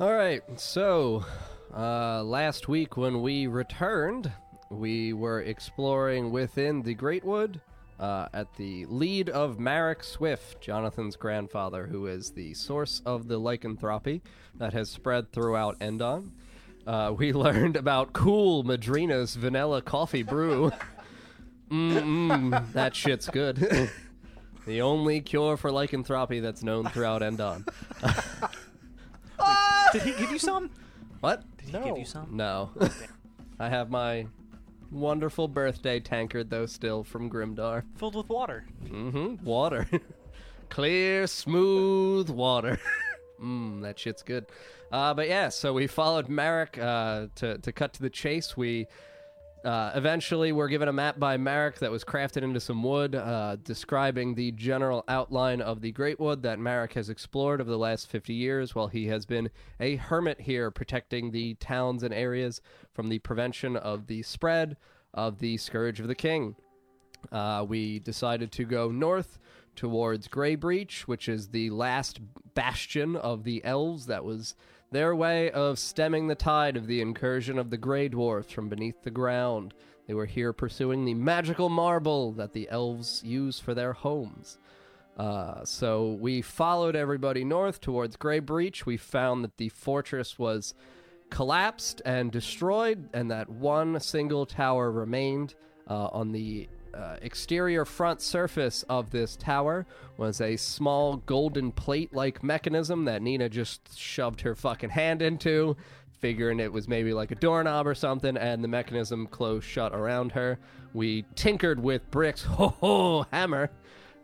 All right, so uh, last week when we returned, we were exploring within the Great Wood uh, at the lead of Marek Swift, Jonathan's grandfather, who is the source of the lycanthropy that has spread throughout Endon. Uh, we learned about cool Madrina's vanilla coffee brew. Mm-mm, that shit's good. the only cure for lycanthropy that's known throughout Endon. Did he give you some? What? Did he give you some? No. I have my wonderful birthday tankard, though, still from Grimdar. Filled with water. Mm-hmm. Water. Clear, smooth water. Mmm, that shit's good. Uh, but yeah, so we followed Marek uh, to, to cut to the chase. We uh, eventually were given a map by Marek that was crafted into some wood, uh, describing the general outline of the Great Wood that Marek has explored over the last 50 years while he has been a hermit here, protecting the towns and areas from the prevention of the spread of the Scourge of the King. Uh, we decided to go north towards Grey Breach, which is the last bastion of the elves that was their way of stemming the tide of the incursion of the Grey Dwarfs from beneath the ground. They were here pursuing the magical marble that the elves use for their homes. Uh, so we followed everybody north towards Grey Breach. We found that the fortress was collapsed and destroyed, and that one single tower remained. Uh, on the uh, exterior front surface of this tower was a small golden plate like mechanism that Nina just shoved her fucking hand into, figuring it was maybe like a doorknob or something, and the mechanism closed shut around her. We tinkered with bricks, ho ho, hammer,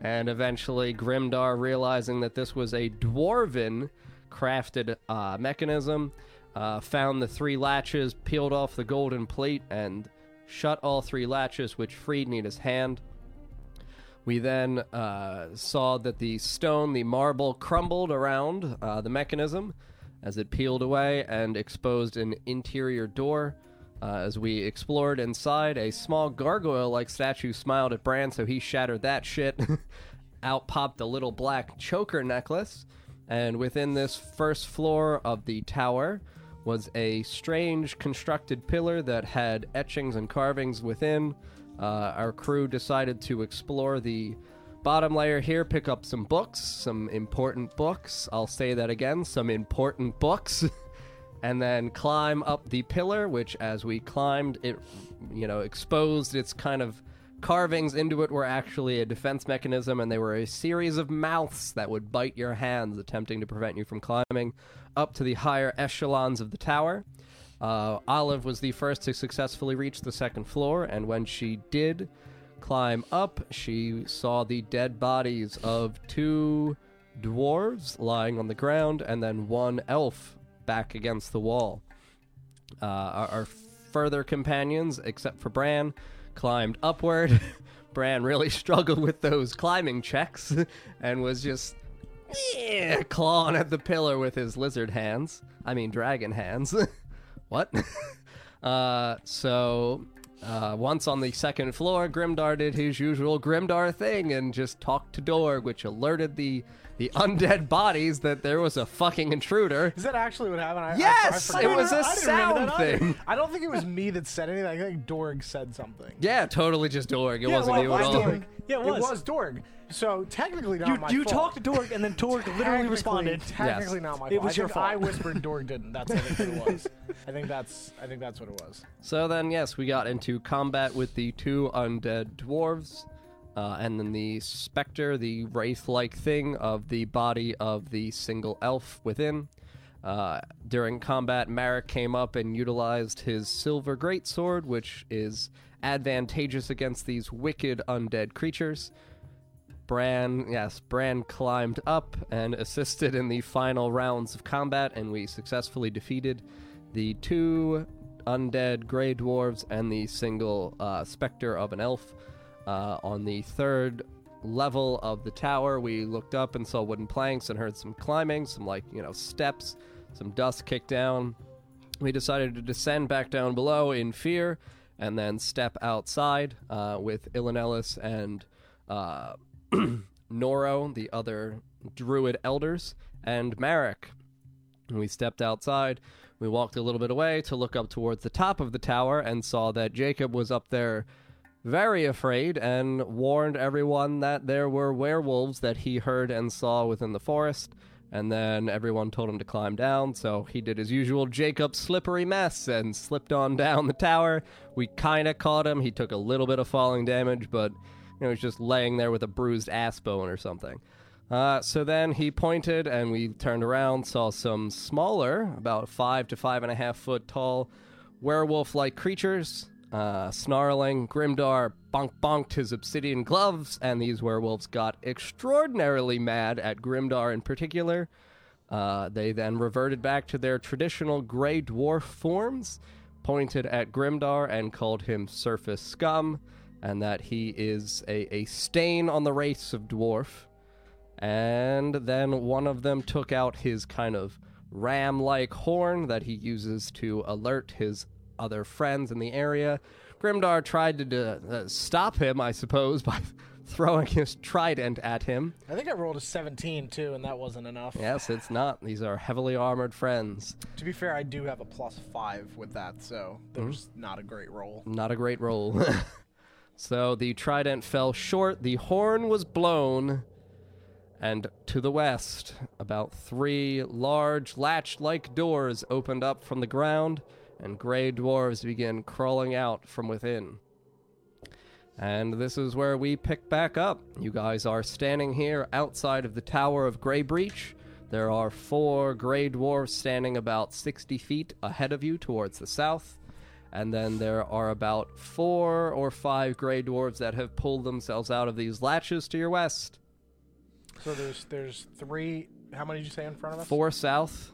and eventually Grimdar, realizing that this was a dwarven crafted uh, mechanism, uh, found the three latches, peeled off the golden plate, and shut all three latches, which freed Nina's hand. We then uh, saw that the stone, the marble, crumbled around uh, the mechanism as it peeled away and exposed an interior door. Uh, as we explored inside, a small gargoyle like statue smiled at Bran, so he shattered that shit. Out popped a little black choker necklace, and within this first floor of the tower was a strange constructed pillar that had etchings and carvings within. Uh, our crew decided to explore the bottom layer here, pick up some books, some important books. I'll say that again some important books. and then climb up the pillar, which as we climbed, it, you know, exposed its kind of carvings into it were actually a defense mechanism, and they were a series of mouths that would bite your hands, attempting to prevent you from climbing up to the higher echelons of the tower. Uh, Olive was the first to successfully reach the second floor, and when she did climb up, she saw the dead bodies of two dwarves lying on the ground, and then one elf back against the wall. Uh, our, our further companions, except for Bran, climbed upward. Bran really struggled with those climbing checks and was just yeah, clawing at the pillar with his lizard hands. I mean, dragon hands. what? uh, so, uh, once on the second floor, Grimdar did his usual Grimdar thing and just talked to Dorg, which alerted the the undead bodies that there was a fucking intruder. Is that actually what happened? I, I- Yes! I, forgot. It was a I didn't remember sound that either. thing. I don't think it was me that said anything. I think Dorg said something. Yeah, totally just Dorg. It wasn't well, you it at was all. Dorg. Yeah, it was. Dorg. So technically not You, my you fault. talked to Dork, and then Dork literally Technically- responded. Technically not my fault. It was I your think fault. I whispered. Dorg didn't. That's I think what it was. I think that's. I think that's what it was. So then, yes, we got into combat with the two undead dwarves, uh, and then the specter, the wraith-like thing of the body of the single elf within. Uh, during combat, Marek came up and utilized his silver greatsword, which is advantageous against these wicked undead creatures. Bran, yes, Bran climbed up and assisted in the final rounds of combat, and we successfully defeated the two undead gray dwarves and the single uh, specter of an elf. Uh, on the third level of the tower, we looked up and saw wooden planks and heard some climbing, some like, you know, steps, some dust kicked down. We decided to descend back down below in fear and then step outside uh, with Ilanellis and uh, Noro, the other druid elders, and Marek. And we stepped outside. We walked a little bit away to look up towards the top of the tower and saw that Jacob was up there very afraid and warned everyone that there were werewolves that he heard and saw within the forest. And then everyone told him to climb down, so he did his usual Jacob slippery mess and slipped on down the tower. We kind of caught him. He took a little bit of falling damage, but you know, he's just laying there with a bruised ass bone or something. Uh, so then he pointed, and we turned around, saw some smaller, about five to five and a half foot tall, werewolf like creatures. Uh, snarling, Grimdar bonk bonked his obsidian gloves, and these werewolves got extraordinarily mad at Grimdar in particular. Uh, they then reverted back to their traditional gray dwarf forms, pointed at Grimdar and called him surface scum, and that he is a, a stain on the race of dwarf. And then one of them took out his kind of ram like horn that he uses to alert his other friends in the area. Grimdar tried to d- uh, stop him, I suppose, by throwing his trident at him. I think I rolled a 17 too, and that wasn't enough. Yes, it's not. These are heavily armored friends. To be fair, I do have a plus five with that, so that was Mm-hmm. not a great roll. Not a great roll. so the trident fell short, the horn was blown, and to the west, about three large latch like doors opened up from the ground, and gray dwarves began crawling out from within. And this is where we pick back up. You guys are standing here outside of the Tower of Grey Breach. There are four gray dwarves standing about 60 feet ahead of you towards the south. And then there are about four or five gray dwarves that have pulled themselves out of these latches to your west. So there's there's three. How many did you say in front of us? Four south,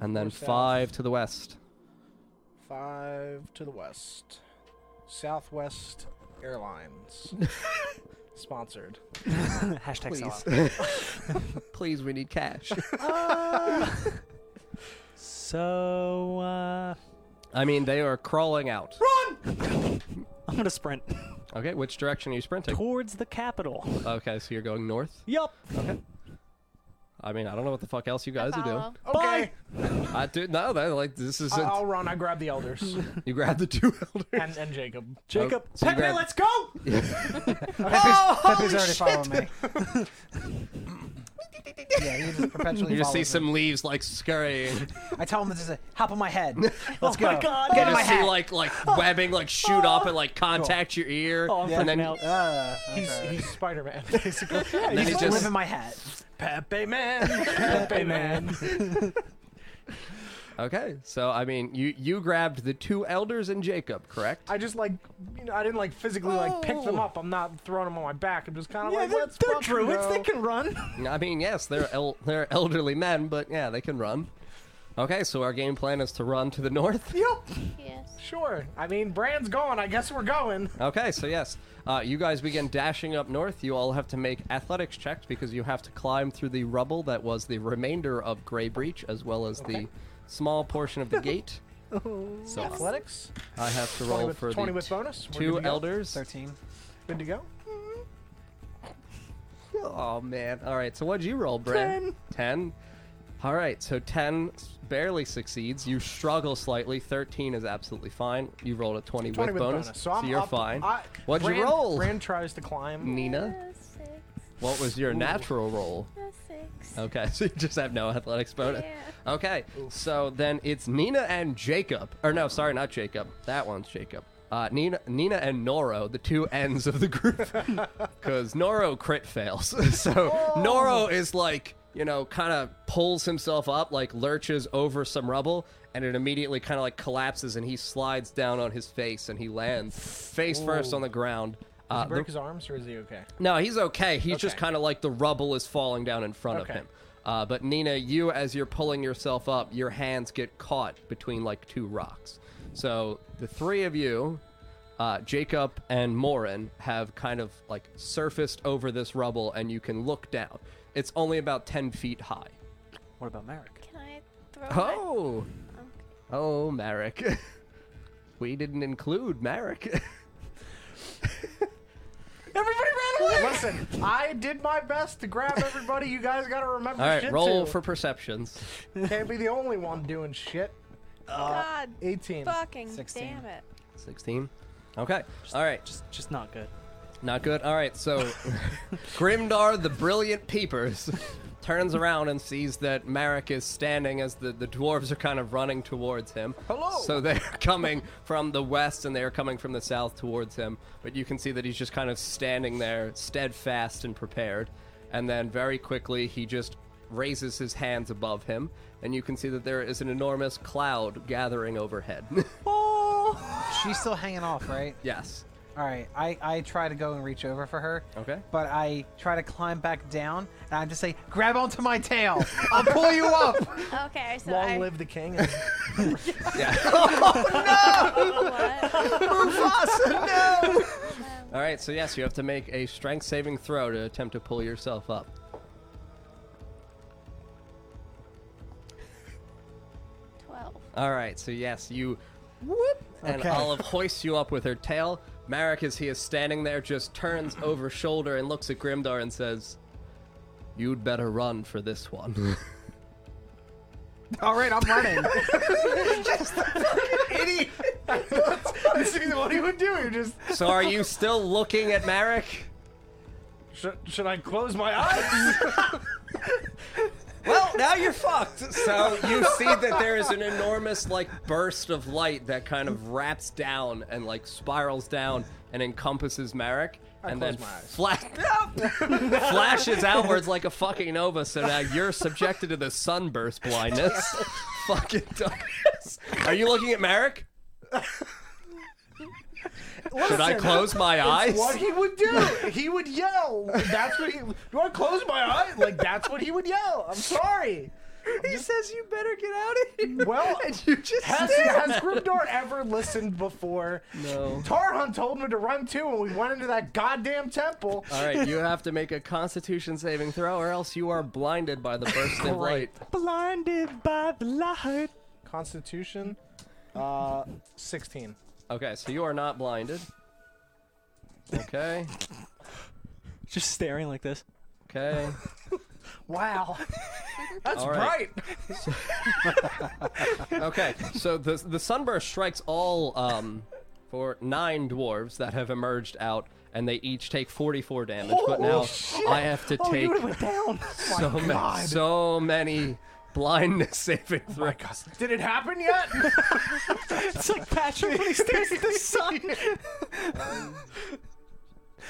and then Four south. five to the west. Five to the west. Southwest Airlines. Sponsored. Hashtag sell out. Please, we need cash. So uh, I mean, they are crawling out. I'm gonna sprint Okay, which direction are you sprinting? towards the capital. Okay, so you're going north. Yup. I mean, I don't know what the fuck else you guys are doing. Bye. Okay. I do no, they're like this is I- it. I'll run. I grab the elders You grab the two elders. and, and Jacob. Jacob. Oh, so you Pepe, grab- let's go. Pepe's already following me. yeah, he just perpetually. You just see follows me. some leaves like scurrying. I tell him this is a hop on my head. Let's Oh go. my God. Get You in You my just see hat. like like webbing like shoot up and like contact your ear. Oh, I'm Yeah. freaking and then out. Uh, He's, okay. he's Spider Man, basically. then he Just just- live in my hat. Pepe Man. Pepe Man. Okay, so I mean, you you grabbed the two elders and Jacob, correct? I just like, you know, I didn't like physically like pick them Oh. up. I'm not throwing them on my back. I'm just kind of Yeah, like, they're, let's they're fucking druids. go. They can run. I mean, yes, they're el- they're elderly men, but yeah, they can run. Okay, so our game plan is to run to the north. Yes. Sure. I mean, Brand's gone. I guess we're going. Okay, so yes, uh, you guys begin dashing up north. You all have to make athletics checks because you have to climb through the rubble that was the remainder of Grey Breach, as well as the small portion of the gate. So Athletics. I have to 20 roll with, for 20 the with bonus. We're good two to go. elders. Thirteen. Good to go. Oh man! All right. So what'd you roll, Brent? Ten. All right. So ten s- barely succeeds. You struggle slightly. Thirteen is absolutely fine. You rolled a twenty, 20 with bonus. bonus, So, I'm you're up- fine. I, What'd you Brand- roll? Mm, Brand tries to climb. Nina, A six. what was your natural roll? A six. Okay, so you just have no athletics bonus. Yeah. Okay, so then it's Nina and Jacob. Or no, sorry, not Jacob. That one's Jacob. Uh, Nina, Nina and Noro, the two ends of the group, because Noro crit fails. so Noro is like, you know, kind of pulls himself up, like lurches over some rubble, and it immediately kind of like collapses, and he slides down on his face, and he lands face first on the ground. Uh, Break his arms, or is he okay? no, he's okay. He's just Okay. kind of like the rubble is falling down in front of Okay. him. Uh, but Nina, you as you're pulling yourself up, your hands get caught between like two rocks. So the three of you, uh, Jacob and Morin, have kind of like surfaced over this rubble, and you can look down. It's only about ten feet high. What about Merrick? Can I throw my- Oh, oh, Merrick. we didn't include Merrick. Everybody ran away. Listen, I did my best to grab everybody. You guys gotta remember All right, shit roll too. for perceptions. Can't be the only one doing shit. Uh, God 18. fucking 16. damn it. 16. Okay. All right. Just, just not good. Not good. All right, so Grimdar the Brilliant Peepers turns around and sees that Marek is standing as the, the dwarves are kind of running towards him. Hello. So they're coming from the west and they're coming from the south towards him, but you can see that he's just kind of standing there, steadfast and prepared. And then very quickly, he just raises his hands above him, and you can see that there is an enormous cloud gathering overhead. She's still hanging off, right? yes. All right. I, I try to go and reach over for her. Okay. But I try to climb back down, and I just say, "Grab onto my tail! I'll pull you up." Okay, so I Long live the king. And Yeah. what? All right, so yes, you have to make a strength saving throw to attempt to pull yourself up. Twelve. All right, so yes, you whoop, and Okay. Olive hoists you up with her tail. Marek, as he is standing there, just turns over shoulder and looks at Grimdar and says, "You'd better run for this one." All right, I'm running. idiot. this is what he would do. He just so, are you still looking at Marek? should, should I close my eyes? Well, now you're fucked. So you see that there is an enormous like burst of light that kind of wraps down and like spirals down and encompasses Marek. and close then my eyes. fla- flashes outwards like a fucking nova, so now you're subjected to the sunburst blindness. fucking darkness. Are you looking at Merrick? Should I Listen, close my eyes? What he would do? He would yell. That's what he. Do I close my eyes? Like that's what he would yell. I'm sorry. He says you better get out of here. Well, you just has has Grimdor ever listened before? No. Tarhan told me to run too, and we went into that goddamn temple. All right, you have to make a Constitution saving throw, or else you are blinded by the burst of light. Blinded by the light. Constitution, uh, 16. Okay, so you are not blinded. Okay. Just staring like this. Okay. Wow, that's All right. right. Okay, so the the sunburst strikes all um, for nine dwarves that have emerged out, and they each take forty four damage. but now I have to Oh, take you went down. so many, so many blindness saving throws. Did it happen yet? it's like Patrick when he stares at the sun.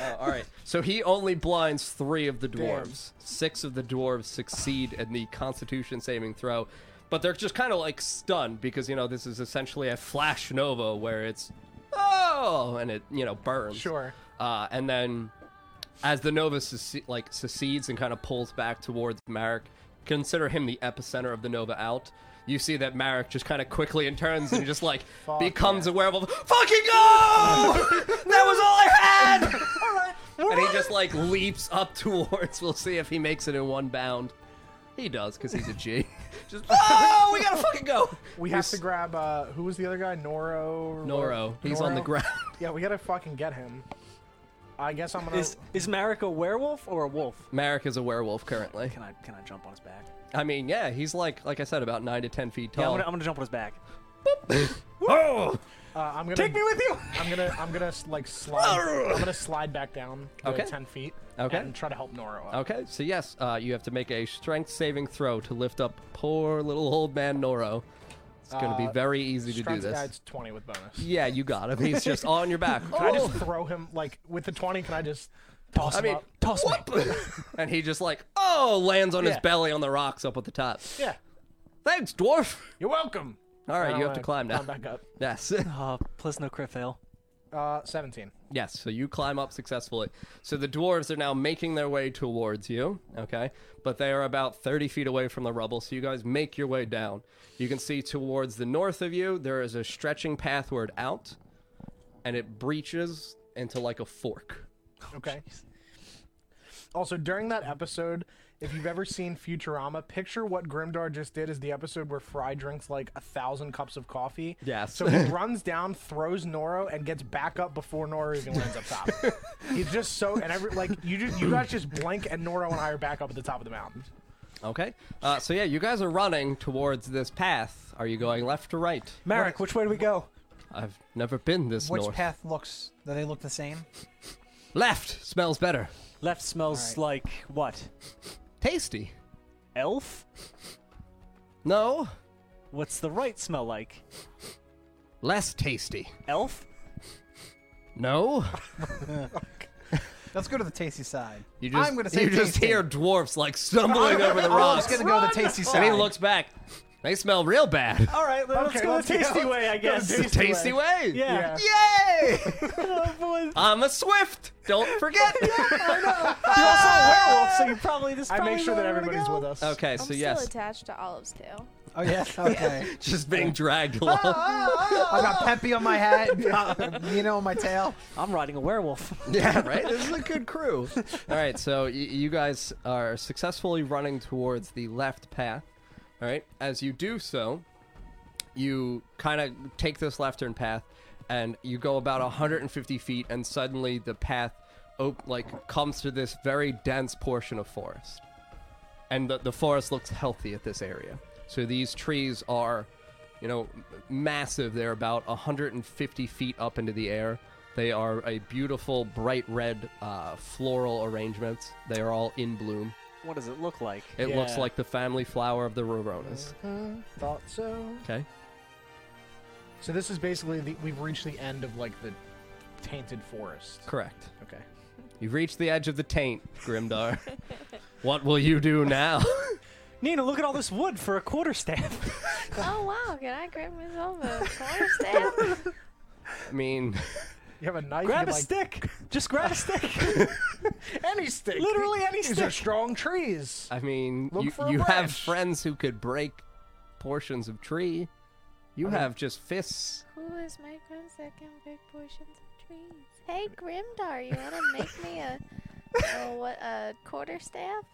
Uh, all right, so he only blinds three of the dwarves. Six of the dwarves succeed in the Constitution saving throw. But they're just kind of like stunned because you know this is essentially a flash nova where it's oh and it you know burns. sure. Uh, and then, as the Nova sece- like secedes and kind of pulls back towards Marek, consider him the epicenter of the Nova out. You see that Marek just kind of quickly and turns and just like becomes a werewolf. Fucking go! that was all I had. And he just like leaps up towards. We'll see if he makes it in one bound. He does because he's a G. just oh, we gotta fucking go. We have to grab. Uh, who was the other guy? Noro. Noro, he's on the Noro? ground. Yeah, we gotta fucking get him. I guess I'm gonna. Is is Marek a werewolf or a wolf? Marek is a werewolf currently. Can I can I jump on his back? I mean, yeah, he's like like I said, about nine to ten feet Yeah, I'm tall. gonna, I'm gonna jump on his back. Uh, I'm gonna Oh, Take me with you. I'm gonna. I'm gonna like slide. I'm gonna slide back down. the Okay. Ten feet. Okay. And try to help Noro up. Okay, so yes, uh, you have to make a strength saving throw to lift up poor little old man Noro. It's going to Uh, be very easy to do Strength this. guide's 20 with bonus. Yeah, you got him. He's just on your back. Can I just throw him like with the 20? Can I just toss I him mean, up? Toss me. and he just like, oh, lands on his Yeah. belly on the rocks up at the top. Yeah. Thanks, dwarf. You're welcome. All right, I you have wanna to climb now. Climb back up. Yes. Uh, please no crit fail. Uh, 17. Yes, so you climb up successfully. So the dwarves are now making their way towards you, okay? But they are about 30 feet away from the rubble, so you guys make your way down. You can see towards the north of you, there is a stretching pathward out, and it breaches into like a fork. Okay. Also, during that episode, If you've ever seen Futurama, picture what Grimdar just did is the episode where Fry drinks like a thousand cups of coffee. Yes. So he runs down, throws Noro, and gets back up before Noro even lands up top. He's just so and every like you just you guys just blink and Noro and I are back up at the top of the mountain. Okay. Uh, so yeah, you guys are running towards this path. Are you going left or right? Merrick, which way do we go? I've never been this Which north. path looks? Do they look the same? Left smells better. Left smells like what? Tasty. Elf? No, What's the right smell like? less tasty. Elf? No. Let's go to the tasty side. You just I'm gonna say you just tasty. hear dwarfs like stumbling over the I'm rocks. just gonna go to the tasty side. and he looks back. They smell real bad. All right, let's Okay, go let's the tasty go. way, I guess. The tasty way. Yeah. Yay! Oh, boy. I'm a swift. Don't forget. You're also a werewolf, so you probably this. I probably make sure that where we're gonna everybody's go. with us. okay, I'm so still yes, attached to Olive's tail. Oh yeah. Okay. just being dragged along. I got Peppy on my hat, you know, on my tail. I'm riding a werewolf. yeah, right. This is a good crew. All right, so y- you guys are successfully running towards the left path. All right, as you do so, you kind of take this left turn path, and you go about 150 feet, and suddenly the path, op- like, comes to this very dense portion of forest, and the, the forest looks healthy at this area. So these trees are, you know, m- massive. They're about 150 feet up into the air. They are a beautiful, bright red uh, floral arrangements. They are all in bloom. what does it look like? It looks Yeah. like the family flower of the Roronas. Thought so. Okay. So this is basically the, we've reached the end of like the tainted forest. Correct. Okay. You've reached the edge of the taint, Grimdar. what will you do now? Nina, look at all this wood for a quarter staff. oh wow, can I grab myself a corner staff? I mean, You have a knife. grab you a like, stick. Just grab a stick. Any stick. Literally any These are stick. strong trees. I mean, Look you, for a you have branch. friends who could break portions of tree. You have just fists. Who is my friend that can break portions of trees? Hey Grimdar, you wanna make me a, a what a quarter staff?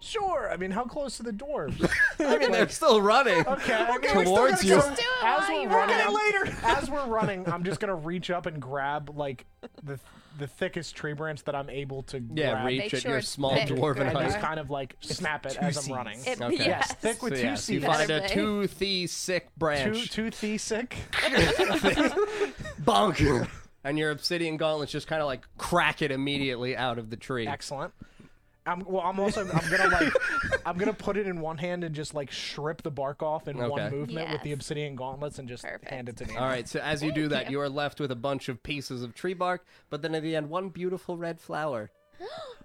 Sure. I mean, how close to the dwarves? I mean, they're still running. Okay. still Towards gotta you. go. Just do it As while we're you running, run. I'm- As we're running, I'm just gonna reach up and grab like the the thickest tree branch that I'm able to Yeah, grab reach Make at sure your it's small thick, dwarven and Grimdar. just height. kind of like snap it as I'm running. It, Okay. Yes. Yes, thick with So two yes, you C's. find a Better be. toothy, sick Two branch. two thee sick. Bonk! and your obsidian gauntlets just kind of like crack it immediately out of the tree. Excellent. I'm well. I'm also. I'm gonna like. I'm gonna put it in one hand and just like strip the bark off in one Okay. movement with the Yes. obsidian gauntlets and just Perfect. hand it to me. All right, so as you do that, you. you are left with a bunch of pieces of tree bark, but then at the end, one beautiful red flower.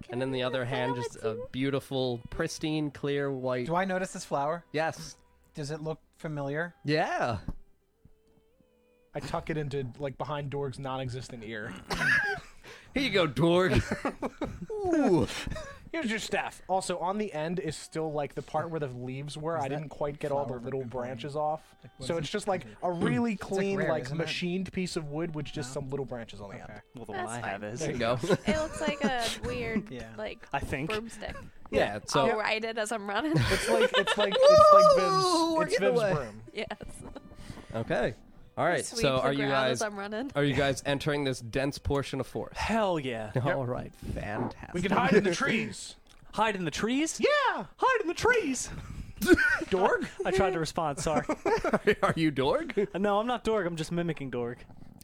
Can And in I the have other a hand, flower just a too? beautiful, pristine, clear white. Do I notice this flower? Yes. Does it look familiar? Yeah. I tuck it into like behind Dorg's non-existent ear. Here you go, Dorg. Ooh. Here's your staff. Also, on the end is still like the part where the leaves were. I that didn't quite get all the flower little looking for me? branches off. what so is it's it? just like a really clean, rare, like isn't it? machined piece of wood with just some little branches on the end. Well, the That's one I have fine. is. There you go. It looks like a weird Yeah. like I think. broomstick. Yeah, I'll so ride it as I'm running. It's like it's like it's like Woo, Viv's we're it's getting Viv's away. broom. yes. okay. All right. Sweep So the are you ground guys as I'm running. are you guys entering this dense portion of forest? Hell yeah. All right. Fantastic. We can hide in the trees. Hide in the trees? Yeah, Hide in the trees! Dorg. I tried to respond, sorry. are you Dorg? No, I'm not Dorg, I'm just mimicking Dorg.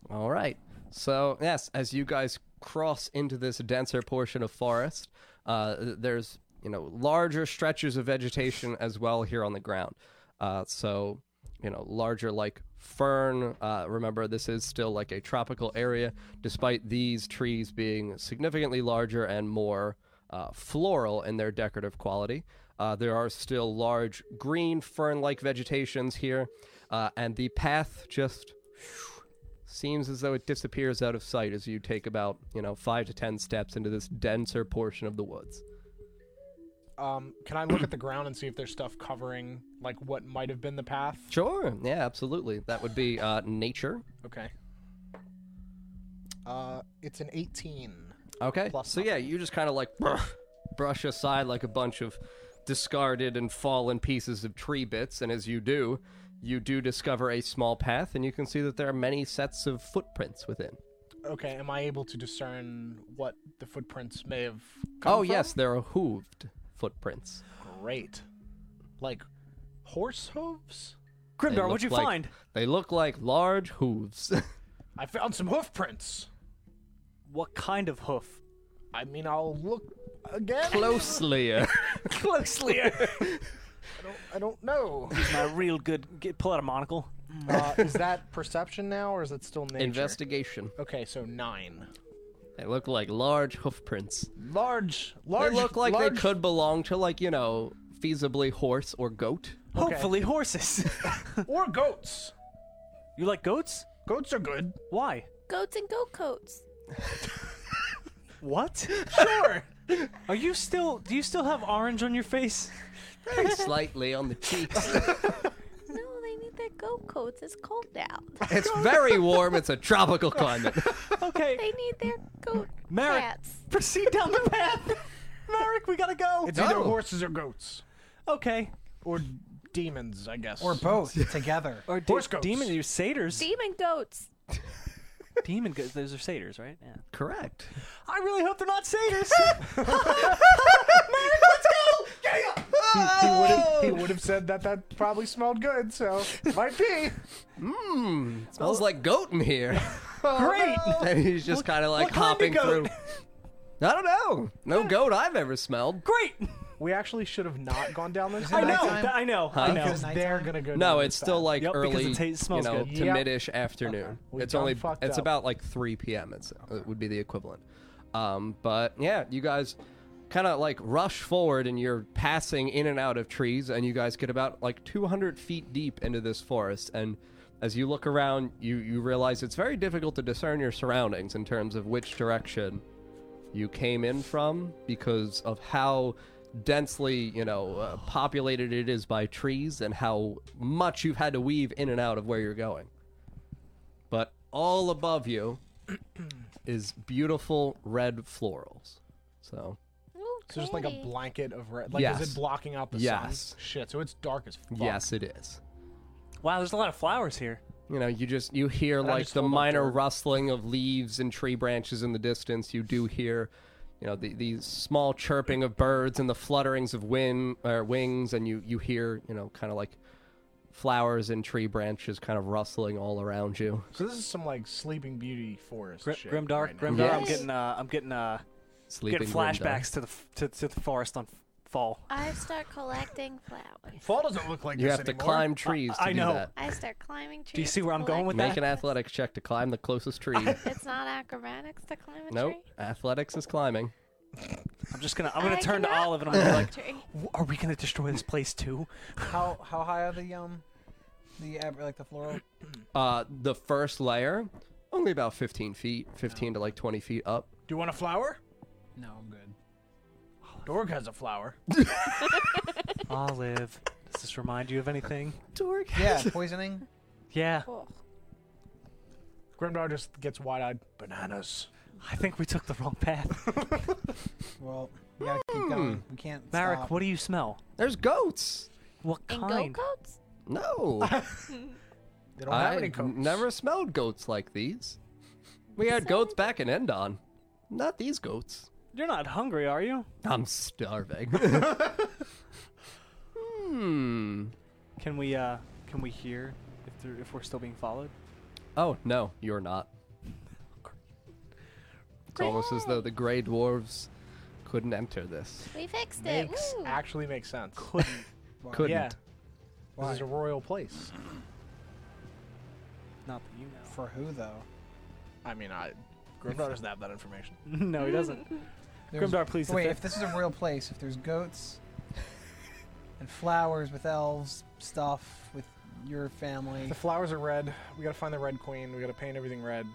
All right. So yes, as you guys cross into this denser portion of forest, uh, there's you know larger stretches of vegetation as well here on the ground. Uh, so you know larger like fern. Uh, remember, this is still like a tropical area, despite these trees being significantly larger and more uh, floral in their decorative quality. Uh, there are still large green fern-like vegetations here, uh, and the path just seems as though it disappears out of sight as you take about, you know, five to ten steps into this denser portion of the woods. Um, can I look at the ground and see if there's stuff covering like what might have been the path? Sure. Yeah, absolutely. That would be uh, nature. Okay. Uh, it's an 18. Okay. Plus so yeah, you just kind of like brush aside like a bunch of discarded and fallen pieces of tree bits, and as you do, you do discover a small path, and you can see that there are many sets of footprints within. Okay, am I able to discern what the footprints may have come Oh, from? yes, there are hooved footprints. Great. Like horse hooves? They Grimdar, look what'd you like- find? They look like large hooves. I found some hoof prints. What kind of hoof? I mean, I'll look again. Closely. Closely. I don't know. My real good. Get, pull out a monocle. Uh, is that perception now, or is it still nature? Investigation. Okay, so nine. They look like large hoof prints. Large, large. they look like large, they could belong to, like, you know, feasibly horse or goat. Hopefully horses. or goats. you like goats? Goats are good. Why? Goats and goat coats. What? Sure. Are you still? Do you still have orange on your face? Slightly on the cheeks. No, they need their goat coats. It's cold out. It's very warm. It's a tropical climate. Okay, They need their goat Merrick. hats. proceed down the path. Merrick, we gotta go. It's either Oh. horses or goats, okay. or demons, I guess. Or both together. Or de- Horse goats. demon, you're satyrs. Demon goats. demon goats. Those are satyrs, right? Yeah. Correct. I really hope they're not satyrs. He would have. He would have said that that probably smelled good, so might be. Mmm. Smells like goat in here. Oh, Great. and he's just kind of like what kind hopping of through. goat? I don't know. No goat I've ever smelled. Great. We actually should have not gone down this. I know. nighttime? th- I know. I Huh? know. because they're gonna go. No, down it's this still path. like Yep, because early, it ta- you smells know, good. to Yep. midish afternoon. We've It's done only fucked it's up. about like 3 p.m. It's it would be the equivalent. Um, but yeah, you guys kind of like rush forward and you're passing in and out of trees and you guys get about like 200 feet deep into this forest and as you look around, you you realize it's very difficult to discern your surroundings in terms of which direction you came in from because of how densely you know uh, populated it is by trees and how much you've had to weave in and out of where you're going but all above you is beautiful red florals so So just like a Okay. blanket of red. Like, is Yes. it blocking out the Yes. sun? Shit. So it's dark as fuck. yes it is Wow, there's a lot of flowers here. you know you just you hear I like just the hold up minor dirt. rustling of leaves and tree branches in the distance you do hear you know the, the small chirping of birds and the flutterings of wind or wings and you you hear you know kind of like flowers and tree branches kind of rustling all around you So this is some like Sleeping Beauty forest Grim, shit. Grimdark, right now. Grimdark. I'm Yes. getting, uh, I'm getting, uh, sleeping getting window. flashbacks to the f- to, to the forest on f- fall. I start collecting flowers. Fall doesn't look like you this have to anymore. climb trees to I do know. that I start climbing trees. Do you see to where I'm going collect- with make an that? athletics check to climb the closest tree It's not acrobatics to climb a nope tree. athletics is climbing I'm just gonna, I'm gonna I turn to cannot Olive and I'm gonna be like, climb a tree. "W- are we gonna destroy this place too? How how high are the um the ab- like the floral? uh the first layer only about 15 feet 15 to like 20 feet up Do you want a flower? No, I'm good. Dorg has a flower. Olive, does this remind you of anything? Yeah, poisoning. Yeah, Cool. Grimdar just gets wide-eyed. Bananas. I think we took the wrong path. Well, we gotta Hmm. keep going. We can't. Marek, stop. what do you smell? there's goats What And goat kind? coats? no They don't have any I've coats. never smelled goats like these. We had goats back in Endon. Not these goats. You're not hungry, are you? I'm starving. hmm. Can we, uh, can we hear if they're, if we're still being followed? Oh, no, you're not. It's almost as though the gray dwarves couldn't enter this. We fixed it. Makes Woo. actually makes sense. Couldn't. Couldn't. Yeah. This is a royal place. not that you know. For who though? I mean, I. Grimdar doesn't have that information. no, he doesn't. There's- Grimdar, please Wait, defend- if this is a real place, if there's goats and flowers with elves stuff with your family The flowers are red. We gotta find the red queen. We gotta paint everything red.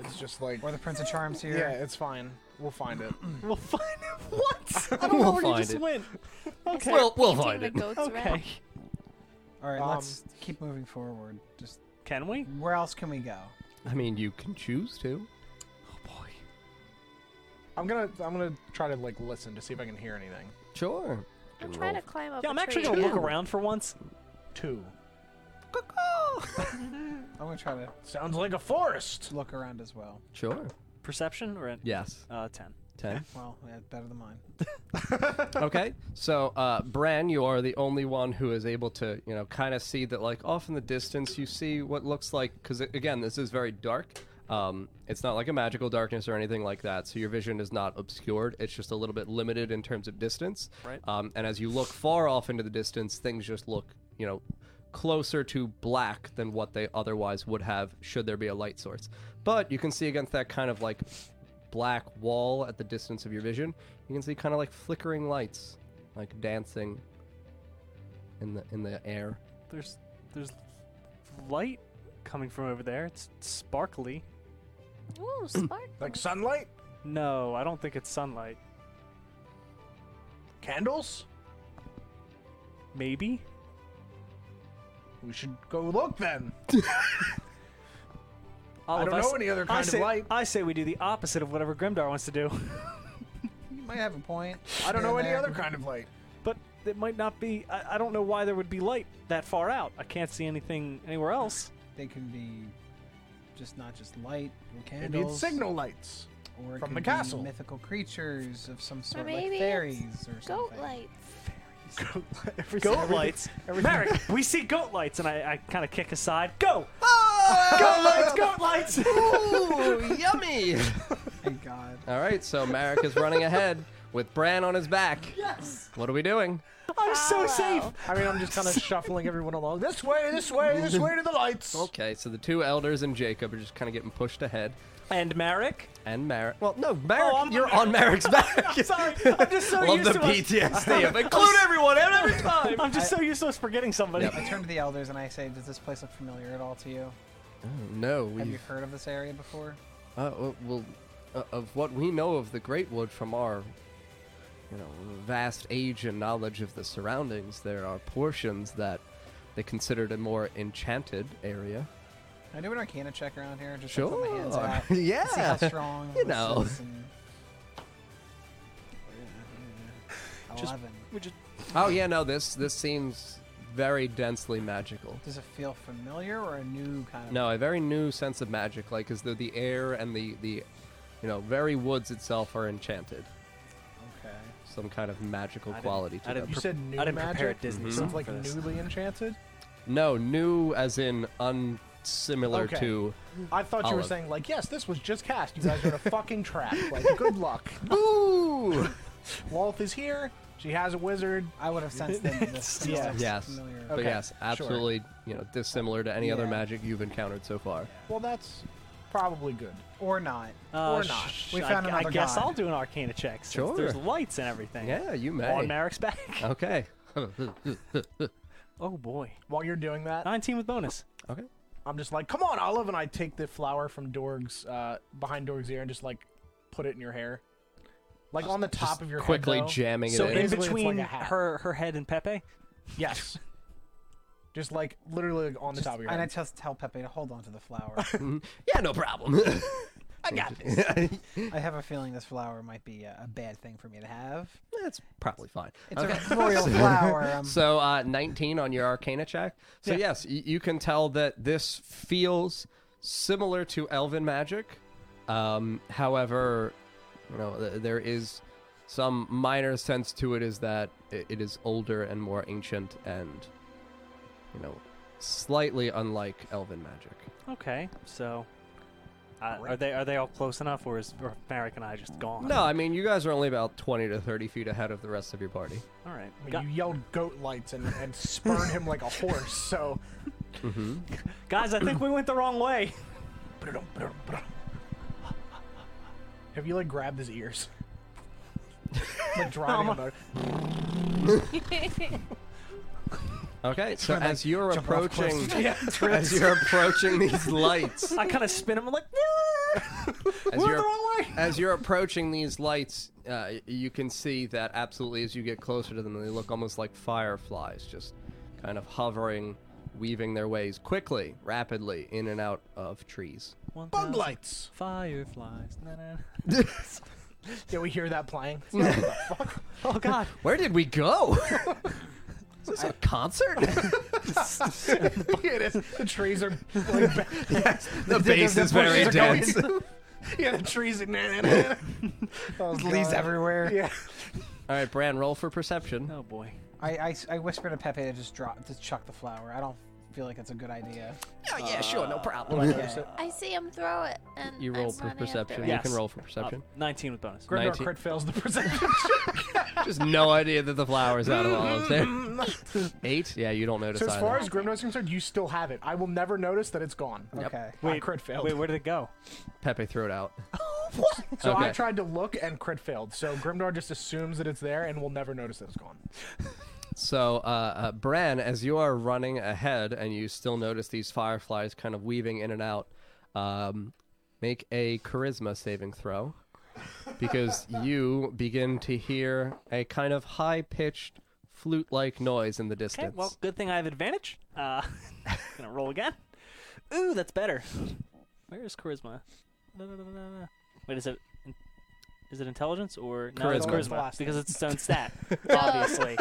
It's just like. or the Prince of Charms here. Yeah, it's fine. We'll find it. We'll find it. What? I don't We'll know where you find just it. went. I Okay. start We'll- we'll painting find the it. goats okay. red. All right, Um, let's keep moving forward. Just Can we? where else can we go? I mean, you can choose to. Oh boy. I'm gonna I'm gonna try to like listen to see if I can hear anything. Sure. I'm Can trying roll. to climb up. Yeah, a I'm actually tree. gonna look around for once. Two I'm gonna try to sounds like a forest. look around as well. Sure. Perception or Yes. uh, ten. Ten. Well, yeah, better than mine. okay. So, uh, Bran, you are the only one who is able to, you know, kind of see that, like, off in the distance, you see what looks like, because, again, this is very dark. Um, it's not like a magical darkness or anything like that. So, your vision is not obscured. It's just a little bit limited in terms of distance. Right. Um, and as you look far off into the distance, things just look, you know, closer to black than what they otherwise would have should there be a light source. But you can see against that kind of like black wall at the distance of your vision, you can see kind of like flickering lights, like dancing in the in the air. There's there's light coming from over there. It's sparkly. Ooh, spark. Like sunlight, No, I don't think it's sunlight. candles. Maybe. We should go look then. Olive, don't know any other I kind of say- light. I say we do the opposite of whatever Grimdar wants to do, You might have a point. I don't here know and any there. other kind of light. but it might not be. I, I don't know why there would be light that far out. I can't see anything anywhere else. They can be just not just light or It candles. needs signal lights. or it from could the be castle. mythical creatures of some sort, maybe like it's fairies or Goat something. lights. Every Goat lights. Merrick, we see goat lights, and I, I kind of kick aside. Go! Ah! Goat lights! Goat lights! Oh, Ooh, yummy! Thank God. All right, so Marek is running ahead with Bran on his back. Yes. What are we doing? I'm so Follow. safe. I mean, I'm just kind of shuffling everyone along. This way, this way, this way to the lights. Okay, so the two elders and Jacob are just kind of getting pushed ahead, And Merrick. and Merrick. Well, no, Merrick, Oh, I'm- you're on Merrick's back. Sorry, I'm just so Love used the to us- PTSD of include everyone and every time. I'm just so used to us forgetting somebody. Yep. I turn to the elders and I say, "Does this place look familiar at all to you? No, Have you we heard of this area before?" Uh, well, well uh, of what we know of the Great Wood from our, you know, vast age and knowledge of the surroundings, there are portions that they considered a more enchanted area. Can I do an Arcana check around here. Just to put my hands Sure. out. See how yeah. strong. You this know. is and- Just- Eleven. We just- Oh yeah. No, this this seems very densely magical. Does it feel familiar or a new kind of? No, a very new sense of magic, like as though the air and the the, you know, very woods itself are enchanted. Okay. Some kind of magical I didn't- quality to I them. didn't You said new I didn't magic. prepare a Disney Mhm. song Stuff like for this. newly enchanted. No, new as in unsimilar Okay. to. Mm-hmm. I thought you were Olive. saying like, yes, this was just cast. You guys are in a fucking trap. Like, good luck. Boo! Lolth is here. She has a wizard. I would have sensed that this Yeah. yeah. Yes. familiar. But Okay, yes, sure. absolutely, you know, dissimilar to any other Yeah. magic you've encountered so far. Well, that's probably good. Or not. uh, Or not. sh- We I- found I, another guess god. I'll do an Arcana check since Sure. there's lights and everything. Yeah, you may. On Merrick's back. okay. Oh boy. While you're doing that, 19 with bonus. Okay. I'm just like, come on, Olive, and I take the flower from Dorg's uh, behind Dorg's ear and just like put it in your hair, like on the top of your Quickly head, though. jamming So it in. in Basically, it's like between a hat. her her head and Pepe. Yes. Just like literally like, on the Just- top of your and I head. tell, tell Pepe to hold on to the flower. Mm-hmm. yeah, no problem. I got this. I have a feeling this flower might be a, a bad thing for me to have. That's probably fine. It's Okay. a royal flower. um, i So uh, 19 on your Arcana check. So yes, y- you can tell that this feels similar to Elven magic. Um, however, you know th- there is some minor sense to it is that i- it is older and more ancient and you know slightly unlike Elven magic. Okay. So uh, are they are they all close enough or is or Merrick and I just gone? No, I mean you guys are only about 20 to 30 feet ahead of the rest of your party. All right. I mean, Gu- you yelled goat lights and, and spurned him like a horse, so. guys, I think we went the wrong way. Have you like grabbed his ears? like driving him out. Okay, so as you're jump off cliffs. approaching, as you're approaching these lights, I kind of spin him like as we're you're the wrong way. As you're approaching these lights, uh, y- you can see that absolutely as you get closer to them, they look almost like fireflies, just kind of hovering, weaving their ways quickly, rapidly, in and out of trees. One Bug thousand lights! Fireflies. Na, na, na. Yeah, we hear that playing. Oh God! Where did we go? Is this a concert? yeah, the trees are like ba- the bass is very bushes are going- dense. yeah, the trees are nah, nah, nah. Oh, Leaves God. everywhere. Yeah. All right, Bran, roll for perception. Oh boy. I, I, I whisper to Pepe to just drop, to chuck the flower. I don't feel like it's a good idea. uh, Oh, yeah, sure, no problem. Yeah. I see him throw it, and You I'm roll for running perception. After it. Yeah. You can Yes. roll for Uh, perception. 19 with bonus. Grimdor 19. crit fails the perception. Just no idea that the flower's out of all of there. Eight? Yeah, you don't notice so as either. far as Grimdar's concerned, you still have it. I will never notice that it's gone. Okay. Wait, crit failed. Wait, where did it go? Pepe threw it out. so I Okay. tried to look and crit failed. So Grimdar just assumes that it's there and will never notice that it's gone. So, uh, uh, Bran, as you are running ahead and you still notice these fireflies kind of weaving in and out, um, make a charisma saving throw because you begin to hear a kind of high pitched flute like noise in the Okay, distance. well, good thing I have advantage. Uh, gonna roll again. Ooh, that's better. Where is charisma? No, no, no, no, no, no. Wait, is it? Is it intelligence or no? It's Charisma. charisma Blast. because it's its own stat, obviously.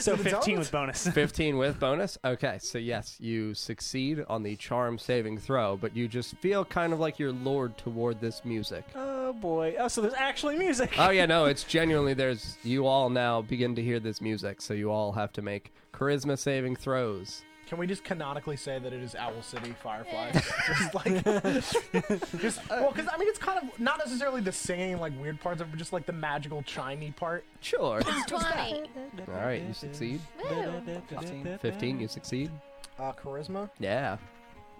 so 15 with bonus. 15 with bonus? Okay, so yes, you succeed on the charm saving throw, but you just feel kind of like you're lured toward this music. Oh boy! Oh, so there's actually music. oh yeah, no, it's genuinely there's you all now begin to hear this music, so you all have to make charisma saving throws. Can we just canonically say that it is Owl City Fireflies? just like, just well, because I mean, it's kind of not necessarily the singing, like weird parts of, it, but just like the magical chimey part. Sure. Twenty. all right, you succeed. Woo. 15. 15, you succeed. Uh, charisma, Yeah.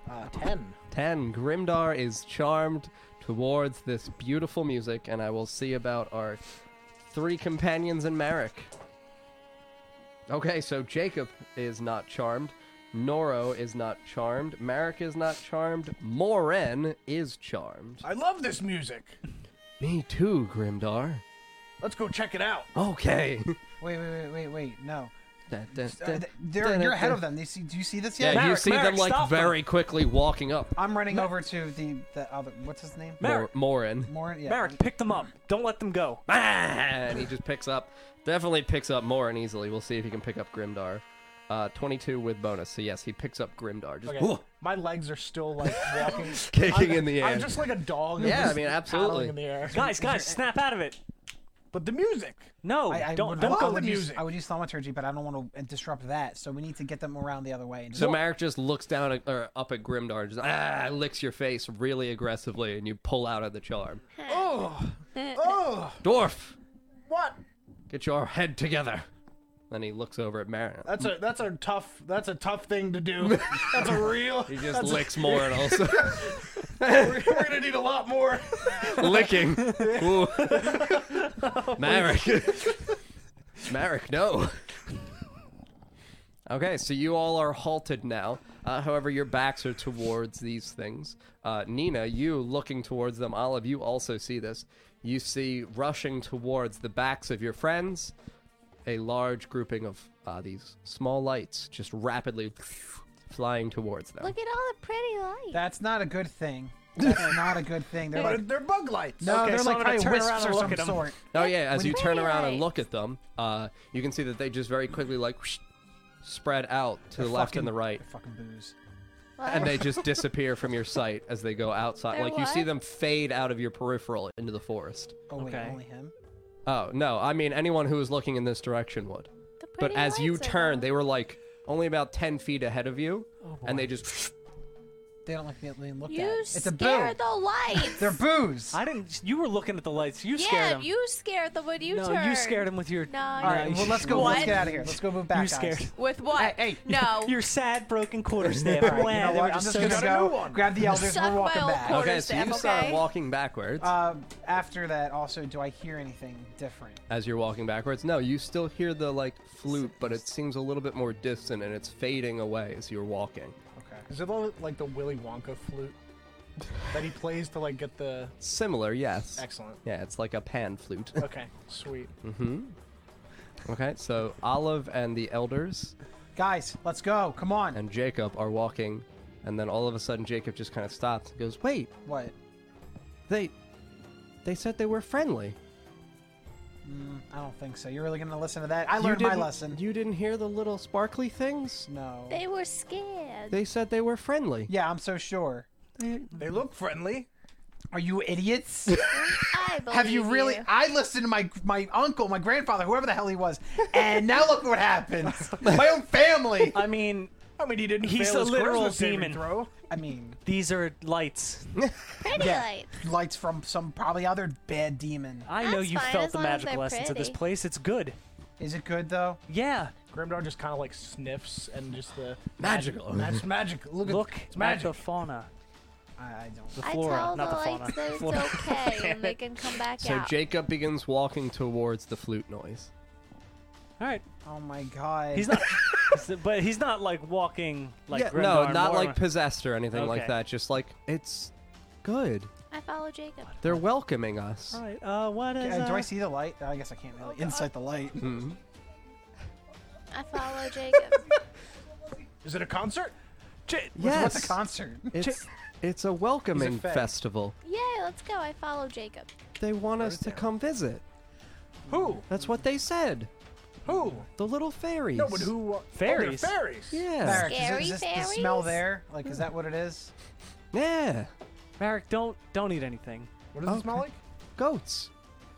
uh, ten. 10. Grimdar is charmed towards this beautiful music, and I will see about our three companions and Merrick. Okay, so Jacob is not charmed. Noro is not charmed. Merrick is not charmed. Moren is charmed. I love this music. Me too, Grimdar. Let's go check it out. Okay. Wait, wait, wait, wait, wait. No. Da- da- da- Uh, th- da- they're, you're ahead da- of them. Do you see, do you see this Yeah, yet? you Merrick, see them Merrick, like stop them. very quickly walking up. I'm running over to the, the other. What's his name? Ma- Merrick. Mor- Morin. Morin? Yeah. Merrick, pick them up. Don't let them go. Ah, and he just picks up, definitely picks up Morin easily. We'll see if he can pick up Grimdar. Uh, 22 with bonus. So yes, he picks up Grimdar. Just Okay, whoa, my legs are still like walking, kicking I'm- in the air. I'm just like a dog. Yeah, I just mean, paddling absolutely. In the air. Guys, guys, snap out of it. But the music. No, I, I don't would, don't I go would with the use, music. I would use thaumaturgy, but I don't want to uh, disrupt that. So we need to get them around the other way. And just, so Marek just looks down at, or up at Grimdar, and just ah, licks your face really aggressively, and you pull out of the charm. Oh, oh, Dwarf, what? get your head together. Then he looks over at Merrick. That's a that's a tough that's a tough thing to do. That's a real. He just licks Morin also. we're, we're gonna need a lot more. licking. Ooh. Oh, Marek. Marek, no. Okay, so you all are halted now. Uh, however, your backs are towards these things. Uh, Nina, you looking towards them. Olive, you also see this. You see rushing towards the backs of your friends a large grouping of uh, these small lights just rapidly flying towards them. Look at all the pretty lights. that's not a good thing. That's not a good thing. They're like, But they're bug lights. no, okay, they're so like I'm gonna probably turn around wisps and or look some at 'em. sort. Oh yeah, as you turn around and Right. look at them, uh, you can see that they just very quickly like whoosh, spread out to the They're left fucking- and the right, they're fucking booze. What? and they just disappear from your sight as they go outside. They're like you see what? them fade out of your peripheral into the forest. Oh wait, Okay. only him. Oh no, I mean anyone who was looking in this direction would. The But pretty as you lights are turn, gone. they were like only about ten feet ahead of you, Oh, and they just They don't like being looked You at. It's a scare boo. the lights. They're booze. I didn't. You were looking at the lights. You yeah, scared him. you scared them when you no, turned. you scared him with your. No, All right, well let's go. Let's What? get out of here. Let's go move back, you scared. guys. With what? Hey, hey. no. Your sad broken quarter staff. All right, you know Blah, they were what? I'm just just so gonna sad. got a new go one. grab the elders. Suck We're my walking old back. corn. okay. So you Quarterstaff, start okay. walking backwards. Uh, after that, also, do I hear anything different? as you're walking backwards. No, you still hear the like flute, but it seems a little bit more distant and it's fading away as you're walking. Okay. Is it all like the Willy Wonka flute that he plays to like get the Similar, yes. excellent? Yeah, it's like a pan flute. Mm-hmm. Okay, sweet. okay, so Olive and the elders Guys, let's go. Come on. and Jacob are walking, and then all of a sudden Jacob just kind of stops and goes, "Wait, What? they, they said they were friendly." Mm, I don't think so. You're really gonna listen to that? I you learned my didn't- lesson. You didn't hear the little sparkly things? no. They were scared. They said they were friendly. Yeah, I'm so sure. They look friendly. Are you idiots? I believe Have you really? I listened to my my uncle, my grandfather, whoever the hell he was, and now look what happens. My own family. I mean, I mean, he didn't. He's fail a his literal charisma saving demon. Throw. I mean, these are lights. Pretty Yeah. lights. lights from some probably other bad demon. I know That's you fine, felt as the long as magical they're essence of this pretty. place. It's good. Is it good though? Yeah. Grimdar just kind of like sniffs and just the Magical. That's magic. Look, Look at it's at magic. the fauna, I, I don't. the I flora, tell not the the fauna. lights that it's Flora. okay and they can come back So out. Jacob begins walking towards the flute noise. All right. Oh my god. He's not, but he's not like walking like yeah, Grimnar no, and not Mormon. like possessed or anything like Okay. that. Just like it's good. I follow Jacob. They're welcoming us. All right. Uh, what is? Uh, do uh, I see the light? I guess I can't Oh, really insight uh, the light. Hmm. I follow Jacob. Is it a concert? J- Yes, What's a concert? it's it's a welcoming He's a fag. festival. Yay, let's go. I follow Jacob. They want us to come visit. Who? That's what they said. Who? The little fairies. No, but who? Uh, Fairies. Oh, they're fairies. Yeah. Merrick, is it- Scary is, this the smell fairies? there? Like, is that what it is? Yeah. Merrick, don't don't eat anything. What does it smell like? Goats.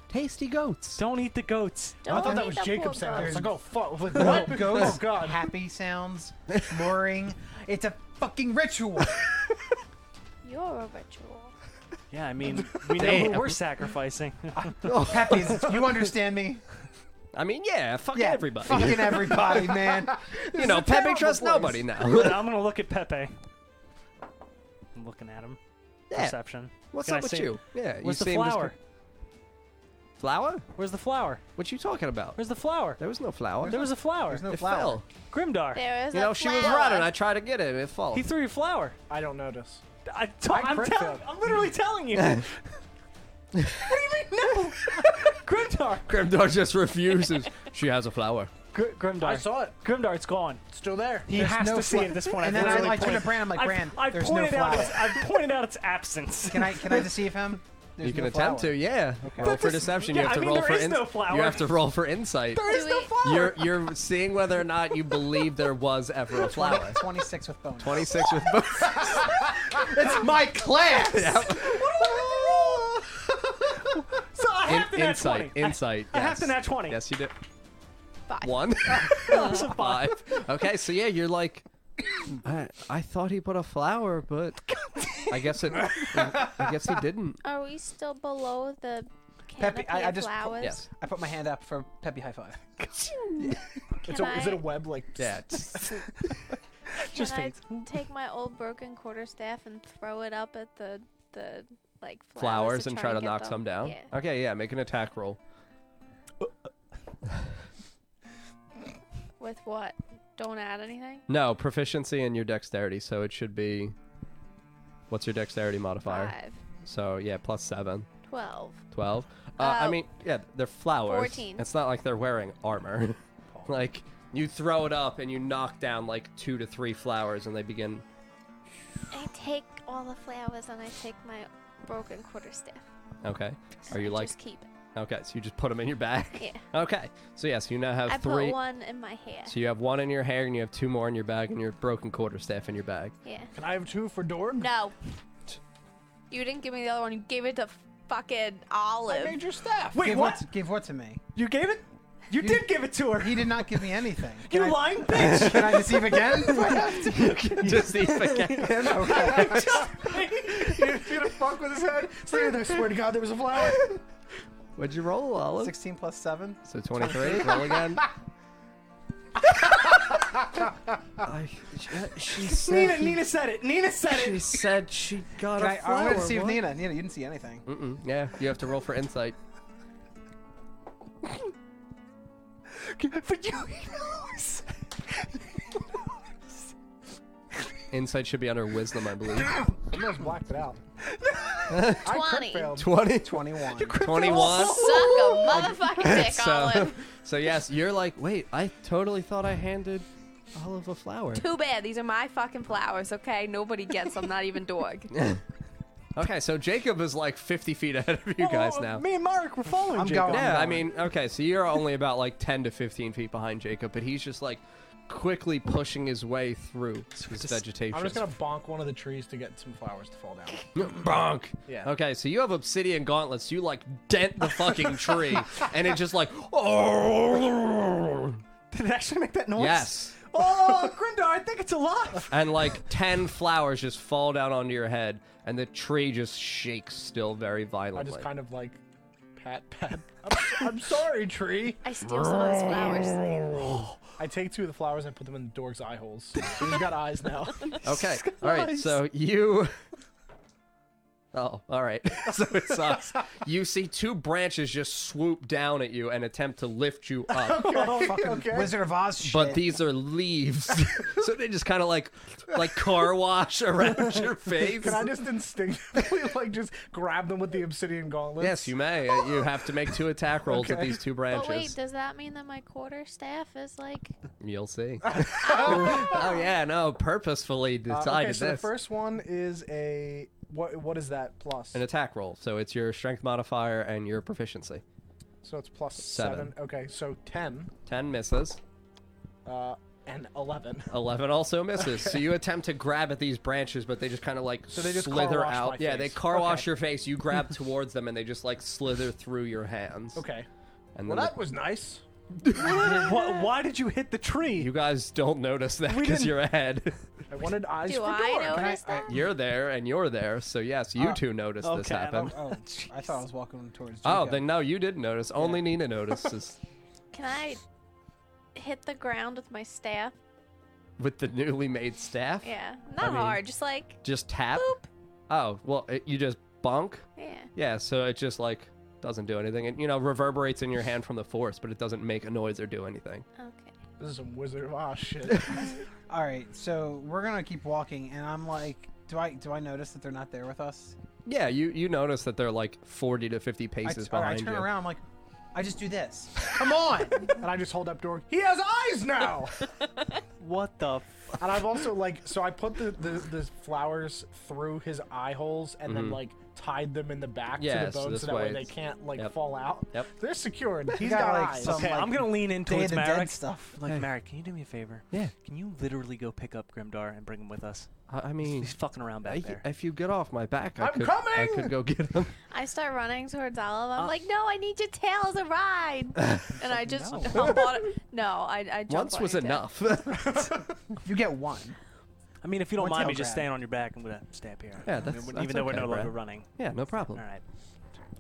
Tasty goats. Don't eat the goats. Don't I thought that eat was the Jacob poor sound. I was like, girl. oh fuck. I was Like, Little what? goats, Oh god. happy sounds, roaring. It's a fucking ritual. You're a ritual. Yeah, I mean, we know who Damn. we're sacrificing. happy, is, you understand me? Oh, I mean, yeah, fuck Yeah, everybody. Fucking everybody, man. you know, Pepe trusts nobody now. I'm gonna look at Pepe. I'm looking at him. yeah. Perception. What's Can up I with see- you? Yeah, Where's you the seem just- flower? Flower? Where's the flower? What you talking about? Where's the flower? There was no flower. There was a flower. There's no it flower. fell. Grimdar. There is You a know, she was flower. running. I tried to get it. It fell. He threw your flower. I don't notice. I t- I I'm crit telling. failed. I'm literally telling you. what do you mean no? Grimdar. Grimdar just refuses. she has a flower. Gr- Grimdar. I saw it. Grimdar, it's gone. It's still there. He There's has no to see fla- it at this point. And I've then I literally like turn to pointed- Brand. I'm like, I've- Brand, I've there's no pointed out. flower. Its, I've pointed out its absence. Can I can I deceive him? There's you can no attempt flower. to, yeah. Roll But for this- deception. yeah, you have I to mean, roll there for is no ins- flower. You have to roll for insight. Do we- You're you're seeing whether or not you believe there was ever a flower. 26 with bonus. Twenty six with both. It's my class. So I have to In- nat insight, 20. I- insight. I, have yes. to nat 20. Yes, you do. Five. One, It's a five. five. Okay, so yeah, you're like, I, I thought he put a flower, but I guess it. I guess he didn't. Are we still below the canopy Peppy, I- I of just- flowers? Yes. I put my hand up for Peppy high five. Can It's a, I, is it a web like? Yeah. can Just I fades. take my old broken quarterstaff and throw it up at the the like flowers, Flowers and try to get knock them? some down. Yeah. Okay, yeah, make an attack roll. With what? Don't add anything. No proficiency in your dexterity, so it should be. What's your dexterity modifier? Five, So yeah, plus seven. twelve. 12 uh, i Uh, mean yeah they're flowers 14. it's not like they're wearing armor like you throw it up and you knock down like two to three flowers and they begin I take all the flowers and I take my broken quarterstaff. okay are you I like Just keep it. okay so you just put them in your bag Yeah. okay so yes you now have I three put one in my hair. so you have one in your hair and you have two more in your bag and your broken quarterstaff in your bag Yeah. Can I have two for Dorn? No. You didn't give me the other one. You gave it to fucking I Olive. made your staff. Wait, give what? what? Give what to me? You gave it? You, did give it to her. He did not give me anything. you Can I, lying bitch. Can I deceive again? just even again. okay. You're gonna fuck with his head. Say, I swear to God, there was a flower. what'd you roll olive 16 plus 7. so 23 roll again I, she Nina, said, Nina said it. Nina said she it. said she got Can a I, I flower want to deceive what? Nina. Nina, you didn't see anything. Mm-mm. Yeah, you have to roll for insight. Mm. But you knows. Insight should be under wisdom, I believe. You almost blacked it out. I crit 20. failed. 20. 21. 21. Suck a motherfucking dick, So, Olive. so yes, you're like, wait, I totally thought I handed Olive a flower. Too bad. These are my fucking flowers, okay? Nobody gets them, not even Dorg. Okay, so Jacob is like 50 feet ahead of you guys Oh, now. Me and Mark, we're following I'm Jacob. going. Yeah, I mean, okay, so you're only about like 10 to 15 feet behind Jacob, but he's just like quickly pushing his way through his just- vegetation. I'm just gonna bonk one of the trees to get some flowers to fall down. Bonk. Yeah. Okay, so you have obsidian gauntlets. You like dent the fucking tree, and it just like oh Did it actually make that noise? yes, Oh, Grindar, I think it's alive. and like ten flowers just fall down onto your head, and the tree just shakes still very I violently. just kind of like pat pat. I'm, I'm sorry, tree. I steal some of his flowers. I take two of the flowers and put them in the dog's eye holes. He's got eyes now. okay, all right. So you. Oh, all right. so it sucks. You see two branches just swoop down at you and attempt to lift you up. Wizard of Oz shit. but these are leaves, so they just kind of like, like car wash around your face. Can I just instinctively like just grab them with the obsidian gauntlets? Yes, you may. Uh, You have to make two attack rolls with Okay. these two But wait, branches. does that mean that my quarter staff is like You'll see. oh yeah, no, purposefully Uh, decided okay, so the this. first one is a what? What is that plus? An attack roll, so it's your strength modifier and your proficiency. so it's plus Seven. seven. Okay, so ten Ten misses. uh, and eleven. 11 also misses. So you attempt to grab at these branches, but they just kind of like they just slither car wash out. my yeah, they face. car wash Okay. your face. You grab towards them, and they just like slither through your hands. Okay. And then Well, the- that was nice. why, why did you hit the tree? you guys don't notice that We because didn't- you're ahead. I wanted eyes Do for I Dork. notice that? you're there, and you're there. So yes, Oh. you two notice this okay, I happen. don't- oh, I thought I was walking towards. Oh, Jacob. then no, you didn't notice. Only Nina notices Can I hit the ground with my staff? with the newly made staff. Yeah. Not mean- hard, just like Just tap. boop. Oh, well, it, you just bonk. Yeah. Yeah, so it just like doesn't do anything. It you know reverberates in your hand from the force, but it doesn't make a noise or do anything. Okay. This is some Wizard of Oz shit. All right, so we're gonna keep walking, and I'm like, do I do I notice that they're not there with us? Yeah, you you notice that they're like forty to fifty I, paces all right, I behind turn you. around, I'm like, I just do this. Come on! and I just hold up Dork. He has eyes now! What the? F- and I've also, like, so I put the, the, the flowers through his eye holes and then, like, tied them in the back Yeah, to the so bone so, Mm-hmm. this that way way they it's- can't, like, yep. fall out. Yep. They're secured. He's got, got, like, eyes. some- okay, like, I'm gonna lean in Day of towards the Dead Marek. stuff. Like, Hey. Marek, can you do me a favor? Yeah. Can you literally go pick up Grimdar and bring him with us? I, I mean, He's fucking around back I, there. if you get off my back, I I'm could I coming! could go get them. I start running towards Olive. Ah. I'm like, no, I need your tail as a ride. and I just No. jump on it. No, I, I jump Once on was your tail. enough. You get one. I mean, if you don't One mind tail me just grab. staying on your back, I'm gonna step here. Yeah, I mean, that's- even that's though we're okay, no longer Brad. running. yeah, no problem. All right.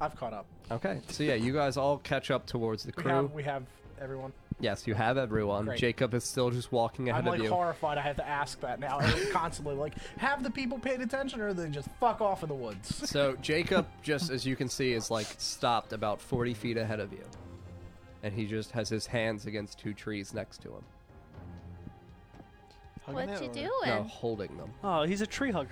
I've caught up. Okay, so yeah, you guys all catch up towards the We crew. have, we have everyone. Yes, you have everyone. Great. Jacob is still just walking ahead I'm, like, of you. horrified I have to ask that now. I'm constantly, like, have the people paid attention or they just fuck off in the woods? So Jacob, just as you can see, is like stopped about 40 feet ahead of you. And he just has his hands against two trees next to him. Hugging What it you or- doing? No, holding them. Oh, he's a tree hugger.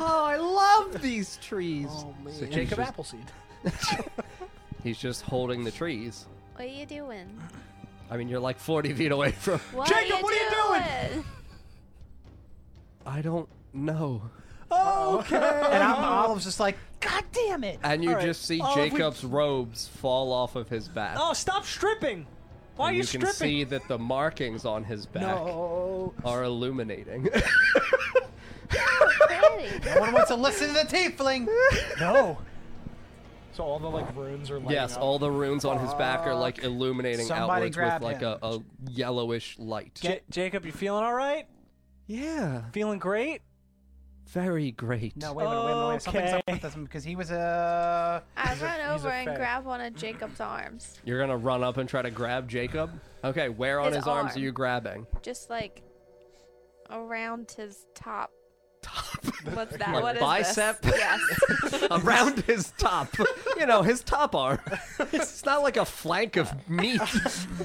Oh, I love these trees. Oh, So Jacob's Oh, Jacob just- Appleseed. he's just holding the trees. What are you doing? I mean, you're like 40 feet away from. What Jacob, are you what are doing? I don't know. And I'm Olive's just like, God damn it! And you All right. just see Oh, if we- Jacob's robes fall off of his back. Oh, stop stripping! Why and are you, you can stripping? see that the markings on his back No. are illuminating. Pretty. No one wants to listen to the tiefling. No. So all the, like, runes are lighting yes, up. all the runes on his back are like illuminating Somebody outwards with grab like him. a, a yellowish light. J- Jacob, you feeling all right? yeah, Feeling great? very great. No, wait a minute, wait a minute, wait. Something's up Okay. with this one because he was uh, a. I He's a- run he's a over and fag. grab one of Jacob's arms. You're gonna run up and try to grab Jacob. Okay, where on his, His arms arm. are you grabbing? Just like around his top. Top. What's that? Like What is bicep? this? Yes. around his top. You know, his top arm. It's not like a flank of meat.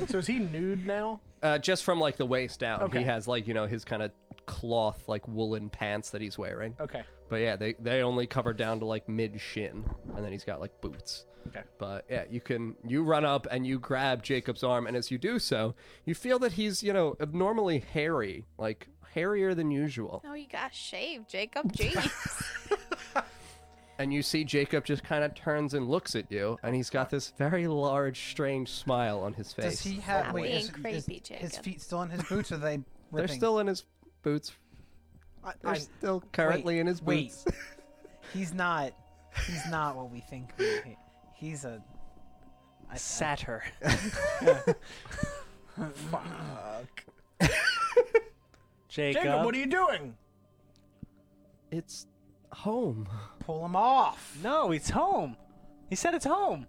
So is he nude now? Uh, just from like the waist down, Okay. he has like you know his kind of cloth like woolen pants that he's wearing. Okay. But yeah, they they only cover down to like mid shin, and then he's got like boots. Okay. But yeah, you can you run up and you grab Jacob's arm, and as you do so, you feel that he's you know abnormally hairy, like hairier than usual. oh, you got shaved, Jacob. Jeez. and you see Jacob just kind of turns and looks at you, and he's got this very large, strange smile on his face. Does he have? Stop Wait, being is, is creepy, his Jacob. feet still in his boots? Or are they? They're ripping? still in his boots. I, They're I, still currently wait, in his wait. boots. He's not. He's not what we think. He, he- he's a. I- I- Satyr. fuck. Jacob. Jacob, what are you doing? It's home. pull him off. No, it's home. He said it's home.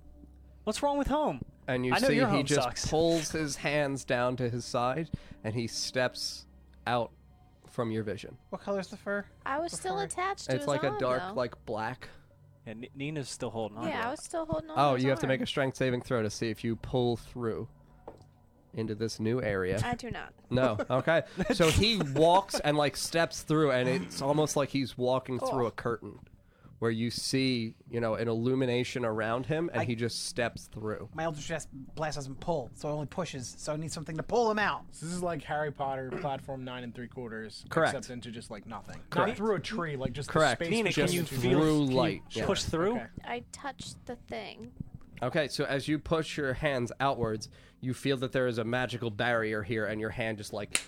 What's wrong with home? And you I know see your he home just sucks. pulls his hands down to his side, and he steps out from your vision. What color's the fur? I was still Before- attached to It's his like a arm, dark, though. like black. Yeah, N- Nina's still holding on. Yeah, to I it. was still holding on. Oh, you have to make a strength saving throw to see if you pull through into this new area. I do not. No. Okay. So he walks and like steps through, and it's almost like he's walking through a curtain, where you see you know an illumination around him, and he just steps through. My Eldritch Blast- Blast doesn't pull, so it only pushes. So I need something to pull him out. So this is like Harry Potter platform nine and three quarters. Correct. Except into just like nothing. Correct. Not through a tree, like just Correct. The space Nina, between can you the two feel through can you light, yeah. Push through. Okay. I touched the thing. Okay. So as you push your hands outwards, you feel that there is a magical barrier here, and your hand just like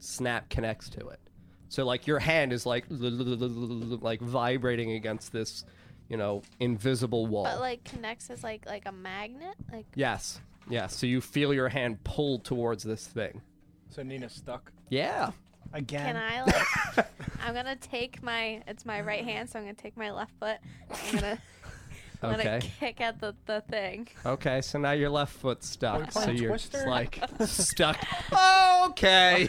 snap connects to it. So like your hand is like like vibrating against this, you know, invisible wall. But like connects as like like a magnet. Like yes. Yes. So you feel your hand pulled towards this thing. So Nina's stuck. Yeah. Again. can I like I'm gonna take my it's my right hand, so I'm gonna take my left foot. I'm gonna I'm gonna Okay. kick at the, the thing. Okay, so now your left foot's Are we stuck. So playing you're Twister? just like stuck. Okay.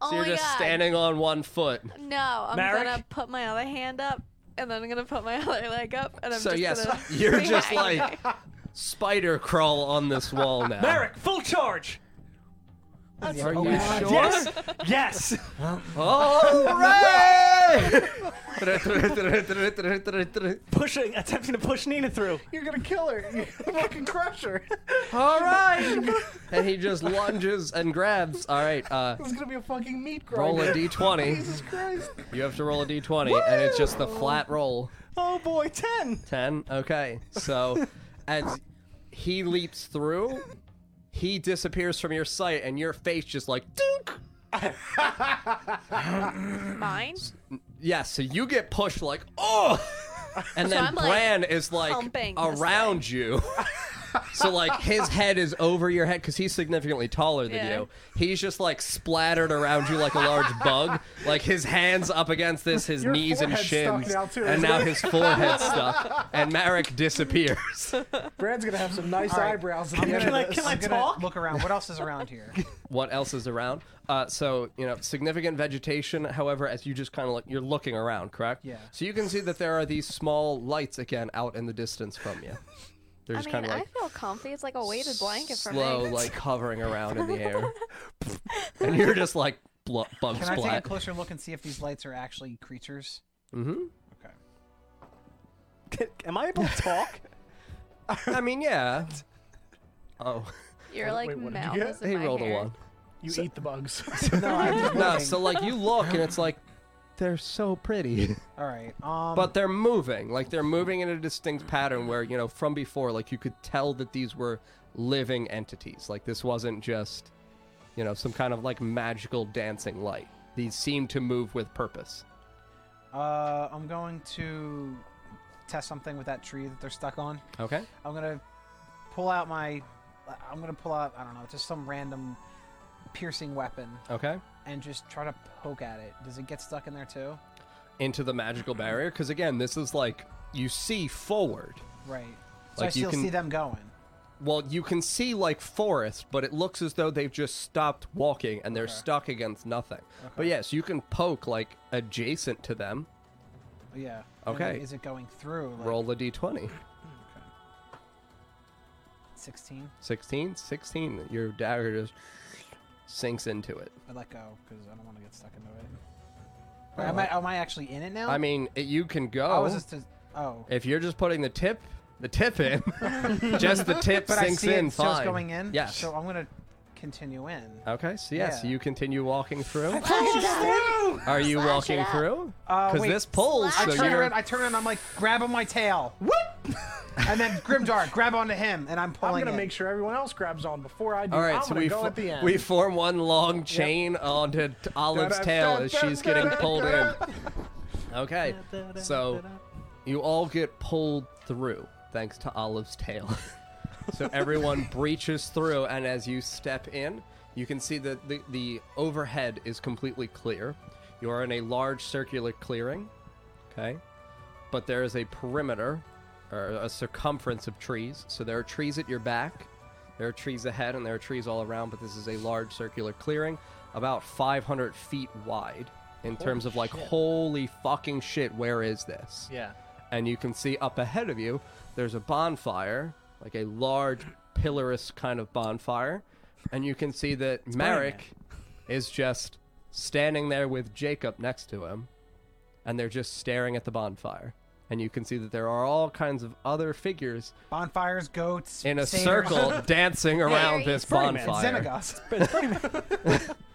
oh so you're my just god. standing on one foot. No, I'm Marek? gonna put my other hand up and then I'm gonna put my other leg up and I'm so just yes, gonna you're be just hanging like there. spider crawl on this wall now. Merrick, full charge. Is he a Are you Pokemon? sure? Yes. yes. All right. Pushing, attempting to push Nina through. You're gonna kill her. You're gonna fucking crush her. All right. And he just lunges and grabs. All right. Uh, This is gonna be a fucking meat grinder. roll a d20. Jesus Christ. You have to roll a d20, and it's just the flat roll. Oh boy, ten. 10 okay so as he leaps through he disappears from your sight and your face just like dunk mine. yeah so you get pushed like oh and then I'm, like, bran is like humping this around you so like his head is over your head because he's significantly taller than Yeah. you he's just like splattered around you like a large bug like his hands up against this his Your knees and forehead's stuck shins now, too, and isn't now it? his forehead's stuck and Marek disappears Brad's gonna have some nice All right. eyebrows. I'm gonna, Can I- can I I'm gonna talk? Look around. What else is around here? what else is around. Uh, so you know, significant vegetation. However, as you just kind of look, you're looking around, correct? Yeah. So you can see that there are these small lights again out in the distance from you. They're I just mean, kind of I like feel comfy. It's like a weighted blanket for slow, me. like hovering around in the air, and you're just like bl- bug Can I take a splat. closer look and see if these lights are actually creatures? mm-hmm. Okay. Am I able to talk? I mean, yeah. Oh, Your like Wait, what did you mouth get? is in he my rolled hair. a one. You eat the bugs. No, I'm just No, looking. so like you look and it's like they're so pretty. All right. Um. But they're moving. Like they're moving in a distinct pattern where, you know, from before, like you could tell that these were living entities. Like this wasn't just, you know, some kind of like magical dancing light. These seem to move with purpose. uh, I'm going to test something with that tree that they're stuck on. Okay. I'm gonna pull out my. I'm gonna pull out. I don't know. Just some random piercing weapon Okay. and just try to poke at it. Does it get stuck in there too? Into the magical barrier. Because again, this is like you see forward. Right. So I Like, you still can- see them going. Well, you can see like forest, but it looks as though they've just stopped walking and they're stuck against nothing. But yes, you can poke like adjacent to them. Yeah. Okay. Is it going through? Like Roll a d20. 16. 16 16 your dagger just sinks into it I let go because I don't want to get stuck into it. Wait, am, I, am I actually in it Oh. now? i mean it, you can go I was just. A, oh. if you're just putting the tip the tip in just the tip But I sinks see in it's fine just going in. yes So I'm gonna continue in. okay so yes Yeah. you continue walking through Push through. Are you Slash walking it up. through? Uh, Because wait. this pulls. Slash So I it turn you're around. I turn around. I'm like, grab on my tail. Whoop! and then Grimdark, grab onto him, and I'm I'm pulling. gonna it. make sure everyone else grabs on before I do. All right, I'm so gonna we go fo- at the end. we form one long chain onto t- Olive's Da-da, tail da-da, as she's getting da-da, pulled in. da-da. Okay, so you all get pulled through thanks to Olive's tail. so everyone breaches through, and as you step in, you can see that the, the overhead is completely clear. You are in a large circular clearing, okay? But there is a perimeter or a circumference of trees. So there are trees at your back, there are trees ahead, and there are trees all around, but this is a large circular clearing about 500 feet wide in terms of like, holy fucking shit, where is this? Yeah. and you can see up ahead of you there's a bonfire, like a large pillarous kind of bonfire, and you can see that Marek is just standing there with Jacob next to him, and they're just staring at the bonfire. And you can see that there are all kinds of other figures bonfires, goats, in a satyrs, circle dancing around Fairies. this Birdman. and bonfire. Xenagos.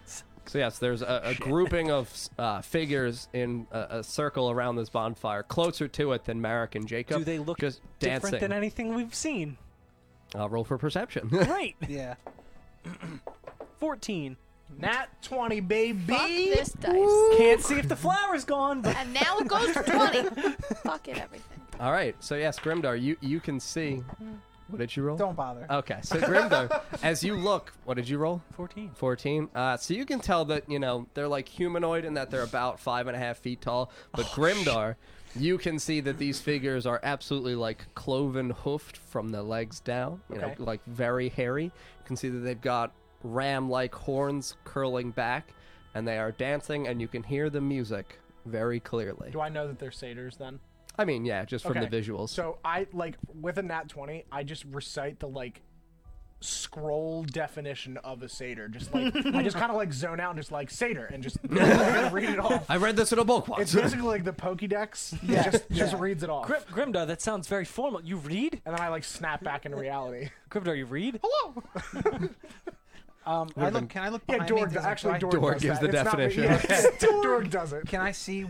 So yes, there's a, a grouping of uh, figures in a, a circle around this bonfire, closer to it than Marek and Jacob. Do they look just different dancing? than anything we've seen? I'll Uh, roll for perception. Right. Yeah. 14. Nat 20, baby. Fuck this dice. Can't see if the flower's gone, but And now it goes to 20. Fuck it, everything. All right. So yes, Grimdar, you you can see. What did you roll? Don't bother. Okay. So Grimdar, as you look, what did you roll? 14. 14. Uh, so you can tell that, you know, they're like humanoid and that they're about five and a half feet tall. But Grimdar, you can see that these figures are absolutely like cloven hoofed from the legs down, you Okay. know, like very hairy. You can see that they've got ram like horns curling back and they are dancing and you can hear the music very clearly. Do I know that they're satyrs then? I mean, yeah, just from Okay. the visuals. So I like with a nat 20, I just recite the like scroll definition of a satyr. Just like I just kind of like zone out and just like satyr and just read it off. I read this in a book once. It's basically like the Pokédex. Yeah. Just just reads it off. Grim- Grimdar, that sounds very formal. You read? And then I like snap back into reality. Grimdar, you read? Um, I look. Can I look Yeah, behind me? Dorg. Does it- do Actually, I- Dorg, Dorg does gives that. the It's not me. definition. Yeah, Dorg does it. Can I see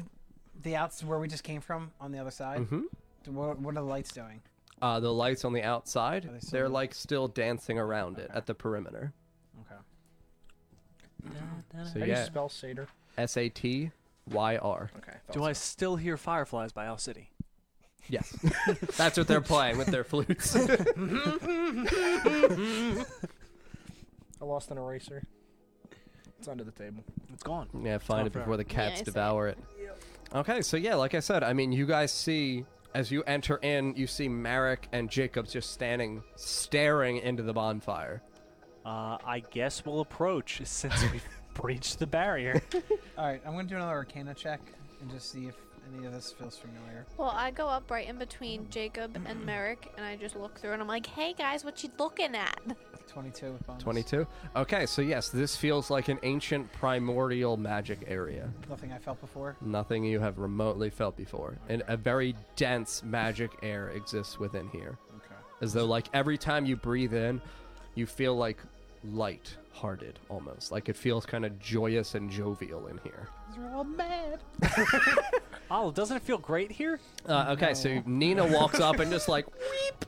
the outs where we just came from on the other side? Mm-hmm. What, what are the lights doing? Uh, the lights on the outside, they still they are lit? like still dancing around it at the perimeter. Okay. So How do you yeah, spell satyr? S A T Y R. Okay. Do I still hear Fireflies by Owl City? Yes, that's what they're playing with their flutes. I lost an eraser. It's under the table. It's gone. yeah, find it Tough before the I cats see. devour it. Okay, so yeah, like I said, I mean, you guys see as you enter in, you see Marek and Jacobs just standing, staring into the bonfire. Uh, I guess we'll approach since we've breached the barrier. All right. I'm gonna do another Arcana check and just see if any of this feels familiar. Well, I go up right in between Jacob and Merrick, and I just look through, and I'm like, "Hey guys, what you looking at?" 22 with bonus. 22. Okay, so yes, this feels like an ancient primordial magic area. Nothing I felt before. Nothing you have remotely felt before. And a very dense magic air exists within here. Okay. As though, like, every time you breathe in, you feel like light hearted almost. Like it feels kind of joyous and jovial in here. They're all mad. Olive, Oh, doesn't it feel great here? Uh, okay, so Nina walks up and just like, weep,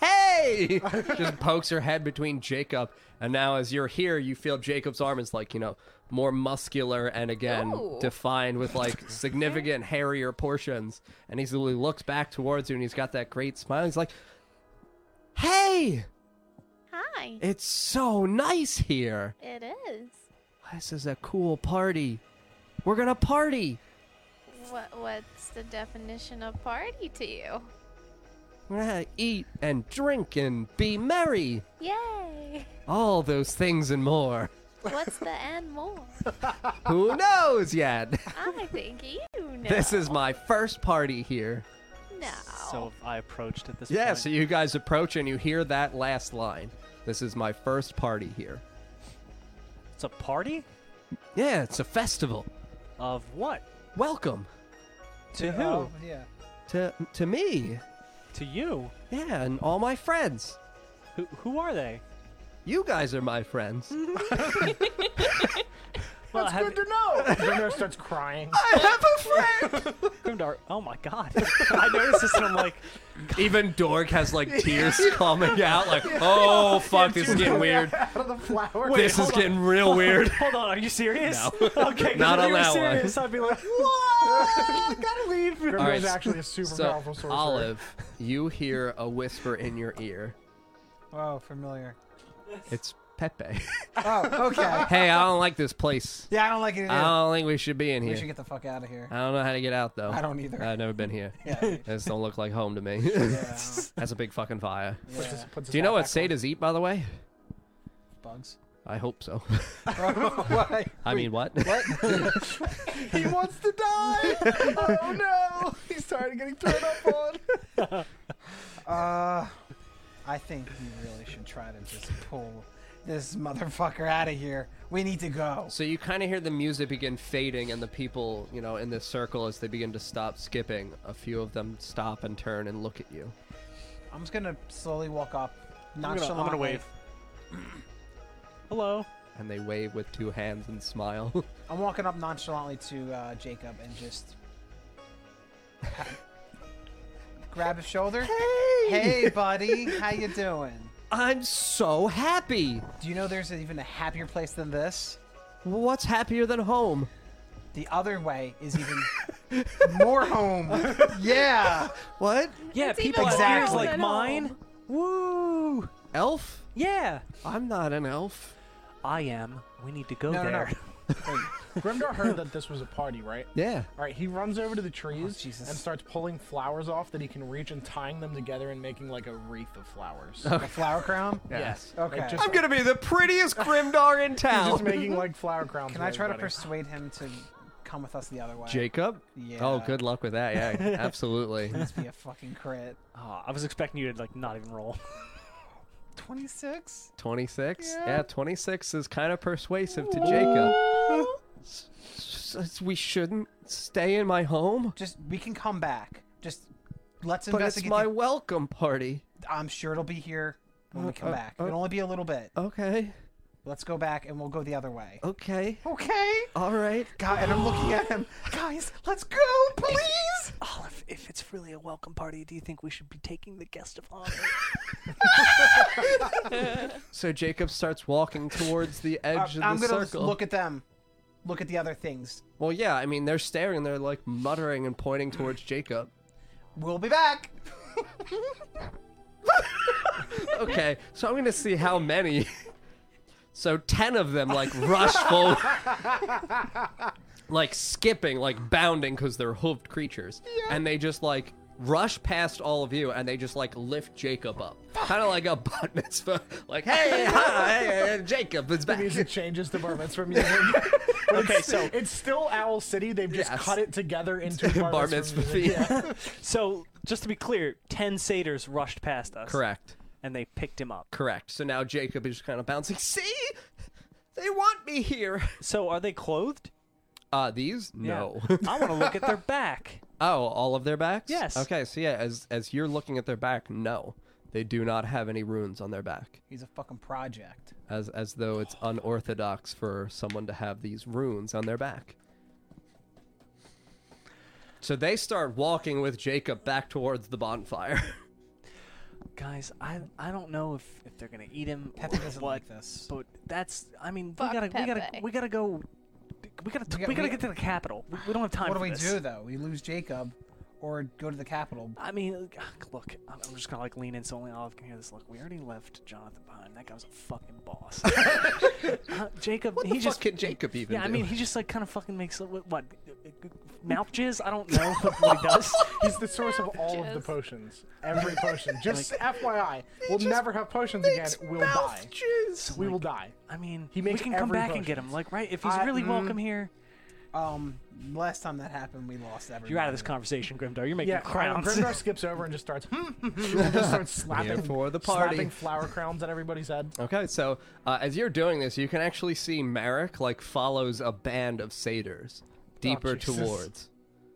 hey! just pokes her head between Jacob. And now, as you're here, you feel Jacob's arm is like, you know, more muscular and again Ooh. defined with like significant hairier portions. And he's, he looks back towards you and he's got that great smile. He's like, hey! Hi. It's so nice here. It is. This is a cool party. We're gonna party. What What's the definition of party to you? We're gonna eat and drink and be merry. Yay! All those things and more. What's the and more? Who knows yet? I think you know. This is my first party here. no. So if I approached at this Yeah, point. so you guys approach and you hear that last line. This is my first party here. it's a party? Yeah, it's a festival. Of what? Welcome To who? Oh, yeah. to to me. To you? Yeah, and all my friends. Who, who are they? You guys are my friends. Well, That's have- good to know. Grimdar starts crying. I have a friend. Grimdar. Oh my god. I noticed this and I'm like, Even Dork has like tears coming out. Like, oh fuck, this is getting weird. Out of the flower. this is hold on. getting real weird. hold on, are you serious? No. Okay, 'cause Not if on you were that one. serious, I'd be like, I gotta leave. Grimdar's All right, actually a super So, powerful sorcerer. Olive, you hear a whisper in your ear. Oh, familiar. It's Pepe. Oh, okay. hey, I don't like this place. Yeah, I don't like it. Either. I don't think we should be in we here. should get the fuck out of here. I don't know how to get out though. I don't either. I've never been here. yeah. This don't look like home to me. yeah, That's a big fucking fire. Puts his- yeah. puts his Do you know hat what back on. satyrs eat, by the way? Bugs. I hope so. Why? I mean, what? He wants to die. oh no! He's tired of getting thrown up on. Uh, I think we really should try to just pull this motherfucker out of here. We need to go. So you kind of hear the music begin fading, and the people, you know, in this circle as they begin to stop skipping. A few of them stop and turn and look at you. I'm just gonna slowly walk up. I'm gonna, I'm Nonchalantly. gonna wave. Hello. And they wave with two hands and smile. I'm walking up nonchalantly to uh, Jacob and just grab his shoulder. Hey, buddy, how you doing? I'm so happy. Do you know there's even a happier place than this? What's happier than home? The other way is even more home. Yeah. What? Yeah, It's people even have ears worse like at mine. home. Woo! Elf? Yeah, I'm not an elf. I am. We need to go No, no, no. there. Grimdar heard that this was a party, right? Yeah. All right, he runs over to the trees Oh, Jesus. and starts pulling flowers off that he can reach and tying them together and making like a wreath of flowers. Oh, A flower crown. Yes. Okay. Like, just, I'm gonna be the prettiest Grimdar in he's just town. making like flower crowns. Can for I try to everybody. persuade him to come with us the other way? Jacob? Yeah. Oh, good luck with that. Yeah, absolutely. Must be a fucking crit. Aw, Ah, I was expecting you to like not even roll. 26? 26? Yeah, 26 is kind of persuasive to Jacob. S- s- s- we shouldn't stay in my home? Just we can come back. Just let's But it's investigate. my the- welcome party. I'm sure it'll be here when we come uh, back. uh. It'll only be a little bit. Okay. Let's go back and we'll go the other way. Okay. Okay. All right. God, and I'm looking at him. Guys, let's go, please. Olive, if it's really a welcome party, do you think we should be taking the guest of honor? So Jacob starts walking towards the edge of the I'm gonna circle. look at them. Look at the other things. well, yeah, I mean, they're staring, they're like muttering and pointing towards Jacob. We'll be back. Okay, so I'm gonna see how many. So ten of them like rush forward, like skipping, like bounding because they're hoofed creatures, and they just like rush past all of you, and they just like lift Jacob up, kind of like a bat mitzvah, like hey, hi, hey, Jacob is back. Music changes the bar mitzvah music. okay, so it's still Owl City. They've just Yes. cut it together into bar, Bar mitzvah. mitzvah. music. Yeah. so, just to be clear, ten satyrs rushed past us. Correct, And they picked him up. correct. So now Jacob is just kind of bouncing. See, they want me here. So, are they clothed? Uh, these no. Yeah. I want to look at their back. Oh, all of their backs? Yes. Okay, so yeah, as as you're looking at their back, no. They do not have any runes on their back. He's a fucking project. As as though it's unorthodox for someone to have these runes on their back. So they start walking with Jacob back towards the bonfire. Guys, I I don't know if, if they're gonna eat him Pepe or doesn't what, like this. but that's I mean Fuck we gotta we gotta Pepe. we gotta go we gotta we, got- gotta we- get to the capital. We, we don't have time. What do for we this. do though? We lose Jacob, or go to the capital. I mean, ugh, look, I'm, I'm just gonna like lean in so only Olive can hear this. Look, we already left Jonathan behind. That guy was a fucking boss. Uh, Jacob, What he the just fuck can Jacob even yeah, I do? mean, he just like kind of fucking makes what, what mouth jizz. I don't know what he does. He's the source of all of the Yes. potions. Every potion. Just FYI, we'll never have potions again. We'll die. We will die. I mean, He makes we can come every back and get potion. him. Like, right? If he's I- really mm. welcome here, Um, last time that happened, we lost everybody. you're out of this conversation, Grimdar. You're making Yeah, crowns. Grimdar skips over and just starts, hmm, just starts slapping, Here for the party. slapping flower crowns at everybody's head. Okay, so uh, as you're doing this, you can actually see Marek like Oh, follows a band of satyrs deeper Jesus. towards.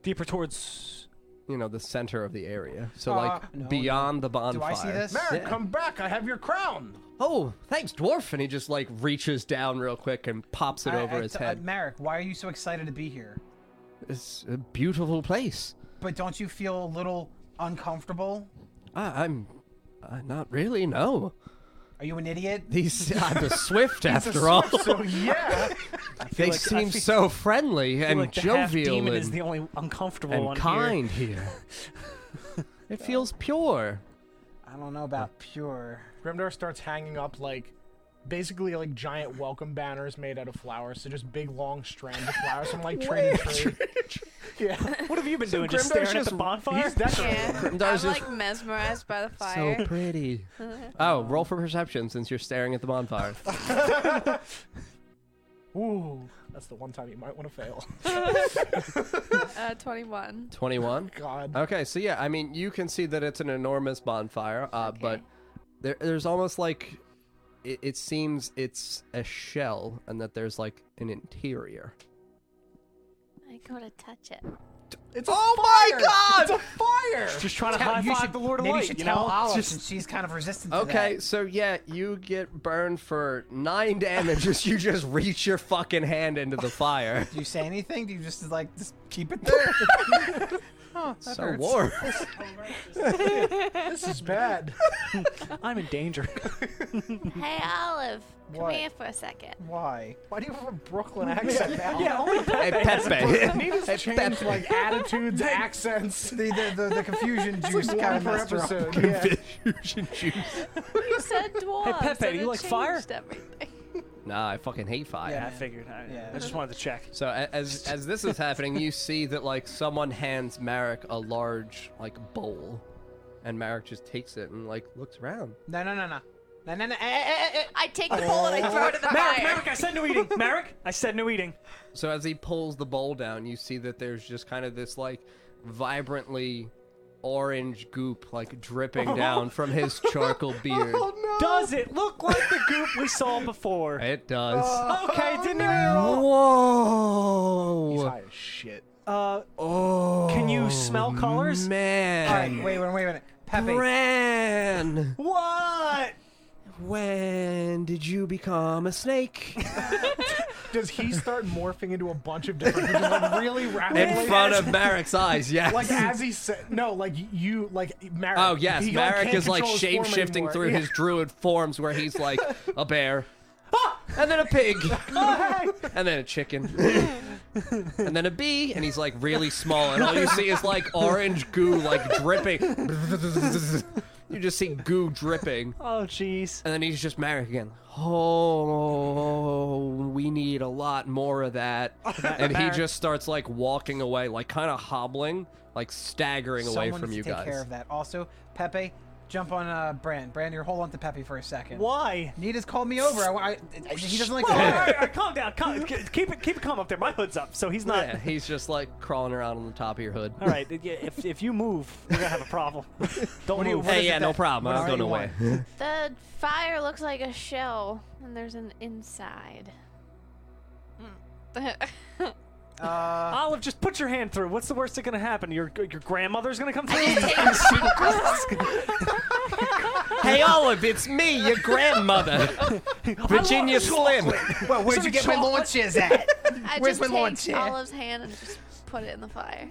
Deeper towards. you know the center of the area. So Uh, like no, beyond the bonfire. Do I see this? Merrick, Yeah. come back. I have your crown. Oh, thanks, dwarf. And he just like reaches down real quick and pops it I- over I- his I- head. Merrick, why are you so excited to be here? it's a beautiful place. But don't you feel a little uncomfortable? I, I'm uh, not really. No, Are you an idiot? these I'm a swift It's a after all. sword, So yeah. They like- I seem feel- so friendly feel and like the jovial demon and, is the only uncomfortable and one kind here. it feels pure. I don't know about pure. Grimdar starts hanging up like basically like giant welcome banners made out of flowers. So just big long strands of flowers from like tree to tree. yeah. Here. What have you been doing? Just Grimdar's staring at just- the bonfire? He's decorating. Yeah. I'm Grimdar's just- like mesmerized by the fire. So pretty. oh, roll for perception since you're staring at the bonfire. Ooh, that's the one time you might want to fail. uh, 21. 21. God. Okay, so yeah, I mean, you can see that it's an enormous bonfire, uh, but Okay. there, there's almost like it, it seems it's a shell and that there's like an interior. I gotta touch it. It's a Oh fire! my It's god! a fire! Just trying to high you five should, the Lord of maybe Light. you should you tell know? Olive Just- since she's kind of resistant to Okay, that. so yeah, you get burned for nine damage as you just reach your fucking hand into the fire. Do you say anything? Do you just like just keep it there? Huh, that so hurts. warm. This is bad. I'm in danger. Hey, Olive. Come What? here for a second. Why? Why do you have a Brooklyn accent now? yeah, only hey, Pepe. You need to change like attitudes, accents. The the, the, the confusion juice Just kind one of per messed her up. episode. Yeah. Fusion juice. You said dwarves. Pepe, and you it like fire? changed Everything. Nah, I fucking hate fire. Yeah, I figured. I, Yeah. I just wanted to check. So a- as as this is happening, you see that like someone hands Marek a large like bowl, and Marek just takes it and like looks around. No no no no. No no no. eh, eh, eh, eh. I take the bowl and I throw it in the Merrick, fire. Merrick, I said no eating. Merrick, I said no eating. So as he pulls the bowl down, you see that there's just kind of this like vibrantly orange goop like dripping down from his charcoal Oh, beard. Does it look like the goop we saw before? It does. Oh, Okay, didn't even roll. He's Whoa! high as shit. Uh, Oh, Can you smell colors? All right, man? wait, wait, wait a minute. Pepe, Bran, what? when did you become a snake? Does he start morphing into a bunch of different people like really rapidly? in front of Merrick's eyes. Yes. Like as he said, no, like you, like Merrick. oh yes, he, Merrick can't is like control his shape form shifting anymore. through Yeah. his druid forms, where he's like a bear, and then a pig, and then a chicken, and then a bee, and he's like really small, and all you see is like orange goo like dripping. You just see goo dripping, Oh, jeez. and then he's just Merrick again. Oh, we need a lot more of that. And he Merrick. just starts like walking away, like kind of hobbling, like staggering away someone from needs you to take guys. care of that. Also, Pepe, jump on uh, Brand. Brand, you're hold on to Pepe for a second. Why? Nita's called me over. I, I, I- he doesn't like. Whoa, all right, all the right, all right, calm down. Calm, k- keep it, keep it calm up there. My hood's up, so he's not. Yeah, he's just like crawling around on the top of your hood. All right, yeah, if, if you move, we're gonna have a problem. Don't do you- move. what hey, is yeah, it no that- problem. what I'm is it going you away. The fire looks like a shell, and there's an inside. Hmm. Uh, Olive, just put your hand through. What's the worst that's gonna happen? Your your grandmother's gonna come through. hey, Olive, it's me, your grandmother, Virginia Slim. well, where'd Some you get my chocolate. launches at? I Where's just my take launch chair? Olive's hand and just put it in the fire.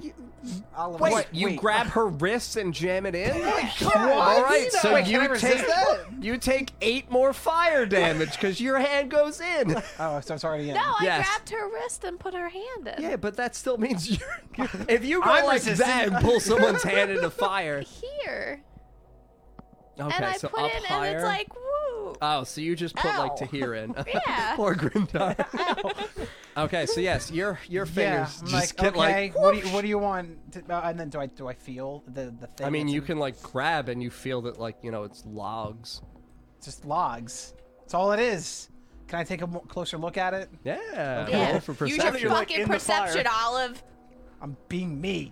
Oliver, Wait, you grab her wrist and jam it in? All What? right, so Wait, can I you resist take that? you take eight more fire damage because your hand goes in. Oh, so it's already in. No, I Yes. grabbed her wrist and put her hand in. Yeah, but that still means you. If you go I'm like resistant. that and pull someone's hand into fire, Here. okay, and I so put up in higher. and it's like, woo. Oh, so you just put like to Ow. here in. Yeah. Poor Grimdar. okay, so yes, your your Yeah, fingers I'm just like, get okay, like. what do you what do you want? To, uh, and then do I do I feel the the thing? I mean, that's you in- can like grab and you feel that like you know it's logs. just logs. That's all it is. Can I take a mo- closer look at it? Yeah. Yeah. roll for Use perception. your like, fucking in the fire. perception, Olive. I'm being me.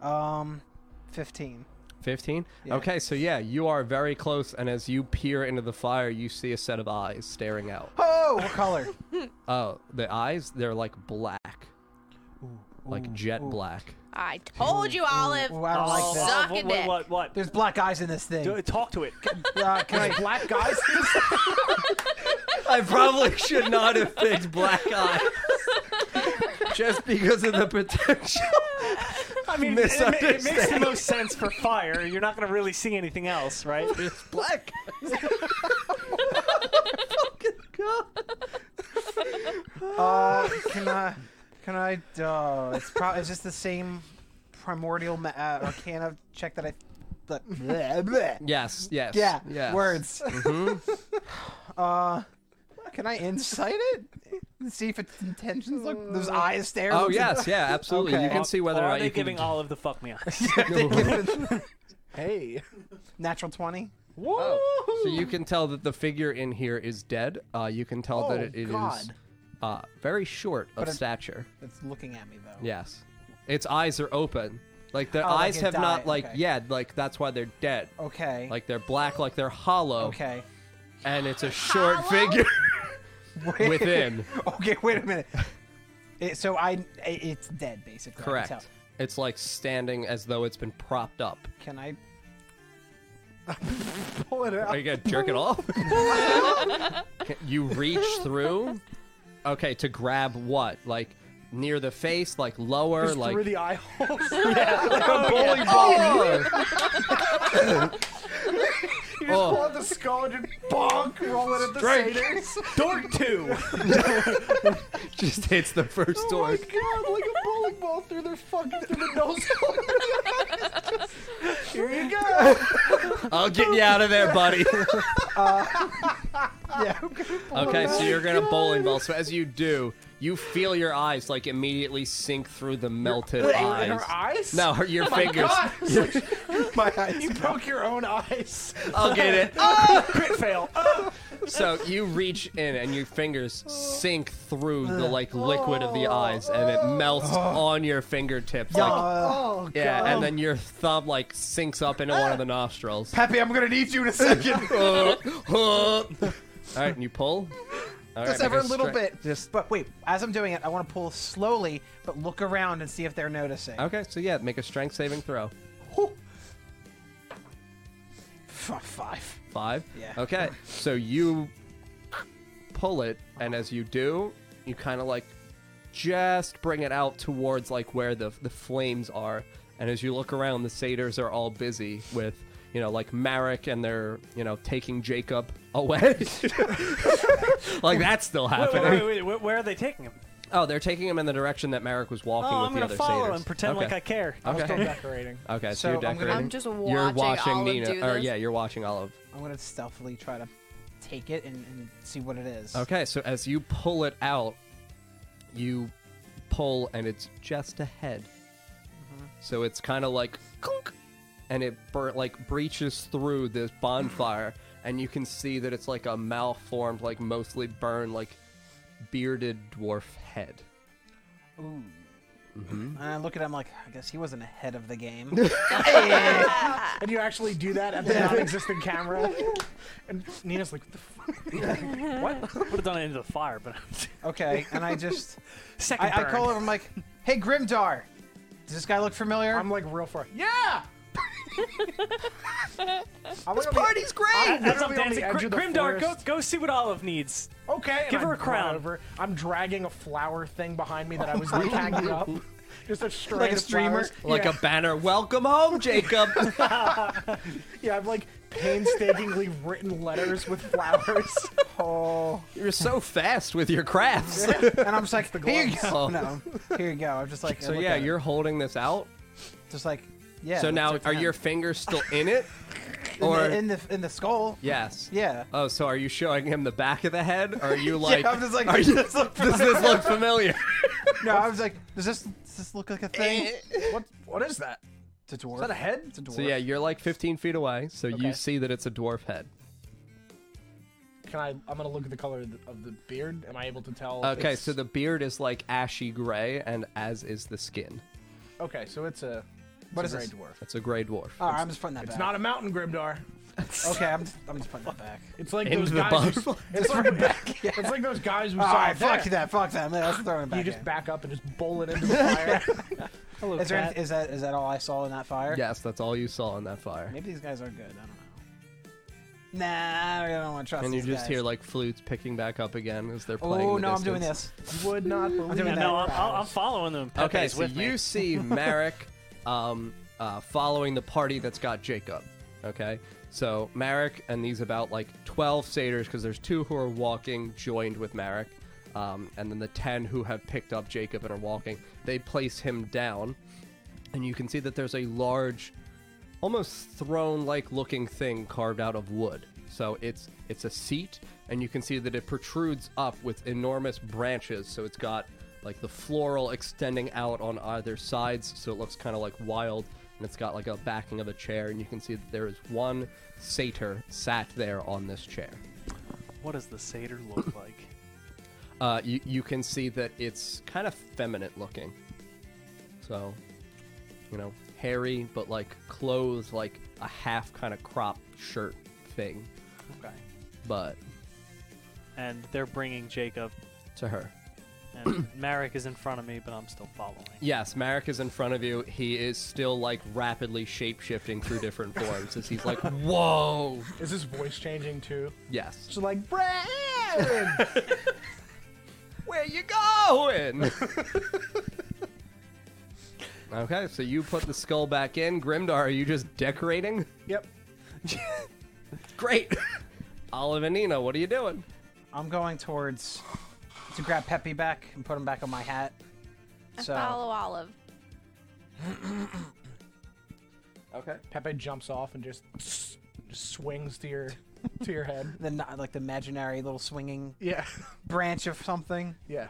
um, fifteen. 15 Yeah. okay so yeah you are very close and as you peer into the fire you see a set of eyes staring out Oh, what color? oh the eyes they're like black like jet black. I told you, Olive. Ooh, I don't like that. Suck a what, dick. what, what, what? There's black eyes in this thing. Do- Talk to it. Uh, can I- Black guys. I probably should not have picked black eyes. Just because of the potential. I mean, it, ma- it makes the Misunderstanding. most sense for fire. You're not going to really see anything else, right? It's black. Uh, can I? Can I? Uh, it's probably. Is this the same primordial ma- uh, arcana check that I? But bleh, bleh. Yes, yes. yeah, yes. words. uh, can I insight it? See if its intentions look. Those eyes stare. Oh, looks- yes, yeah, absolutely. You Okay. can see whether or or are not they you can. giving Olive the fuck me eyes? hey. Natural twenty. Oh, So you can tell that the figure in here is dead. Uh, you can tell that Oh, it, it is God. uh, very short of But it- stature. That's looking at me though. Yes, its eyes are open. Like their Oh, like eyes it have died, not like okay. yeah like that's why they're dead. Okay. Like oh. they're black, like they're hollow, Okay. and it's a short Hollow? figure Wait- within. Okay. Wait a minute. It, so I, i- it's dead basically. I can Correct. tell. It's like standing as though it's been propped up. Can I? Pull it out. Are you gonna jerk it off? Can- you reach through. Okay, to grab what? Like near the face, like lower, Just like through the Oh, eye holes. like a bowling ball. You just Oh. pull out the skull and just bonk, roll it at the Strike. satyrs. Dork two. Just hits the first Oh my dork. god, like a bowling ball through their fucking through the nose hole. Here you go. I'll get you out of there, buddy. Yeah. Okay. Okay, so you're gonna bowling ball. So as you do, you feel your eyes like immediately sink through the melted eyes. Oh, In her eyes? No, her, your fingers. God, My eyes. you broke your own eyes. I'll get it. Crit fail. Uh, So you reach in and your fingers sink through the like liquid of the eyes, and it melts on your fingertips. Like, Oh, yeah, and then your thumb like sinks up into one of the nostrils. Peppy, I'm gonna need you in a second. All right, and you pull. All right, just make ever a a little stra- bit. Just, but wait. As I'm doing it, I want to pull slowly, but look around and see if they're noticing. Okay, so yeah, make a strength saving throw. F- five. Five. Yeah. Okay. So you pull it, and as you do, you kind of like just bring it out towards like where the the flames are. And as you look around, the satyrs are all busy with you know like Marek, and they're you know taking Jacob away. like that's still Wait, happening. wait, wait, wait, wait, where are they taking him? Oh, they're taking him in the direction that Marek was walking Oh, with I'm the gonna other follow satyrs. and pretend okay. Uh, like I care. I. Okay. decorating. Okay, so, So you're I'm gonna- decorating. I'm just you're watching watching Olive Nina. do or this. yeah, you're watching Olive. I'm gonna stealthily try to take it and, and see what it is. Okay, so as you pull it out, you pull and it's just a head. Mm-hmm. So it's kind of like clunk, and it bur- like breaches through this bonfire, and you can see that it's like a malformed, like mostly burned, like bearded dwarf head. Ooh. And I look at him like, I guess he wasn't ahead of the game. And you actually do that at the non-existent camera. And Nina's like, what the fuck? What? Would have done it into the fire, but okay, and I just, second I, I burn. call over. I'm like, Hey, Grimdar, does this guy look familiar? I'm like real far. Yeah. I'm this Party's great! That's up, dancing. edge Gr- of the Grimdark, go, forest. go see what Olive needs. Okay. and Give I her a crown. run Over. I'm dragging a flower thing behind me that I was like hanging up. Just a string Like a of streamer? flowers. Like yeah. a banner, welcome home, Jacob. yeah. I've like painstakingly written letters with flowers. oh, You're so fast with your crafts. and I'm just like, Here you gloves. go. No, here you go. I'm just like, Oh. I so look yeah, at him, you're holding this out. just like, yeah. so that's now, it for are him. your fingers still in it, In the- or in the in the skull? yes? Yeah. Oh, so are you showing him the back of the head? Or are you like, yeah, I'm just like, are you, does, this look does familiar?" this look familiar? No, I was like, does this does this look like a Eh. thing? what? What is that? It's a dwarf. Is that a head? It's a dwarf. so yeah, you're like 15 feet away, so Okay. you see that it's a dwarf head. Can I? I'm gonna look at the color of the, of the beard. Am I able to tell? if Okay, it's- so the beard is like ashy gray, and as is the skin. okay, so it's a. What it's is a gray this? dwarf? It's a gray dwarf. All right, I'm just putting that It's back. not a mountain, Grimdar. Okay, I'm just, I'm just putting that back. It's like Into those the guys. who- bottom. It's like, back. it's like those guys who All saw right, that. fuck that, fuck that. Man, let's throw it back. You just in. back up and just bowl it into the fire. Hello, Is, there cat. anyth- is that is that all I saw in that fire? Yes, that's all you saw in that fire. Maybe these guys are good. I don't know. Nah, I don't want to trust. And you these just guys. hear like flutes picking back up again as they're playing. Oh in the no, I'm doing distance. this. Would not believe doing Yeah, it. that. no, I'm, I'll- I'm following them. Pepe's Okay, so with me. you see Marek um, uh, following the party that's got Jacob. Okay, so Marek and these about like twelve satyrs, because there's two who are walking joined with Marek, um, and then the ten who have picked up Jacob and are walking. They place him down, and you can see that there's a large, almost throne-like looking thing carved out of wood. So it's it's a seat, and you can see that it protrudes up with enormous branches. So it's got like the floral extending out on either sides, so it looks kind of like wild. And it's got like a backing of a chair, and you can see that there is one satyr sat there on this chair. What does the satyr look like? Uh, you you can see that it's kind of feminine looking. So, you know, hairy, but like clothes, like a half kind of crop shirt thing, Okay. but And they're bringing Jacob, to her. and Marek is in front of me, but I'm still following. Yes, Marek is in front of you. He is still like rapidly shape shifting through different forms as he's like, whoa. Is his voice changing too? Yes. It's like, Brad! Where you going? okay, so you put the skull back in. Grimdar, are you just decorating? yep. Great. Olive and Nina, what are you doing? I'm going towards to grab Peppy back and put him back on my hat. I So follow Olive. Okay. Pepe jumps off and just, just swings to your to your head. the not like the imaginary little swinging Yeah. branch of something. Yeah.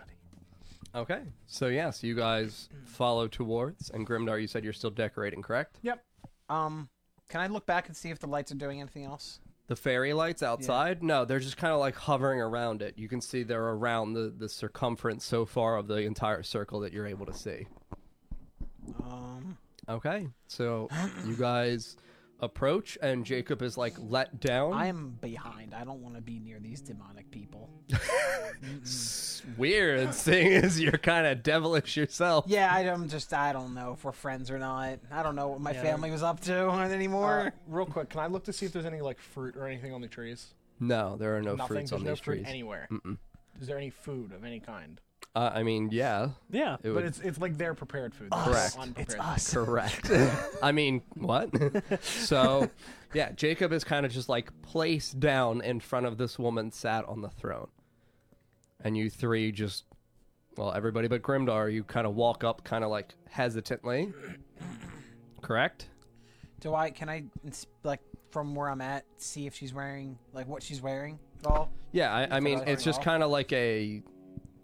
Okay. So yes, you guys follow towards, and Grimdar, you said you're still decorating, correct? Yep. Um, can I look back and see if the lights are doing anything else? The fairy lights outside? No, they're just kind of like hovering around it. You can see they're around the, the circumference so far of the entire circle that you're able to see. Um, Okay. So you guys approach, and Jacob is like let down. I am behind. I don't want to be near these demonic people. It's weird seeing as you're kind of devilish yourself. Yeah, I- I'm just. I don't know if we're friends or not. I don't know what my family was up to anymore. Uh, real quick, can I look to see if there's any like fruit or anything on the trees? No, there are no Nothing. fruits there's on no these fruit trees. anywhere. Is there any food of any kind? uh, I mean, yeah. Yeah. It But would it's it's like their prepared food. Correct. It's Unprepared. us. Correct. I mean, what? so, yeah, Jacob is kind of just like placed down in front of this woman sat on the throne. And you three just, well, everybody but Grimdar, you kind of walk up kind of like hesitantly. Correct? Do I? Can I ins- like from where I'm at see if she's wearing like what she's wearing at all? Yeah, I, I mean, Correct. it's just kind of like a,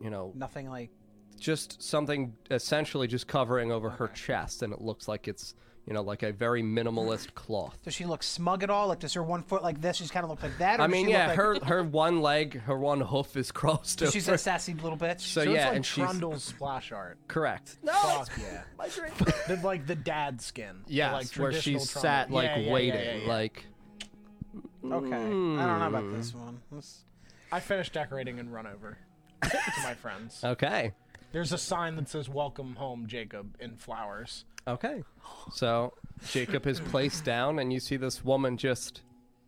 you know, Nothing like. just something essentially just covering over her Okay. chest. And it looks like it's, you know, like a very minimalist cloth. Does she look smug at all? Like does her one foot like this? She's kind of look like that. Or I does mean, she look yeah, like- her her one leg, her one hoof is crossed over. She's a sassy little bitch. So, So yeah, it's like and she's Trundle's splash art. correct. Fuck yeah. the, like the dad skin. the, Yes, like, where she traditional sat Trundle. like Yeah, yeah, yeah, waiting, yeah, yeah. like okay. I don't know about this one. Let's- I finished decorating and run over to my friends. okay, There's a sign that says "Welcome home, Jacob" in flowers. okay. So Jacob is placed down, and you see this woman just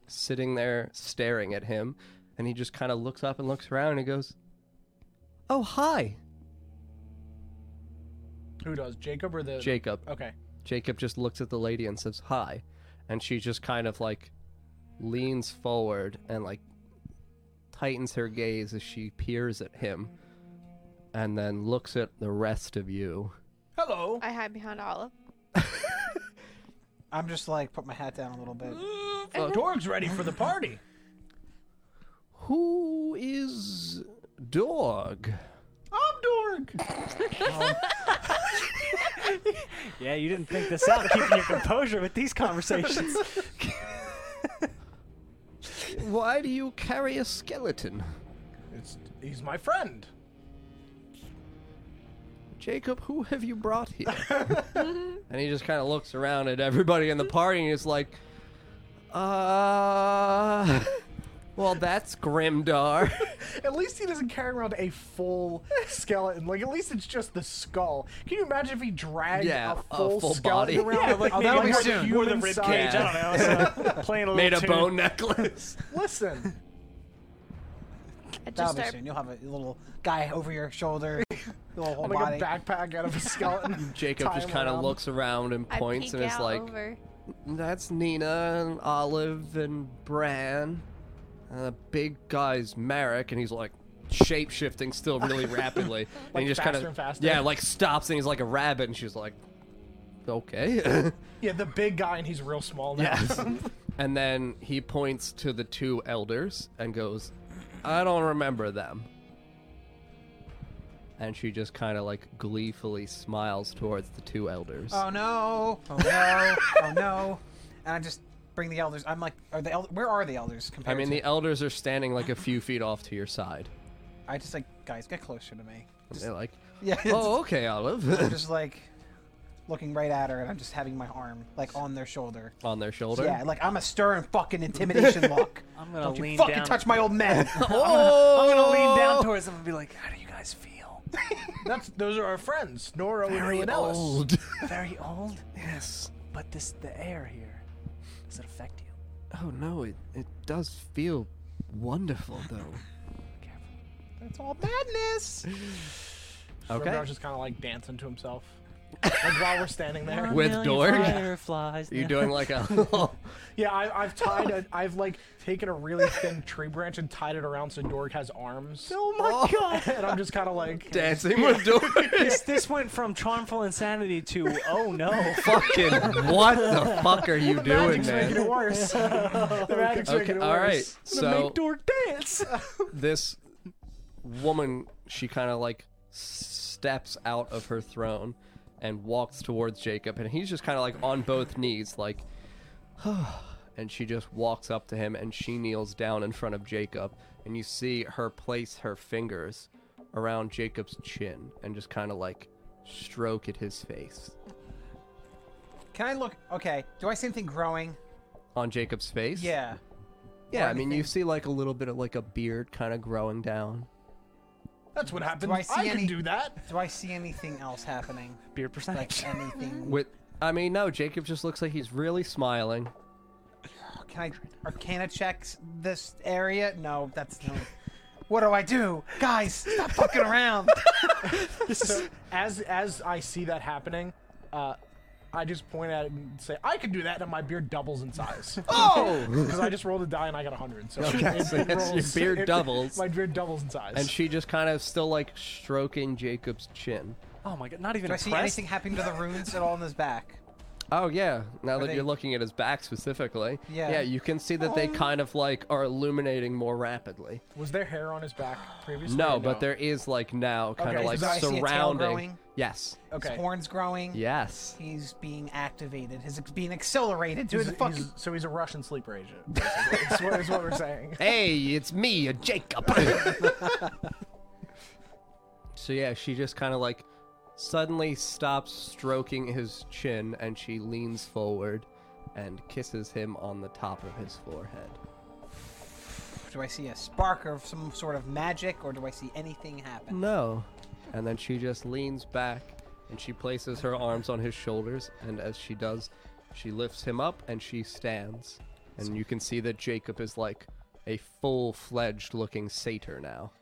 sitting there staring at him, and he just kind of looks up and looks around and he goes, "Oh hi, Who does Jacob or the Jacob." Okay. Jacob just looks at the lady and says, Hi. And she just kind of like leans forward and like tightens her gaze as she peers at him and then looks at the rest of you. Hello. I hide behind Olive. I'm just like put my hat down a little bit. Mm, Dorg's ready for the party. Who is Dog? I'm Dorg. Yeah, you didn't think this out, keeping your composure with these conversations. Why do you carry a skeleton? It's, he's my friend. Jacob, who have you brought here? and he just kind of looks around at everybody in the party and is like, Uh. Well, that's Grimdar. At least he doesn't carry around a full skeleton. Like at least it's just the skull. Can you imagine if he dragged Yeah, a full, a full skeleton body. around? Yeah, like Oh, maybe that'll be more, soon. more the Human rib size. cage. I don't know. So playing a little Made a tune. bone necklace. Listen, I just That'll be start soon. You'll have a little guy over your shoulder, little whole I'll make body. a Oh backpack out of a skeleton. Jacob tie just him kind of around. looks around and I points peek and is out like, over. That's Nina and Olive and Bran. And the big guy's Merrick, and he's like shape shifting still really rapidly. and Like he just faster kind and of faster. yeah, like stops and he's like a rabbit, and she's like, okay. Yeah, the big guy and he's real small now. Yes. and then he points to the two elders and goes, I don't remember them. And she just kind of like gleefully smiles towards the two elders. Oh no! Oh no! oh no! And I just bring the elders. I'm like, are the eld- Where are the elders? I Compared mean, to- the elders are standing like a few feet off to your side. I just like, guys, get closer to me. And they're like, Yeah. it's- oh, okay, I'm Olive. just like looking right at her, and I'm just having my arm like on their shoulder. On their shoulder. Yeah, like I'm a stern fucking intimidation lock. I'm gonna Don't lean you fucking down. touch my old man. Oh! I'm gonna lean down towards them and be like, "How do you guys feel? That's those are our friends, Nora Very and Ellis. Old. Very old, yes. but this the air here. Does it affect you? Oh, no, it, it does feel wonderful, though. Careful. That's all madness. Okay. Grimdar's just kind of like dancing to himself, like while we're standing there. With Dorg? Fireflies. Are you doing like a. Yeah, I, I've tied, a, I've like taken a really thin tree branch and tied it around so Dork has arms, oh my god! and I'm just kind of like, Dancing with doors. this, this went from charmful insanity to oh no. fucking what the fuck are you doing, magic's making man? it worse. the magic's Okay, making it all right, worse. I'm gonna make so- Dork dance. This woman, she kind of like steps out of her throne and walks towards Jacob, and he's just kind of like on both knees, like, and she just walks up to him and she kneels down in front of Jacob, and you see her place her fingers around Jacob's chin and just kind of like stroke at his face. Can I look? Okay. Do I see anything growing? On Jacob's face? Yeah. Yeah, or I mean, you anything. see like a little bit of like a beard kind of growing down. That's what happens. Do I I, see can any- do that. Do I see anything else happening? Beard Like percentage. anything? With, I mean, no, Jacob just looks like he's really smiling. Can I Arcana check s- this area? No, that's no. What do I do, guys? Stop fucking around. So as as I see that happening, uh, I just point at it and say, I can do that, and my beard doubles in size. Oh! Because I just rolled a die and I got 100. So Okay, so yes, your beard doubles. My beard doubles in size. and she just kind of still like stroking Jacob's chin. Oh my god, not even Do I see impressed. anything happening to the runes at all in his back? Oh yeah, now that they- you're looking at his back specifically. Yeah. Um, Yeah, you can see that they kind of like are illuminating more rapidly. was there hair on his back previously? No, or but there is like now kind Okay, of like so I see a tail surrounding. growing? Yes. Okay. His horns growing. Yes. He's being activated. He's ex- being accelerated. Dude, He's- the fucking. he's- so he's a Russian sleeper agent. basically, is what, is what we're saying. Hey, it's me, uh, Jacob. so yeah, she just kind of like suddenly stops stroking his chin and she leans forward and kisses him on the top of his forehead. Do I see a spark of some sort of magic, or do I see anything happen? No. And then she just leans back and she places her arms on his shoulders and as she does, she lifts him up and she stands. And you can see that Jacob is like a full-fledged looking satyr now.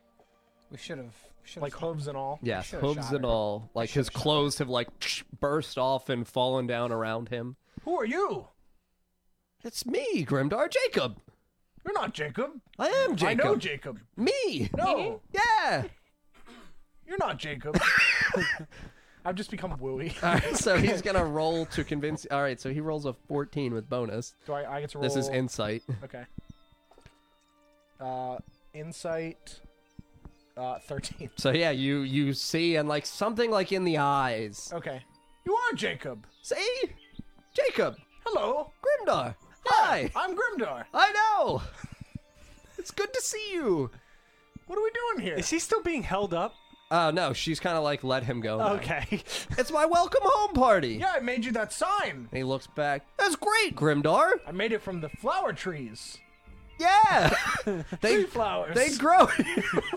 We should have. Should Like have. hooves and all. Yes, should've hooves shot and her. all. Like his clothes have like burst off and fallen down around him. Who are you? It's me, Grimdar Jacob. You're not Jacob. I am Jacob. I know Jacob. Me. No, Yeah. you're not Jacob. I've just become wooey. All right, so he's gonna roll to convince. All right, so he rolls a 14 with bonus. Do I, I get to roll? This is insight. Okay. Uh, insight. Uh, thirteen. So yeah, you you see and like something like in the eyes. Okay. You are Jacob. See, Jacob Hello. Grimdar. Hi. I'm Grimdar. I know. It's good to see you. What are we doing here? Is he still being held up? Oh no, she's kind of like let him go. now. Okay. It's my welcome home party. Yeah, I made you that sign. And he looks back. That's great, Grimdar. I made it from the flower trees. Yeah. they Tree flowers. they grow.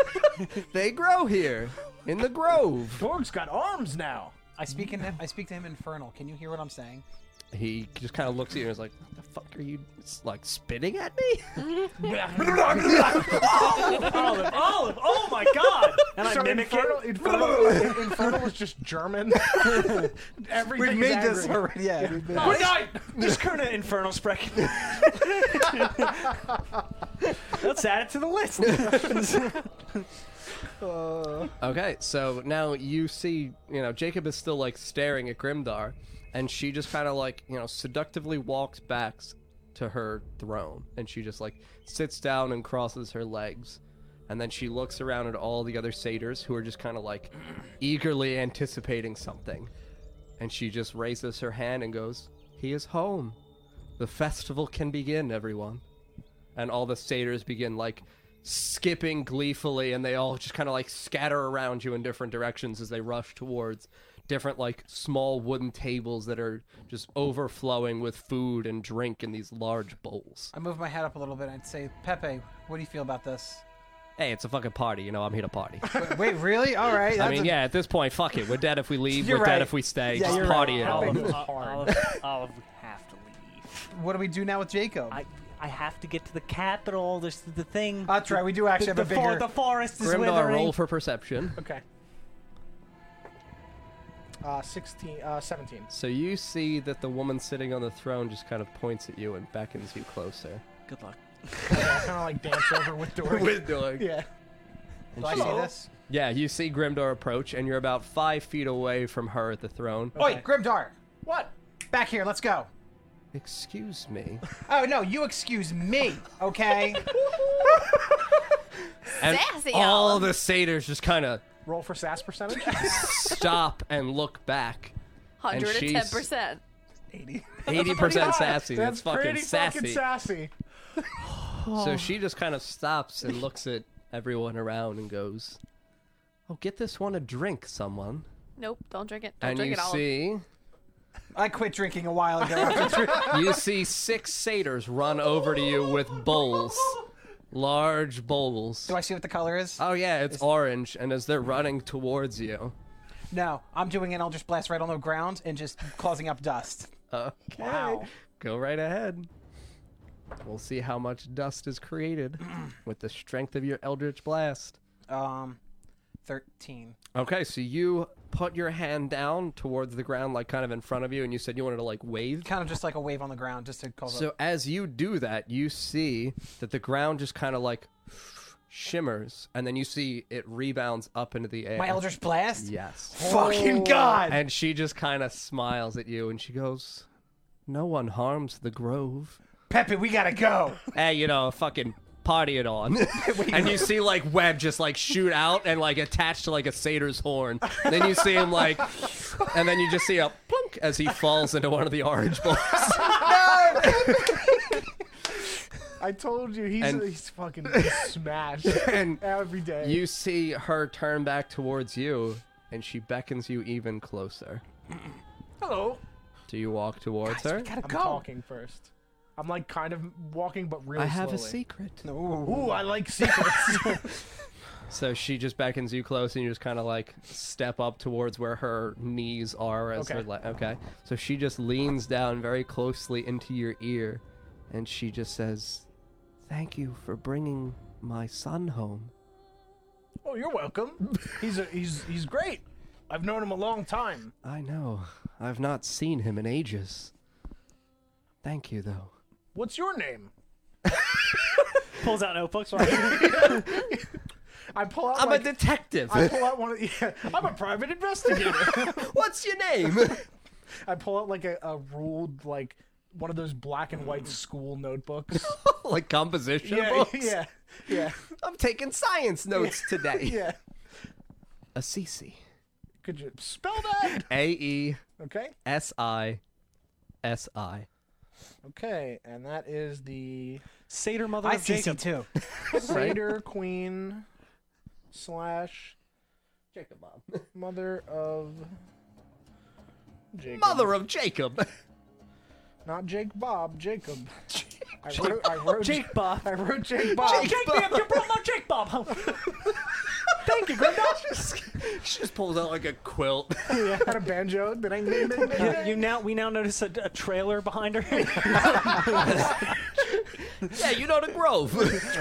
they grow here in the grove. Dorg's got arms now. I speak in I speak to him infernal. Can you hear what I'm saying? He just kind of looks at you and is like, "What the fuck are you s- like spitting at me?" Olive, Olive, oh my god! And I So mimic Infernal, it. Infernal, Infernal is just German. Everything is angry. already. Yeah. we've made- We're not. Just kind of infernal sprechen. Let's add it to the list. Okay, so now you see, you know, Jacob is still like staring at Grimdar, and she just kind of like, you know, seductively walks back s- to her throne, and she just like sits down and crosses her legs, and then she looks around at all the other satyrs who are just kind of like eagerly anticipating something, and she just raises her hand and goes, "He is home. The festival can begin, everyone." and all the satyrs begin like skipping gleefully and they all just kind of like scatter around you in different directions as they rush towards different like small wooden tables that are just overflowing with food and drink in these large bowls. I move my head up a little bit and I'd say, Pepe, what do you feel about this? Hey, it's a fucking party, you know, I'm here to party. Wait, really? All right. I that's mean, a- yeah, at this point, fuck it. We're dead if we leave, You're we're dead right. if we stay. Yeah, just you're party right. it I'll all. leave. Olive, was Olive, hard. Olive, we have to leave. What do we do now with Jacob? I, I have to get to the capital. There's the thing. That's right. We do the, actually have a the for- bigger. the forest is Grimdar, withering. roll for perception. Okay. Uh, 16, uh, 17. So you see that the woman sitting on the throne just kind of points at you and beckons you closer. Good luck. kind of like dance over with Dorg. yeah. do I see Hello. this? Yeah, you see Grimdor approach, and you're about five feet away from her at the throne. Oi, Grimdar, What? back here. Let's go. Excuse me. Oh no, you excuse me, okay? And Sassy all Olive. the satyrs just kind of Roll for sass percentage? stop and look back. And Hundred and ten she's- percent. 80. 80% sassy. That's, fucking pretty sassy. fucking sassy. So she just kind of stops and looks at everyone around and goes, Oh, get this one a drink, someone. Nope, don't drink it. Don't and drink you it all. see. I quit drinking a while ago. after drinking- you see six satyrs run over to you with bowls, large bowls. do I see what the color is? Oh yeah, it's orange, and as they're running towards you, No, I'm doing an Eldritch Blast right on the ground and just causing up dust. okay, Wow. uh, go right ahead. We'll see how much dust is created with the strength of your eldritch blast. Um, thirteen. Okay, so you put your hand down towards the ground, like kind of in front of you, and you said you wanted to like wave. Kind of just like a wave on the ground, just to cause. So as you do that, you see that the ground just kind of like shimmers, and then you see it rebounds up into the air. my Eldritch Blast. Yes. Oh. Fucking god. And she just kind of smiles at you and she goes, No one harms the grove. Pepe, we gotta go. Hey, you know, fucking party it on. and you see like Webb just like shoot out and like attached to like a satyr's horn. then you see him like, and then you just see a plunk as he falls into one of the orange balls. I told you, he's, And- he's fucking smashed and every day. you see her turn back towards you and she beckons you even closer. Hello. Do you walk towards her? We gotta I'm go. talking first. I'm like kind of walking, but really I have a slowly. secret. Ooh, I like secrets. So she just beckons you close, and you just kind of like step up towards where her knees are. As Okay. her le- okay. So she just leans down very closely into your ear, and she just says, "Thank you for bringing my son home." oh, you're welcome. He's a, he's he's great. I've known him a long time. I know. I've not seen him in ages. Thank you, though. What's your name? Pulls out notebooks. Right? I pull out. I'm like, a detective. I pull out one. Of, yeah, I'm a private investigator. What's your name? I pull out like a, a ruled like one of those black and Mm. white school notebooks. like composition yeah, books. yeah, yeah, I'm taking science notes today. yeah. Assisi. Could you spell that? A E Okay, S I S I. okay, and that is the Seder mother I of see Jacob. too. Raider Queen slash. Jacob, mom. Mother of Jacob. Mother of Jacob. Not Jake Bob, Jacob. I wrote, I wrote Jake Bob. I wrote Jake Bob. Jake Damn, Bob. you brought my Jake Bob home. Thank you, Grandma. she just pulls out like a quilt. Yeah, had a banjo. Bing, bing, bing, bing. Oh, you, you now we now notice a, a trailer behind her. yeah, you know the Grove,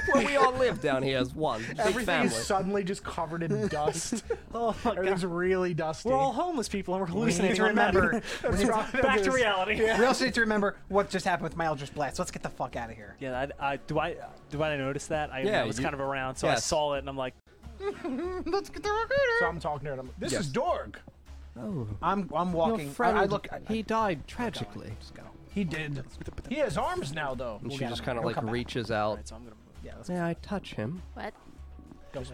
where we all live down here as one big Everything family. is suddenly just covered in dust. oh my god. Everything's really dusty. We're all homeless people and we're hallucinating. to on that. remember. That's right. Back to reality. Yeah, We also need to remember what just happened with my Eldritch Blast. Let's get the fuck out of here. I, I, do I do I notice that? I, Yeah, I was you- kind of around, so I Yes. saw it and I'm like, Let's get the fuck so I'm talking to her. and I'm like, this Yes. is Dorg. I'm I'm walking. I- I, look. I, he died tragically. He did. He has arms now, though. And she get just him. kind of He'll like come back. reaches out. "Alright, so I'm gonna move. yeah, let's May I touch him? What?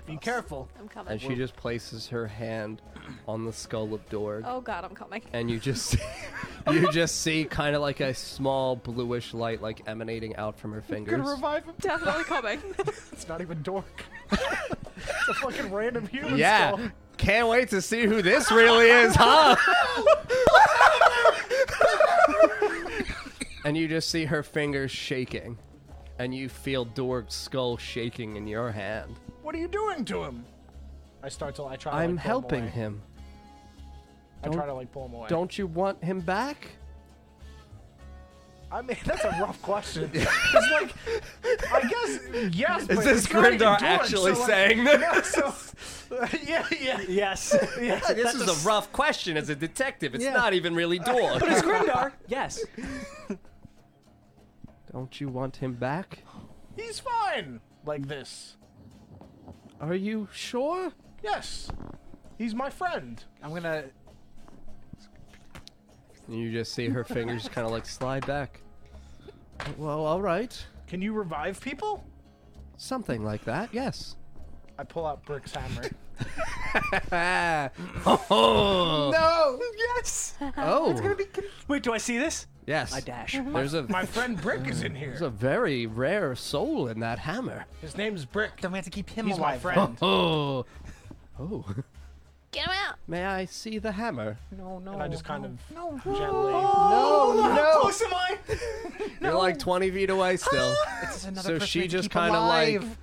Be careful. I'm And coming. she just places her hand on the skull of Dorg. oh god, I'm coming. and you just you just see kind of like a small bluish light like emanating out from her fingers. revive him. Definitely coming. It's not even Dork. it's a fucking random human. Yeah. skull. Can't wait to see who this really is, huh? and you just see her fingers shaking. And you feel Dorg's skull shaking in your hand. What are you doing to him? I start to. I try. To, I'm like, pull helping him. him. away. I try Don't- to like pull him away. Don't you want him back? I mean, that's a rough question. it's like, I guess yes, but Is this it's not Grimdar even Dork, actually so, like, saying this? no, so, yeah, yeah. Yes. yes. This That's is a rough question as a detective. It's not even really Dorg. But it's Grimdar. Yes. Don't you want him back? He's fine. Like this. Are you sure? Yes. He's my friend. I'm gonna. And you just see her fingers kind of like slide back. Well, all right. Can you revive people? Something like that, yes. I pull out Brick's hammer. Ah! oh, No. Yes. oh. Wait, do I see this? yes. I dash. There's a, my friend Brick is in here. there's a very rare soul in that hammer. His name's Brick. Then we have to keep him He's my alive. friend. Oh. Oh. Get him out. May I see the hammer? No, no. And I just kind of No. gently. No, no. Close am I? You're like 20 feet away still. This is another So person she we have to just keep kinda, like- alive.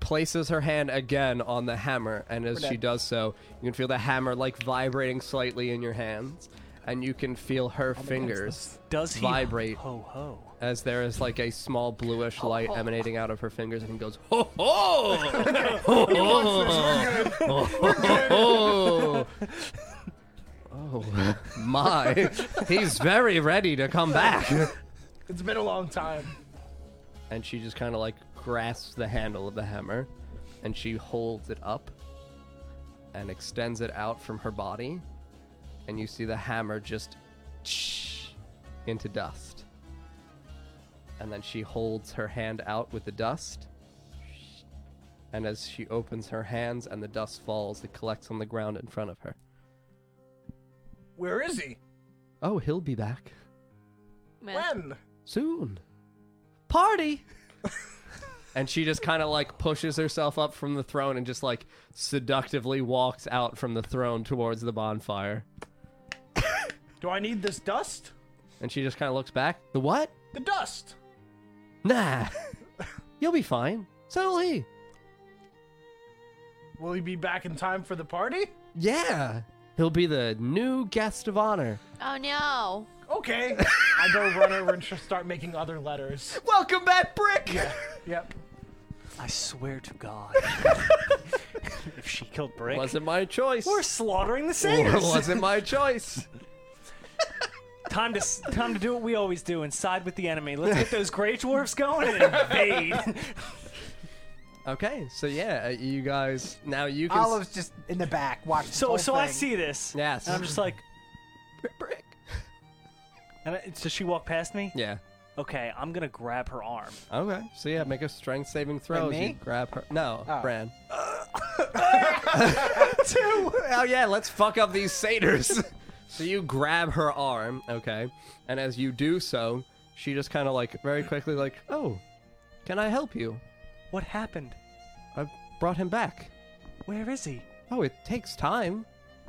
places her hand again on the hammer, and as We're she dead. does so, you can feel the hammer like vibrating slightly in your hands, and you can feel her fingers Does he Vibrate. Ho ho. as there is like a small bluish light ho. emanating out of her fingers, and he goes, "Ho ho, ho ho, ho ho." Oh my! He's very ready to come back. It's been a long time. and she just kind of like grasps the handle of the hammer and she holds it up and extends it out from her body and you see the hammer just into dust and then she holds her hand out with the dust and as she opens her hands and the dust falls it collects on the ground in front of her Where is he? oh he'll be back Man. When? soon. Party! and she just kind of like pushes herself up from the throne and just like seductively walks out from the throne towards the bonfire. Do I need this dust? And she just kind of looks back. The what? The dust. Nah. You'll be fine. So will he. Will he be back in time for the party? Yeah. He'll be the new guest of honor. Oh no. Okay. I go run over and just start making other letters. Welcome back, Brick! Yep. I swear to God. if she killed Brick, Wasn't my choice. we're slaughtering the singers. Wasn't my choice. Time to s- time to do what we always do and side with the enemy. Let's get those gray dwarfs going and invade. Okay, so yeah, uh, you guys, now you can. s- Olive's just in the back. Watch. this So whole so I thing. see this. Yes. And I'm just like, Brick. and I, does she walk past me? Yeah. Okay, I'm gonna grab her arm. Okay. So yeah, make a strength saving throw. as You me? grab her. No, Oh. Bran. Two. Oh yeah, let's fuck up these satyrs. so you grab her arm, okay, and as you do so, she just kind of like very quickly like, oh, can I help you? What happened? I brought him back. Where is he? Oh, it takes time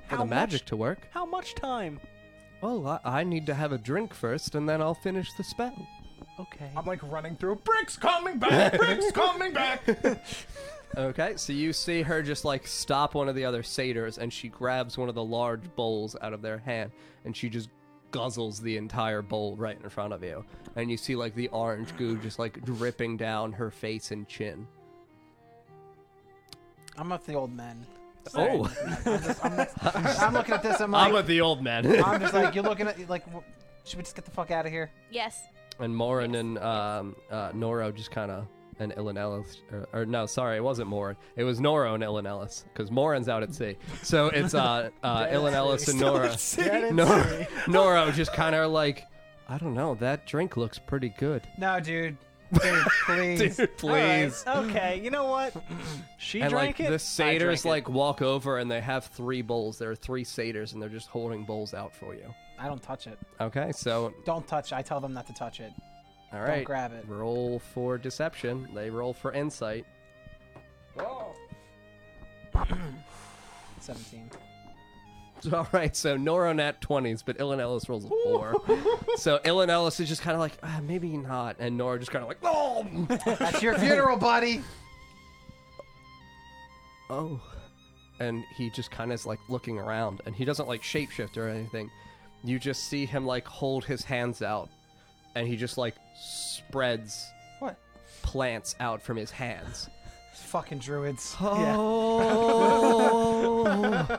for How the magic much? to work. How much time? Well, I, I need to have a drink first, and then I'll finish the spell. Okay. I'm like running through. Bricks coming back. Bricks coming back. Okay, so you see her just like stop one of the other satyrs, and she grabs one of the large bowls out of their hand, and she just guzzles the entire bowl right in front of you. And you see like the orange goo just like dripping down her face and chin. I'm with the old men. Oh, I'm, just, I'm, I'm looking at this. I'm like, I'm I'm, with the old man. just like, you're looking at like, wh- should we just get the fuck out of here? Yes. and Morin Yes, and um, uh, Noro just kind of and Ilan Ellis, or, or no, sorry, it wasn't Morin. It was Noro and Ilan Ellis because Morin's out at sea. So it's uh, uh, Ilan Ellis and Nora. Noro, Noro just kind of like, I don't know. That drink looks pretty good. No, dude. Dude, please. All right, please. Okay. You know what? She And like drank it. the satyrs I drank like walk over and they have three bowls. There are three satyrs and they're just holding bowls out for you. I don't touch it. Okay, so Don't touch. it. I tell them not to touch it. all right, grab it. Roll for deception. They roll for insight. 17. All right, so Noro nat 20s, but Ilan Ellis rolls a four. so Ilan Ellis is just kind of like, ah, maybe not, and Nora just kind of like, oh, That's your funeral, buddy. oh. And he just kind of is like looking around, and he doesn't like shapeshift or anything. You just see him like hold his hands out, and he just like spreads What? plants out from his hands. Fucking druids. Oh,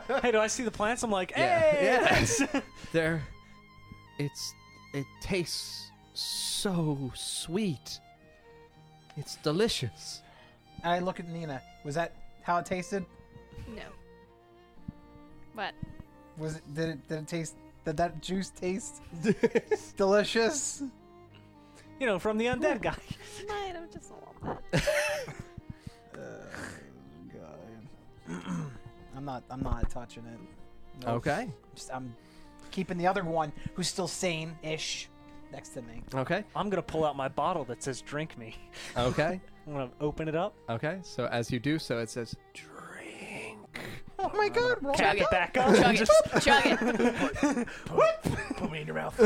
it. Hey, do I see the plants? I'm like, Yeah. hey. Yeah. thanks." there. It's. It tastes so sweet. It's delicious. And I look at Nina. Was that how it tasted? No. What? Was it? Did it? Did it taste? Did that juice taste delicious? you know, from the undead guy. Mine, I just don't want that. Oh, I'm not. I'm not touching it. Oh. Nope. Okay. Just, I'm keeping the other one, who's still sane-ish, next to me. Okay. I'm gonna pull out my bottle that says "Drink me." Okay. I'm gonna open it up, Okay. So as you do so, it says drink. Oh my God! Roll tap it. it back up, and just Chug it. Put me in your mouth.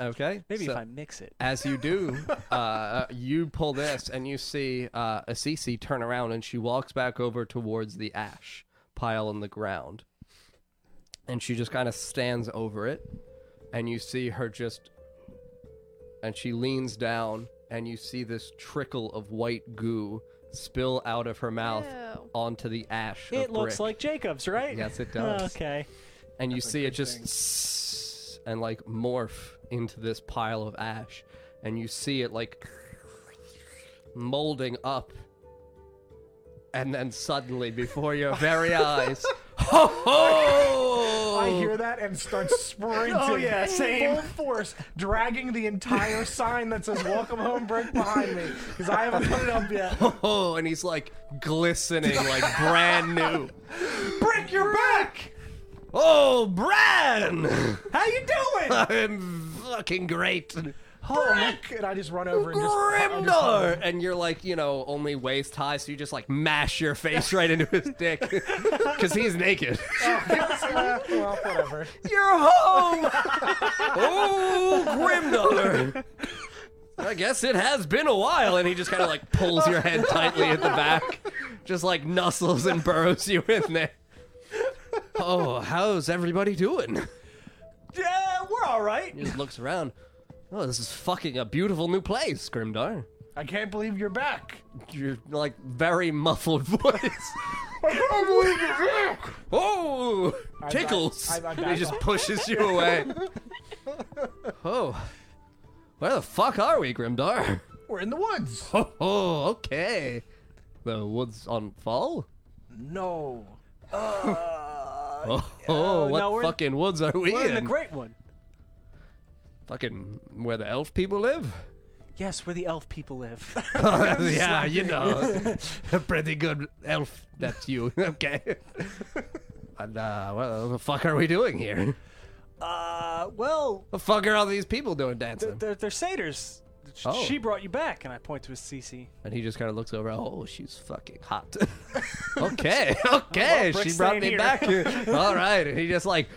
Okay. maybe so if I mix it. As you do, uh, you pull this and you see uh, Assisi turn around and she walks back over towards the ash pile on the ground. And she just kind of stands over it. And you see her just. And she leans down and you see this trickle of white goo spill out of her mouth Ew. onto the ash. It of looks brick. like Oh, Jacob's, right? Yes, it does. okay. and you see it thing. just s- and like morph into this pile of ash and you see it like molding up and then suddenly before your very eyes ho ho I hear that and start sprinting. Oh, yeah, same. Full force, dragging the entire sign that says "Welcome Home" brick behind me because I haven't put it up yet. ho ho and he's like glistening like brand new Brick, you're back. oh bran How you doing? i'm fucking great Brick! And I just run over and just. I'm just Grimdor! and you're like, you know, only waist high, so you just like mash your face right into his dick. Because he's naked. Uh, well, whatever. You're home! oh, Grimdor! I guess it has been a while, and he just kind of like pulls your head tightly at the back, just like nuzzles and burrows you in there. Oh, how's everybody doing? Yeah, we're all right. He just looks around. Oh, this is fucking a beautiful new place, Grimdar. I can't believe you're back. Your like very muffled voice. Oh, tickles! back- I'm- I'm he back just pushes you away. oh, where the fuck are we, Grimdar? We're in the woods. Oh, oh, okay. The woods on fall. No. Oh, oh, what no, we're in- fucking woods are we Uh, We're in the in? great one. fucking where the elf people live. Yes, where the elf people live. yeah, you know, a pretty good elf. That's you. okay. and uh, what the fuck are we doing here? uh, well, The fuck are all these people doing dancing? they're, they're satyrs. They're Sh- Oh. She brought you back, and I point to a CC. And he just kind of looks over. Oh, she's fucking hot. okay, okay, Brooke's she brought staying me here. back. All right, and he just like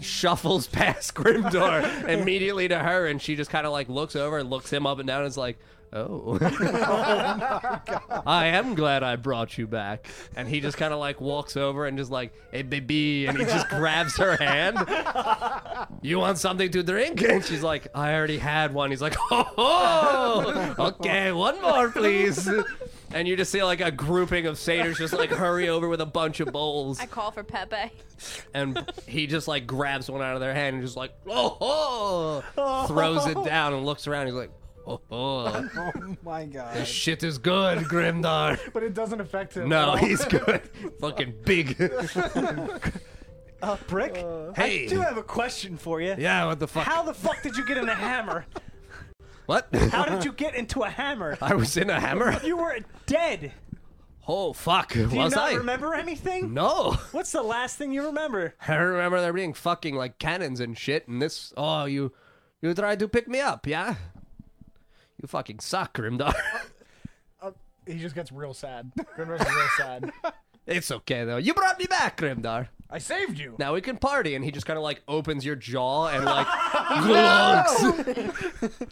shuffles past Grimdor immediately to her, and she just kind of like looks over and looks him up and down, and is like, "Oh, I am glad I brought you back." And he just kind of like walks over and just like, "Hey, baby," and he just grabs her hand. You want something to drink? And she's like, I already had one. He's like, oh, okay, one more, please. And you just see like a grouping of satyrs just like hurry over with a bunch of bowls. I call for Pepe. And he just like grabs one out of their hand and just like, oh, ho," throws it down and looks around. He's like, oh, ho, Oh my god. this shit is good, Grimdar. But it doesn't affect him. at No, all. he's good. Fucking big. Uh, Brick, I Hey. do have a question for you. Yeah, what the fuck? How the fuck did you get in a hammer? what? How did you get into a hammer? I was in a hammer? You were dead. Oh, fuck. Do was you not I? remember anything? no. What's the last thing you remember? I remember there being fucking like cannons and shit, and this. Oh, you, you tried to pick me up, yeah? You fucking suck, Grimdar. He just gets real sad. Grimdar's real sad. it's okay though. You brought me back, Grimdar. I saved you. Now we can party. And he just kind of like opens your jaw and like glugs,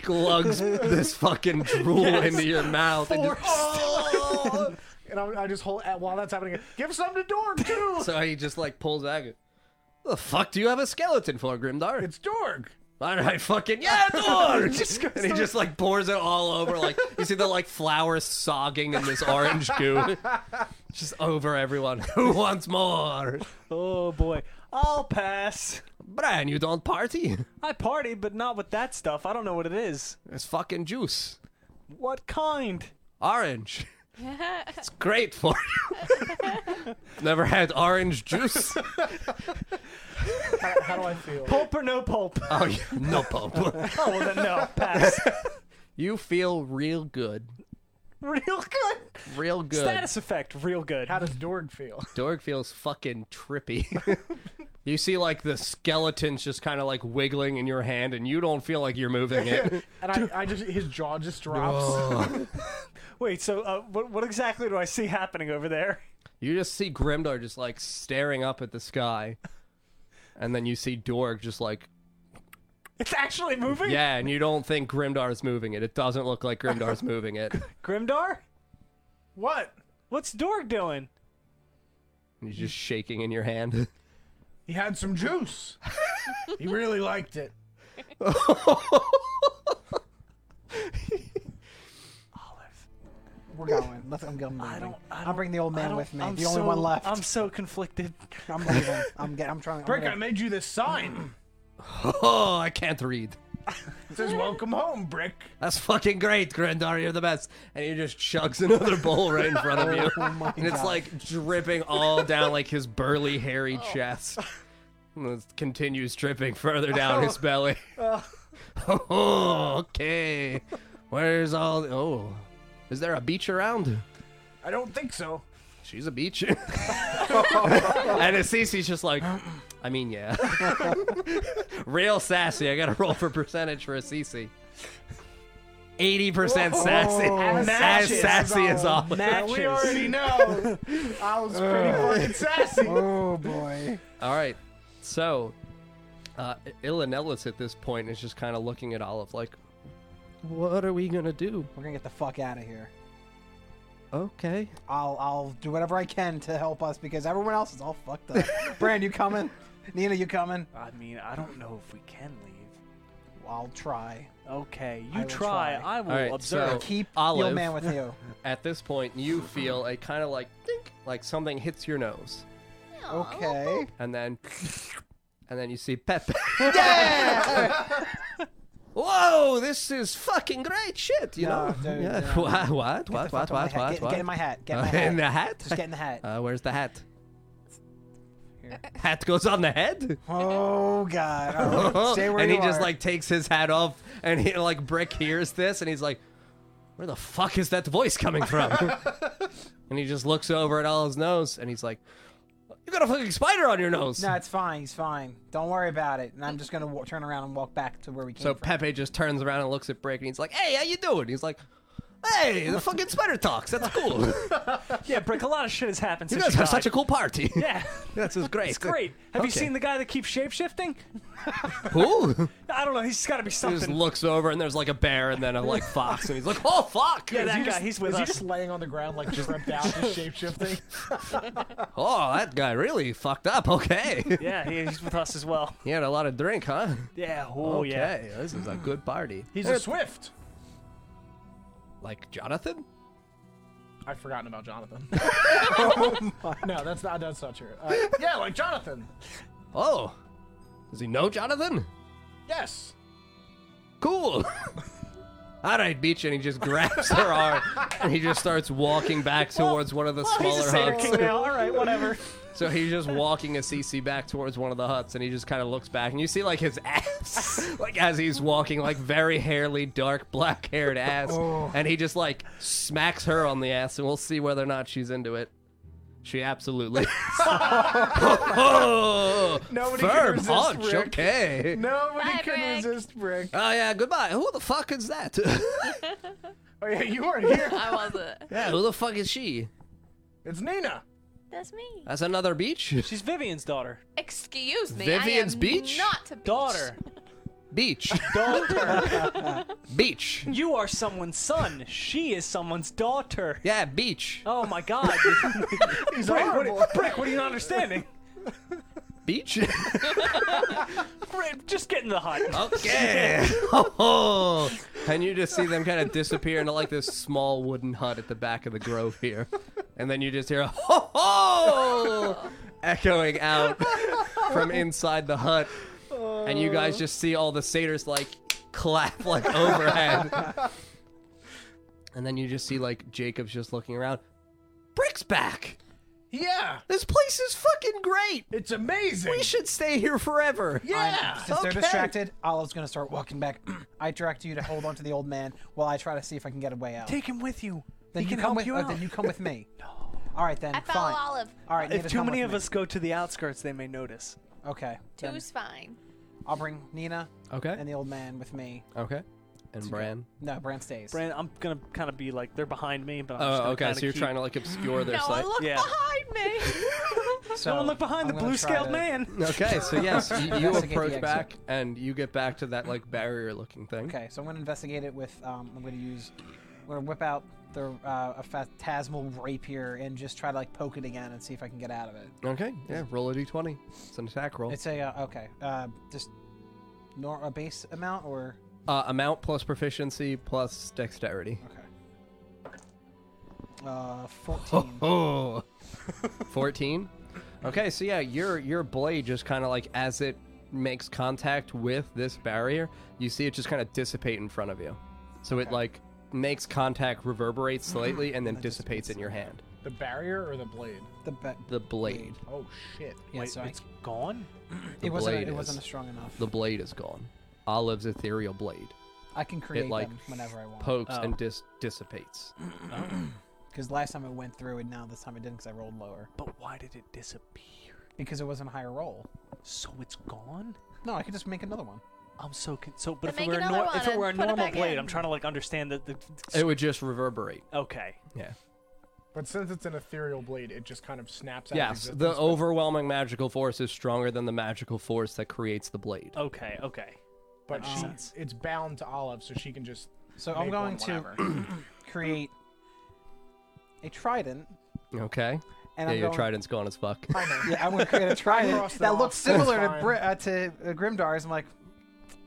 glugs this fucking drool into your mouth. And just, oh! And I, I just hold at, while that's happening. Give some to Dorg too. so he just like pulls back. The fuck do you have a skeleton for, Grimdar? it's Dorg. All right, fucking yeah, door! and he just like pours it all over. Like you see the like flowers sogging in this orange goo, just over everyone. Who wants more? Oh boy. I'll pass. Brian, you don't party. I partied, but not with that stuff. I don't know what it is. It's fucking juice, What kind? orange. It's great for you. Never had orange juice. How, how do I feel? Pulp or no pulp? Oh, yeah, no pulp. Oh, well then no. Pass. You feel real good, Real good. real good. Status effect. Real good. How does Dorg feel? Dorg feels fucking trippy. you see, like, the skeletons just kind of like wiggling in your hand, and you don't feel like you're moving it. And I, I just his jaw just drops. Wait, so uh, what, what exactly do I see happening over there? you just see Grimdar just like staring up at the sky, and then you see Dorg just like, It's actually moving? yeah, and you don't think Grimdar's moving it. It doesn't look like Grimdar's moving it. Grimdar? What? What's Dorg doing? And he's just shaking in your hand. He had some juice. he really liked it. Olive. We're going. Let- I'm going. I don't. I don't I'll bring the old I man don't- with me. I'm the only so- one left. I'm so conflicted. I'm leaving. I'm getting. I'm trying. Brick, I I'm made you this sign. oh, I can't read. It says "Welcome home, Brick." That's fucking great, Grandar. You're the best. And he just chugs another bowl right in front of you. and it's Oh, God. like dripping all down like his burly, hairy chest. And it continues dripping further down his belly. oh, okay. Where's all. the- Oh. Is there a beach around? I don't think so. She's a beach. and Assisi's just like, I mean, yeah. Real sassy. I gotta roll for percentage for Assisi. 80% sassy. As matches. sassy as all. Matches. We already know. I was pretty fucking sassy. Oh boy. All right. So, uh, Ilanellis at this point is just kind of looking at Olive like, what are we gonna do? We're gonna get the fuck out of here. Okay. I'll I'll do whatever I can to help us because everyone else is all fucked up. Brand, you coming? Nina, you coming? I mean, I don't know if we can leave. I'll try. Okay, I you will try. try. I will All right, observe. so- Keep the Oh, Olive. old man with you. At this point, you feel a kind of like, dink, like something hits your nose. Okay. and then and then you see Pepe. Yeah. Whoa, this is fucking great shit, you No, know? dude, yeah. no. What, what, Get the what, fuck what, what, out of my what, hat. Get- Get in my hat. Get in my Uh, in hat. the hat? Just get in the hat. Uh, where's the hat? Here. Hat goes on the head? Oh god. Oh, stay where and you he just are. like takes his hat off and he like Brick hears this and he's like, Where the fuck is that voice coming from? and he just looks over at Olive's nose and he's like, You got a fucking spider on your nose. No, it's fine. He's fine. Don't worry about it. And I'm just gonna w- turn around and walk back to where we came So from. Pepe just turns around and looks at Brick and he's like, "Hey, how you doing?" He's like, "Hey, the fucking spider talks. That's cool. Yeah, Brick, a lot of shit has happened you since guys you have died. such a cool party. Yeah, this is great. it's great. Have you Okay. seen the guy that keeps shapeshifting? Who?" I don't know. He's got to He be just something. looks over and there's like a bear and then a like fox and he's like, "Oh fuck! yeah, that he guy. just- he's with is us. he just laying on the ground like tripped out, just shape shifting? Oh, that guy really fucked up. Okay, Yeah, he- he's with us as well. he had a lot of drink, huh? Yeah. Oh okay, yeah. this is a good party. He's a Swift. Like Jonathan? I've forgotten about Jonathan. no, that's not that's not true. Uh, yeah, like Jonathan. Oh, does he know Jonathan? Yes. Cool. All right, Beach, and he just grabs her arm and he just starts walking back towards one of the He's a smaller Sailor huts. King now. All right, whatever. So he's just walking a CC back towards one of the huts, and he just kind of looks back, and you see like his ass, like as he's walking, like very hairly, dark, black-haired ass, Oh. and he just like smacks her on the ass, and we'll see whether or not she's into it. She absolutely. is. oh, Nobody can firm resist punch. Rick. Okay. Nobody Bye, can Brick. resist Brick. Oh yeah, goodbye. Who the fuck is that? Oh yeah, you weren't here. I wasn't. yeah, who the fuck is she? It's Nina. That's me. That's another beach. She's Vivian's daughter. Excuse me. Vivian's I am beach? Not a beach. Daughter. Beach. Daughter. Beach. you are someone's son. She is someone's daughter. Yeah, beach. Oh my God. He's Brick, what, horrible. are- Brick, what are you not understanding? Beach. Brick, just get in the hut. Okay. oh, and you just see them kind of disappear into like this small wooden hut at the back of the grove here. And then you just hear a ho ho echoing out from inside the hut. And you guys just see all the satyrs like clap like overhead. And then you just see like Jacob's just looking around. Brick's back! Yeah, This place is fucking great! it's amazing. We should stay here forever! I'm- yeah. Since Okay. they're distracted, Olive's gonna start walking back. I direct you to hold on to the old man while I try to see if I can get a way out. Take him with you. then he you can come help with, you oh, out. then you come with me. no. All right then. I follow fine. Olive. All right. Nina, if too come many with of me. us go to the outskirts, they may notice. Okay. then Two's fine. I'll bring Nina Okay. and the old man with me. Okay. And Bran. No, Bran stays. Brand, I'm gonna kind of be like they're behind me, but I'm just Oh, gonna okay. kinda So you're keep- trying to like obscure their No, sight. look Yeah. behind me. So, Someone look behind the I'm gonna blue try scaled to- man. Okay, so yes, you, you Investigate the approach exit. back and you get back to that like barrier-looking thing. Okay, so I'm gonna investigate it with. Um, I'm gonna use. We're gonna whip out the uh, a phantasmal rapier and just try to like poke it again and see if I can get out of it. Okay. Yeah. Roll a d20. It's an attack Oh. roll. It's a uh, okay. Uh, just nor a base amount or Uh, amount plus proficiency plus dexterity. okay. Uh, fourteen. Oh. 14. Okay, so yeah, your your blade just kind of like as it makes contact with this barrier, you see it just kind of dissipate in front of you. So it like makes contact reverberates slightly and then dissipates in your hand. The barrier or the blade? the ba- The blade. Oh shit. yeah, Wait, so I- it's gone. The it wasn't. blade it is- wasn't strong enough. The blade is gone. Olive's ethereal blade I can create like, them whenever I want. pokes Oh. and dis- dissipates. Because last time it went through, and now this time it didn't, because I rolled lower. But why did it disappear? Because it wasn't a higher roll. So it's gone. No, I could just make another one. I'm so con- so. But if Then it make were a another nor- if one it were a and put it normal back blade, in. I'm trying to like understand that the. It would just reverberate. okay. Yeah. But since it's an ethereal blade, it just kind of snaps out. of Yes, the existence. overwhelming magical force is stronger than the magical force that creates the blade. Okay. Okay. but makes she, sense. it's bound to Olive, so she can just. So I'm make one going to whenever. create a trident, Okay. Oh. and yeah, I'm your going. trident's gone as fuck. I know. Yeah, I'm going to create a trident crossed it that off. looks similar to Fine. Bri- uh, to uh, Grimdar's. I'm like,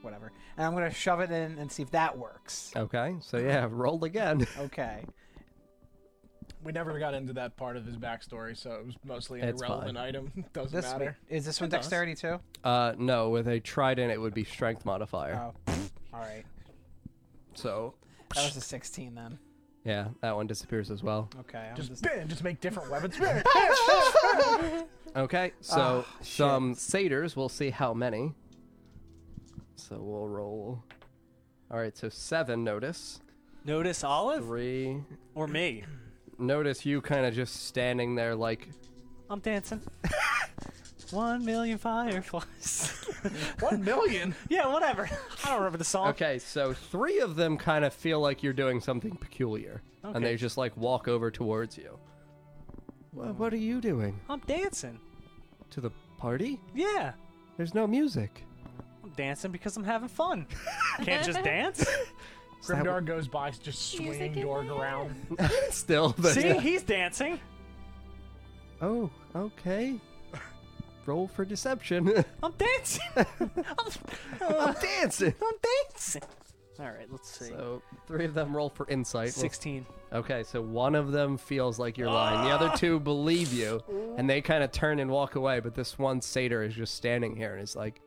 whatever, and I'm going to shove it in and see if that works. Okay, so yeah, rolled again. Okay. We never got into that part of his backstory, so it was mostly an It's irrelevant item. Doesn't This matter. is this one It does. dexterity too? Uh, no, with a trident, it would be strength modifier. Oh, pfft, all right. So, That was a 16 then. yeah, that one disappears as well. Okay. I'm Just, just, bam, just make different weapons. Okay, so Ah, shit. some satyrs, we'll see how many. So we'll roll. All right, so seven notice. Notice Olive Three. or me? Notice you kind of just standing there like I'm dancing. One million fireflies. One million. yeah, whatever. I don't remember the song. Okay, so three of them kind of feel like you're doing something peculiar, Okay. and they just like walk over towards you. Well, what are you doing I'm dancing. to the party? Yeah. There's no music. I'm dancing because I'm having fun. Can't just dance? that Grimdar goes by, just Music swinging in Dorg my around. Still, but uh, See, he's dancing. oh, okay. Roll for deception. I'm dancing. I'm, oh. I'm dancing. I'm dancing. All right, let's see. So three of them roll for insight. We'll 16. Okay, so one of them feels like you're lying. The other two believe you, and they kind of turn and walk away. But this one satyr is just standing here and is like,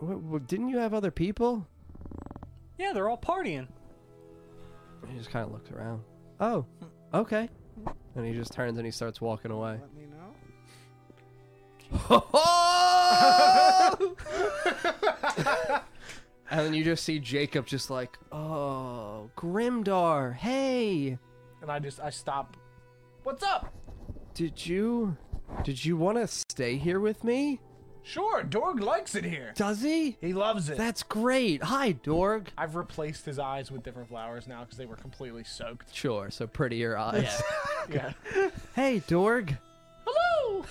"W- w- "Didn't you have other people?" Yeah, they're all partying. And he just kind of looks around. Oh, okay. And he just turns and he starts walking away. Let me know. and then you just see Jacob just like, "Oh, Grimdar, hey, And I just, I stop. What's up? did you, did you want to stay here with me? Sure, Dorg likes it here. Does he?" He loves it. That's great. Hi, Dorg. I've replaced his eyes with different flowers now because they were completely soaked. Sure, so prettier eyes. Yeah. hey, Dorg. Hello!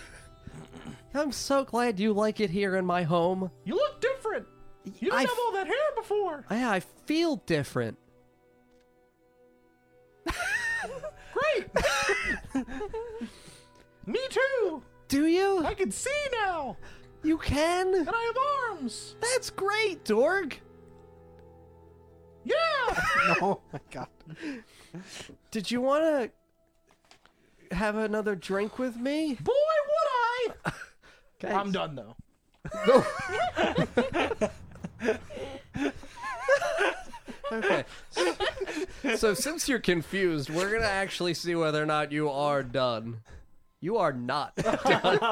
I'm so glad you like it here in my home. You look different. You didn't I have all that hair before. Yeah, I feel different. Great. Me too. Do you? I can see now, You can? and I have arms. That's great, Dorg. Yeah. Oh my god. Did you want to have another drink with me? Boy, would I. Okay. I'm done though. Okay. so since you're confused, we're going to actually see whether or not you are done. You are not done.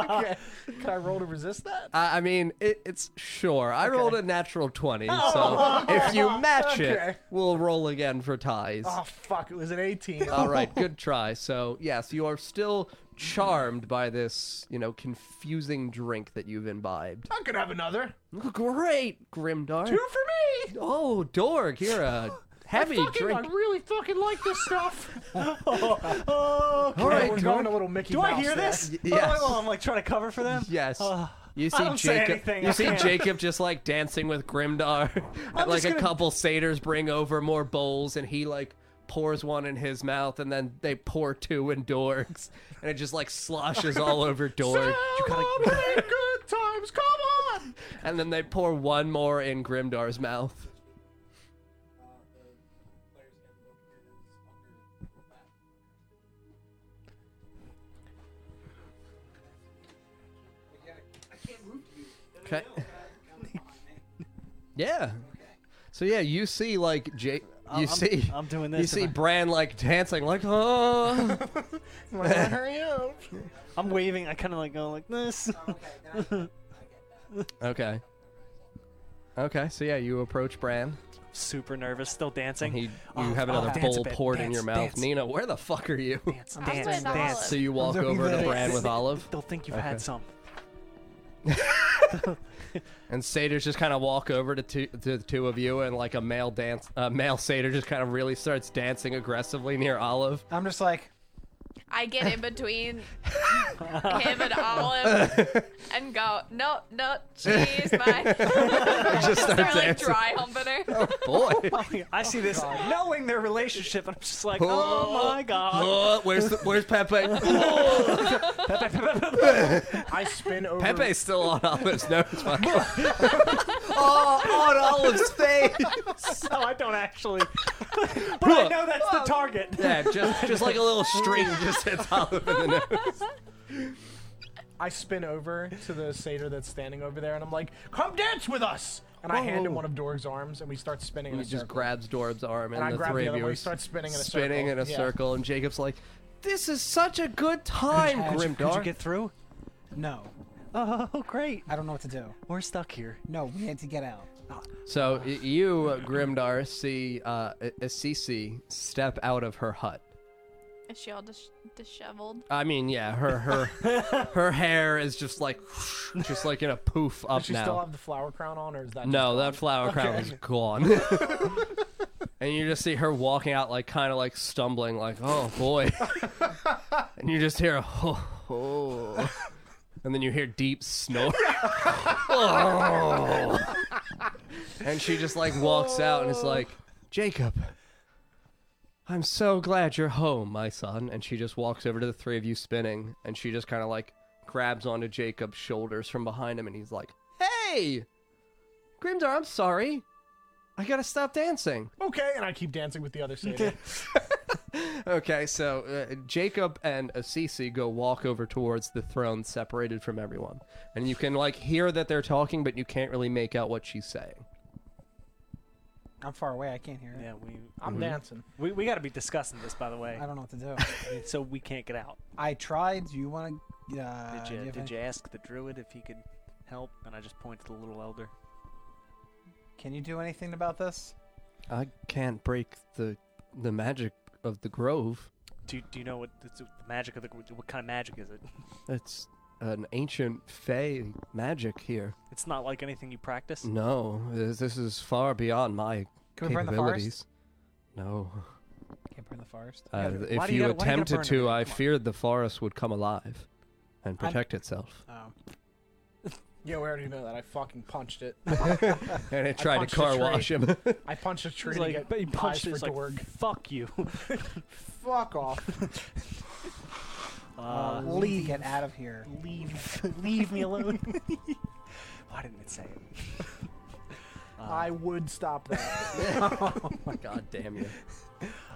okay. Can I roll to resist that? I I mean, it, it's sure. I rolled a natural 20, so if you match it, Oh. Okay. we'll roll again for ties. Oh fuck! It was an 18. All right, good try. So, yes, you are still charmed by this, you know, confusing drink that you've imbibed. I could have another. Great, Grimdark. Two for me. Oh, Dorg, you're a heavy Fucking, drink. I really fucking like this stuff. All right, we're Dorg. going a little Mickey Do Mouse. I hear there. this? Yes. Oh, I'm like trying to cover for them. Yes. Ugh. you I see don't say Jacob. anything, You I see can't. Jacob just like dancing with Grimdar. and like just a gonna- couple satyrs bring over more bowls, and he like pours one in his mouth, and then they pour two in Dorg's, and it just like sloshes all over Dorg. Celebrate good times. Come on. and then they pour one more in Grimdar's mouth. Okay. yeah. So yeah, you see like Jake. You I'm- see, I'm doing You this see and I- Bran like dancing, like oh. Why not hurry up. I'm waving. I kind of like go like this. okay. Okay. So yeah, you approach Bran. Super nervous. Still dancing. He, you Oh, have another oh, dance bowl a bit, poured in dance, your mouth. dance. Nina, where the fuck are you? Dance, I'm dance, with dance. olive. So you walk I'm doing over to this. Bran with Olive, They'll think you've Okay. had some. and satyrs just kind of walk over to, two, to the two of you, and like a male dance, uh, male satyr just kind of really starts dancing aggressively near Olive. I'm just like, I get in between him and Olive and go, no, no, she's mine. Just They're start like dancing. dry humping her. Oh boy! I see this Oh, knowing their relationship. I'm just like, Oh. oh my god. Oh, where's the, where's Pepe? Oh, I spin over. Pepe's still on Olive's nose. fuck. oh, on Olive's face. So I don't actually. Oh. But I know that's the target. Yeah, just just like a little string just hits Olive in the nose. I spin over to the satyr that's standing over there, and I'm like, "Come dance with us!" And I hand him Whoa. one of Dorg's arms, and we start spinning in He a just circle. grabs Dorb's arm, and, and I the grab three the of other you one. are We start spinning in a circle. spinning in a Yeah. circle, and Jacob's like, "This is such a good time, Could you- Did you Grimdark." get through? no, Oh, great. I don't know what to do. We're stuck here. No, we had to get out. So y- e, you, Grimdar, see uh, Assisi step out of her hut, Is she all dis- disheveled? I mean, yeah, her her her hair is just like just like in a poof Does up she still now. have the flower crown on, or is that? No, that flower crown Okay. is gone. and you just see her walking out like kind of like stumbling like, "Oh boy." and you just hear a oh, oh. And then you hear deep snore. oh. And she just like walks out and is like, "Jacob, I'm so glad you're home, my son." And she just walks over to the three of you spinning and she just kind of like grabs onto Jacob's shoulders from behind him and he's like, "Hey!" Grimdar, I'm sorry. I gotta stop dancing. Okay, and I keep dancing with the other Sadie. Okay, so uh, Jacob and Assisi go walk over towards the throne, separated from everyone, and you can like hear that they're talking, but you can't really make out what she's saying. I'm far away. I can't hear it. Yeah, we I'm dancing. we, we got to be discussing this, by the way. I don't know what to do. So we can't get out. I tried. Do you want to? Uh, Did do you have did any- you ask the druid if he could help? And I just point to the little elder. Can you do anything about this? I can't break the the magic of the grove. Do, do you know what it's, the magic of the what kind of magic is it? It's an ancient fey magic here. It's not like anything you practice. Mm. No, this this is far beyond my Can we burn the forest? capabilities. No, Can't burn the forest. uh, why if do you you gotta- why do you gotta burn attempted to, everything? I Come on. feared the forest would come alive and I'm- protect itself. Oh. Yeah, we already know that. I fucking punched it. And it tried punched to a car tree. wash him. I punched a tree He's to like, get but he eyes punched it, for it's like, Dorg. fuck you. Fuck off. Uh, Uh, we need to get out of here. leave, leave me alone. Why didn't it say it? Uh, I would stop that. God damn you.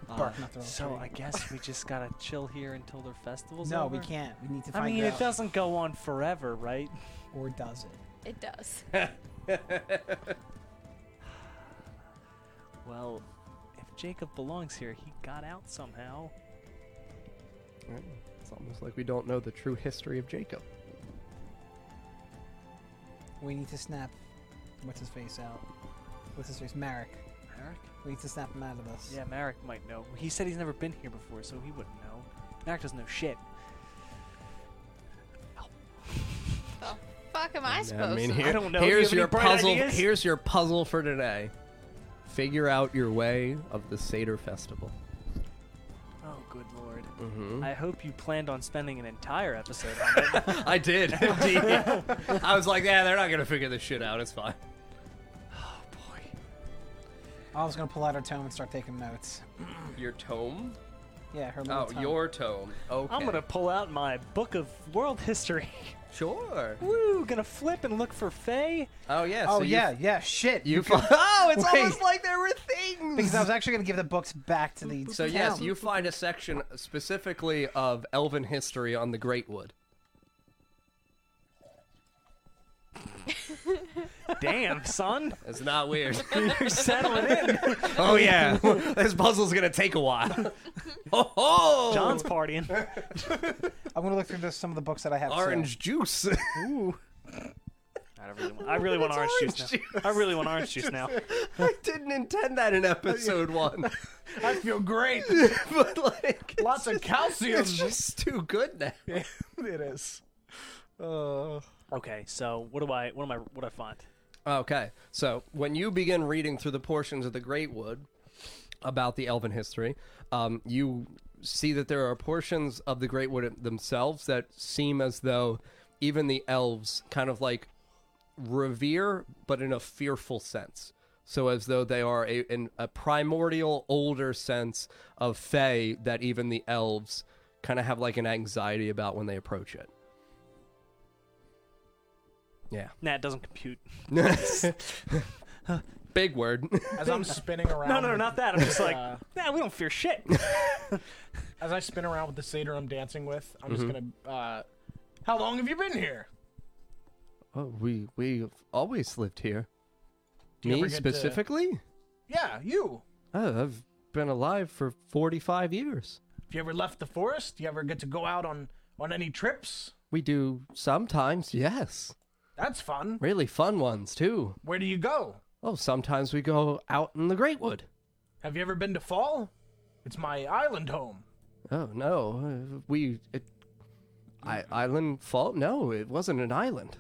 bark, not the wrong uh, so tree. I guess we just gotta chill here until their festival's No, over. we can't. We need to find I mean, out. it doesn't go on forever, right? Or does it? It does. Well, if Jacob belongs here, he got out somehow. It's almost like we don't know the true history of Jacob. We need to snap. What's his face out? What's his face? Merrick. Merrick? We need to snap him out of this. Yeah, Merrick might know. He said he's never been here before, so he wouldn't know. Merrick doesn't know shit. Well, fuck am I supposed to? I don't know. Do you Here's have any your bright puzzle. ideas? Here's your puzzle for today. Figure out your way of the Seder Festival. Oh, good lord. Mm-hmm. I hope you planned on spending an entire episode on it. I did. indeed. I was like, yeah, they're not gonna figure this shit out. It's fine. oh, boy. I was gonna pull out her tome and start taking notes. Your tome? Yeah, her little Oh, tome. your tome. Okay. I'm gonna pull out my book of world history. Sure. Woo! Gonna flip and look for Faye. Oh yeah. Oh so you- yeah, yeah. Shit. You. fi- oh, it's Wait. almost like there were things. Because I was actually gonna give the books back to the. So town. yes, you find a section specifically of elven history on the Great Wood. Damn, son. It's not weird. You're settling in. oh yeah, this puzzle's gonna take a while. oh, ho! John's partying. I'm gonna look through this, some of the books that I have. orange juice. Ooh. I really want, I really want It's orange, orange juice, now. juice. I really want orange juice now. I didn't intend that in episode one, I feel great. but like, Lots of calcium. it's just too good now. it is. Uh, Okay, so what do I? What am I? What do I find? Okay, so when you begin reading through the portions of the Great Wood about the elven history, um, you see that there are portions of the Great Wood themselves that seem as though even the elves kind of like revere, but in a fearful sense. So as though they are a, in a primordial, older sense of Fey that even the elves kind of have like an anxiety about when they approach it. Yeah. Nah, it doesn't compute. Big word. as I'm spinning around. No, no, no, with- not that. I'm just like, Uh, nah, we don't fear shit. As I spin around with the satyr I'm dancing with, I'm just gonna. Uh, how long have you been here? Oh, we we've always lived here. Do you ever Me get to- specifically? Yeah, you. Oh, I've been alive for forty-five years. Have you ever left the forest? Do you ever get to go out on on any trips? We do sometimes, yes, That's fun. really fun ones too. Where do you go? Oh, sometimes we go out in the Great Wood. Have you ever been to Fall? It's my island home. Oh no, uh, we it, I, island fault? No, it wasn't an island.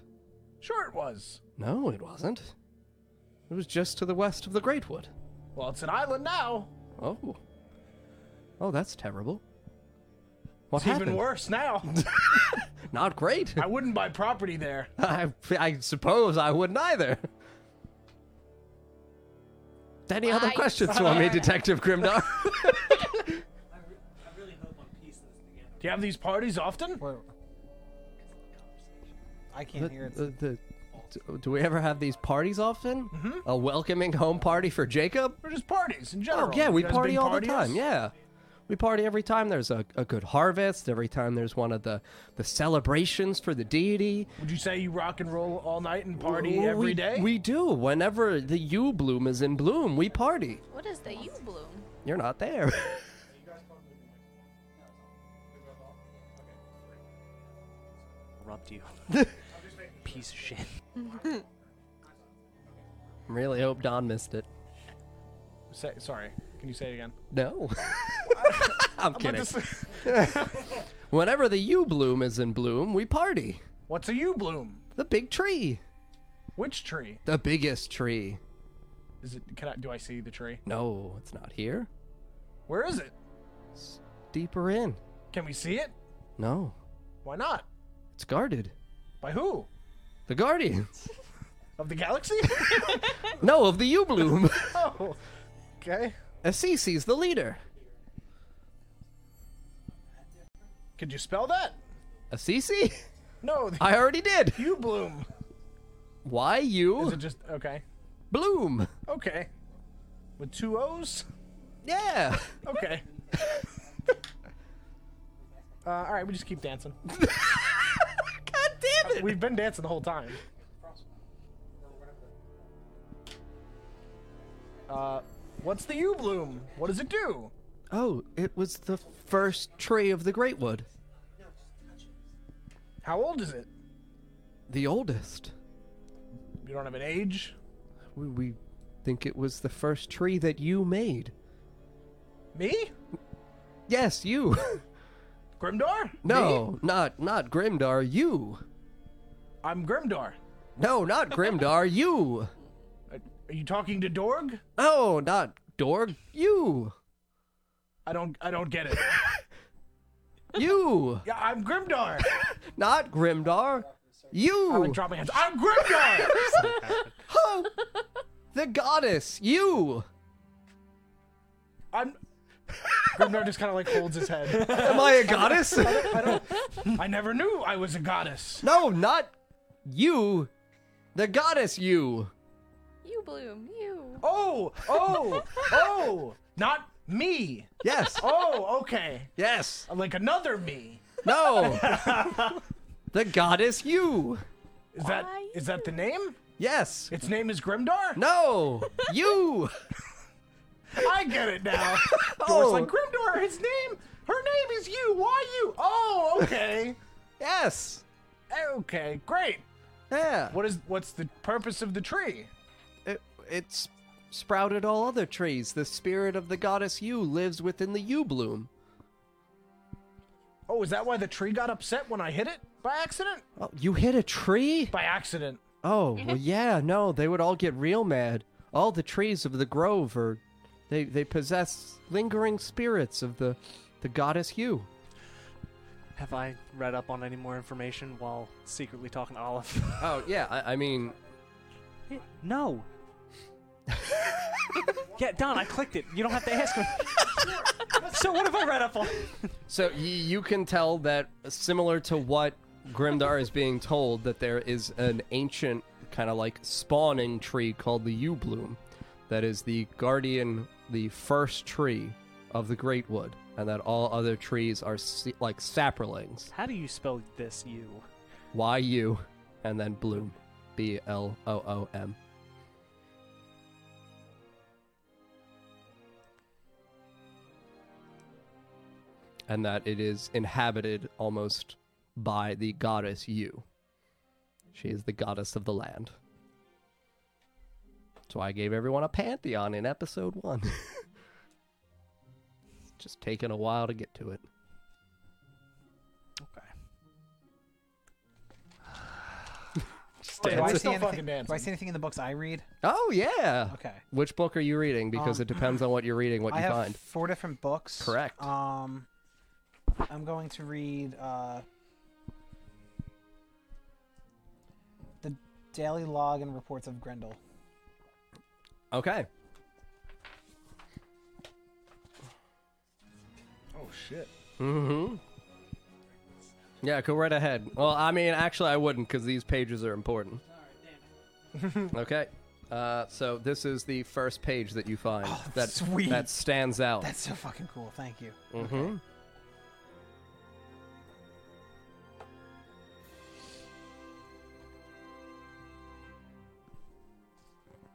Sure, it was. No, it wasn't. It was just to the west of the Great Wood. Well, it's an island now. Oh, oh, that's terrible. What It's happened? even worse now. Not great. I wouldn't buy property there. I, I suppose I wouldn't either. Any other I- questions for me, Detective Grimdar? I, I really hope I'm piecing this together. Do you have these parties often? Wait. I can't hear it. The- Uh, the- do- do we ever have these parties often? A welcoming home party for Jacob? Or just parties in general? Oh yeah, we You guys party big all the partiers? time. Yeah, we party every time there's a, a good harvest. Every time there's one of the the celebrations for the deity. Would you say you rock and roll all night and party W- we, every day? We do. Whenever the yew bloom is in bloom, we party. What is the U bloom? You're not there. Rubbed you. Piece of shit. really hope Don missed it. Say, sorry, can you say it again? No. I'm kidding. What does- Whenever the yew bloom is in bloom, we party. What's a you bloom? The big tree. Which tree? The biggest tree. Is it? Can I? Do I see the tree? No, it's not here. Where is it? Deeper in. Can we see it? No, Why not? it's guarded. By who? The guardians. Of the galaxy? No, of the yew bloom. oh, okay. Assisi's the leader. Could you spell that? Assisi? No, the I already did. you bloom. Why you Is it just okay? bloom? Okay. With two O's? Yeah. Okay. uh, all right, we just keep dancing. God damn it. We've been dancing the whole time. Uh, what's the U bloom? What does it do? Oh, it was the first tree of the Great Wood. How old is it? The oldest. You don't have an age. We, we think it was the first tree that you made. Me? Yes, you. Grimdor? Me? No, not not Grimdar, you. I'm Grimdor. No, not Grimdar, you. Are are you talking to Dorg? No, not Dorg, you. I don't. I don't get it. You. yeah, I'm Grimdor. Not Grimdar, I like you. dropping hands. I'm Grimdor. Oh, the goddess, you. I'm. Grimdor just kind of like holds his head. Am I a goddess? I don't. I never knew I was a goddess. No, not you. The goddess, you. U bloom, you. Oh, oh, oh! Not me. Yes. Oh, okay. Yes. Like another me. No. The goddess, you. Is that Why is that the name? Yes. Its name is Grimdar. No. You. I get it now. Oh. Dor's like Grimdor. His name. Her name is you. Why you? Oh, okay. Eh, Yes. okay, great. Yeah. What is what's the purpose of the tree? it, it's sprouted all other trees. The spirit of the goddess Yu lives within the Yu bloom. Oh, is that why the tree got upset when I hit it by accident? Oh, you hit a tree? By accident. Oh, well, yeah, no, they would all get real mad. All the trees of the grove are. They, they possess lingering spirits of the, the goddess Yu. Have I read up on any more information while secretly talking to Olive? Oh, yeah, I, I mean, no. yeah, Don, I clicked it. You don't have to ask me. so what have I read up on? So y- you can tell that similar to what Grimdar is being told that there is an ancient kind of like spawning tree called the Yew Bloom that is the guardian the first tree of the Great Wood and that all other trees are se- like saplings How do you spell this you? Y U and then bloom B L O O M and that it is inhabited almost by the goddess Yu. She is the goddess of the land. So I gave everyone a pantheon in episode one. Just taking a while to get to it. Yeah, Do I, we're dancing. see still anything, fucking dancing. do I see anything in the books I read? Oh yeah. Okay. Which book are you reading? Because Um, it depends on what you're reading, what I you have find. four different books. Correct. Um, I'm going to read uh, the Daily Log and Reports of Grendel. Okay. Oh shit. Mm-hmm. Yeah, go right ahead. Well, I mean, actually, I wouldn't because these pages are important. okay. Uh, so this is the first page that you find that Oh, sweet. that stands out. That's so fucking cool. Thank you. Mm-hmm.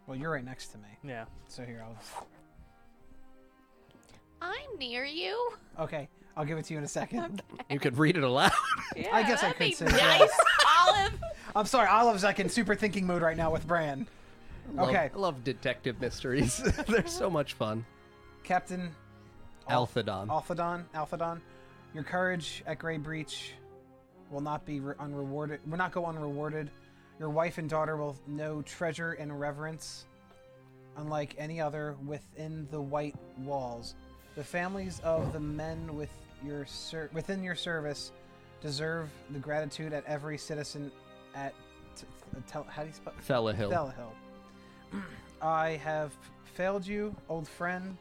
Well, you're right next to me, Yeah. so here I'll. just- I'm near you. Okay, I'll give it to you in a second. You could read it aloud. Yeah, I guess I that'd could be say that. nice, Olive. I'm sorry, Olive's like in super thinking mode right now with Bran. Love- Okay, Love, detective mysteries. They're so much fun. Captain Alphadon. Alphadon, Alphadon, your courage at Grey Breach will not be re- unrewarded. Will not go unrewarded. Your wife and daughter will know treasure and reverence, unlike any other within the White Walls. The families of the men with your ser- within your service deserve the gratitude at every citizen at t- t- tel- how do you spell Fella Hill. Thalahill. I have failed you, old friend.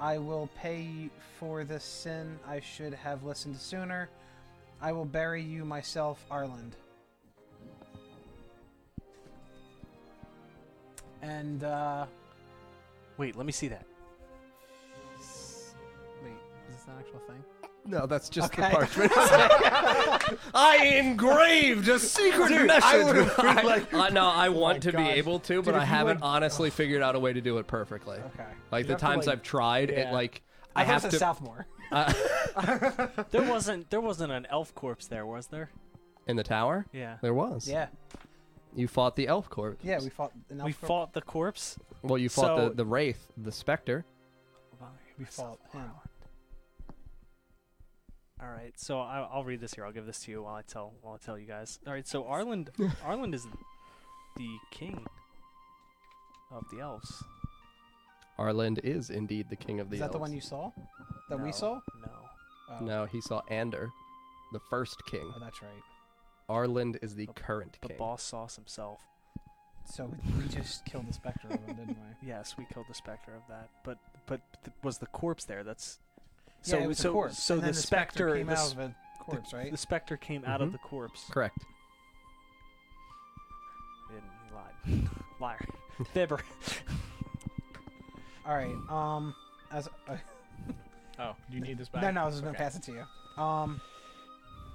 I will pay for this sin. I should have listened sooner. I will bury you myself, Arland. And, uh. Wait, let me see that. s- Wait, is this an actual thing? No, that's just Okay. the parchment. I engraved a secret message. I like, I, no, I want to be God. able to, but Dude, I if you haven't went- honestly figured out a way to do it perfectly. Okay. Like You'd the have to, times like- I've tried, it yeah. like I, I have to. Southmore. uh, There wasn't there wasn't an elf corpse there, was there? in the tower, Yeah. there was. Yeah. You fought the elf corps. Yeah, we fought. An we Elfcorp- fought the corpse. Well, you fought So- the, the wraith, the specter. We fought him. All right, so I, I'll read this here. I'll give this to you while I tell while I tell you guys. All right, so Arland Arland is the king of the elves. Arland is indeed the king of the Is that the elves. one you saw? That No, we saw? No. Oh. No, he saw Ander, the first king. Oh, that's right. Arland is the current The king. boss sauce himself. So we, we just killed the specter of him, didn't we? Yes, we killed the specter of that, but but th- was the corpse there? That's so yeah, it was so a corpse. so and the then the specter, came the, out s- of a corpse, the, right? Mm-hmm. the specter came out Mhm. of the corpse. Correct. He didn't. He lied. Liar. Fibber. All right. Um, as uh, Oh. Do you need this back? no, no, I was just gonna Okay. pass it to you. Um,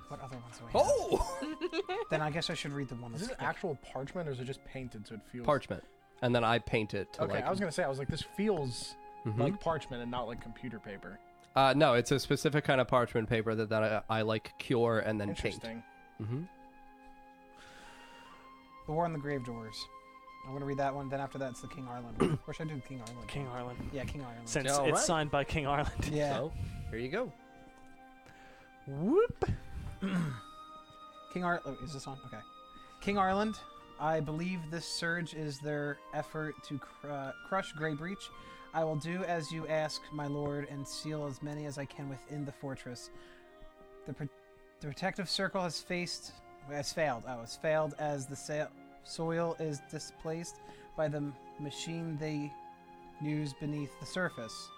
what other ones do I have? Oh, Then I guess I should read the one Is that's this actual parchment or is it just painted so it feels parchment, and then I paint it to Okay, like. I was gonna say I was like this feels Mhm. like parchment and not like computer paper. Uh, no, it's a specific kind of parchment paper that, that I, I like cure and then paint. Interesting. Mm-hmm. the War on the Grave Doors. I'm gonna read that one. Then after that, it's the King Ireland. one. or should I do King Ireland? King Arlen. Mm-hmm. Yeah, King Ireland. Since All it's right. signed by King Arlen. yeah. So here you go. Whoop. King Ar- oh, is this on? Okay. King Ireland. I believe this surge is their effort to cr- uh, crush Grey Breach. I will do as you ask, my lord, and seal as many as I can within the fortress. The, pro- the protective circle has faced has failed. Oh, has failed as the sa- soil is displaced by the m- machine they use beneath the surface.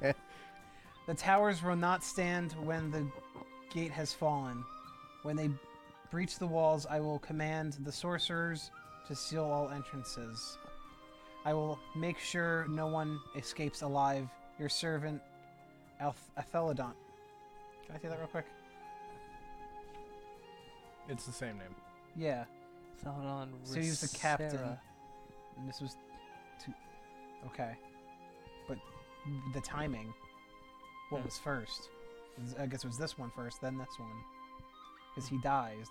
The towers will not stand when the gate has fallen. When they breach the walls, I will command the sorcerers to seal all entrances. I will make sure no one escapes alive. Your servant, Alth- Athelodon. Can I say that real quick? It's the same name. Yeah. Thelon So he was the captain. And this was. Two- okay. But the timing. What Hmm. was first? I guess it was this one first, then this one. Because he dies.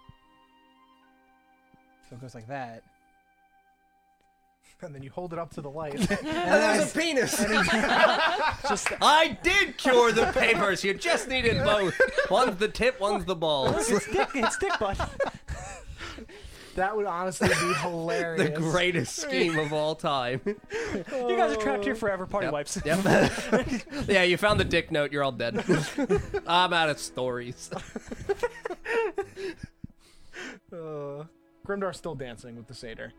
So it goes like that. And then you hold it up to the light. There's a penis. Just I did cure the papers. You just needed both. One's the tip, one's the balls. it's dick, it's dick butt. That would honestly be The hilarious. greatest scheme of all time. You guys are trapped here forever. Party Yep, wipes. Yep. yeah, you found the dick note. You're all dead. I'm out of stories. Uh, Grimdar's still dancing with the satyr.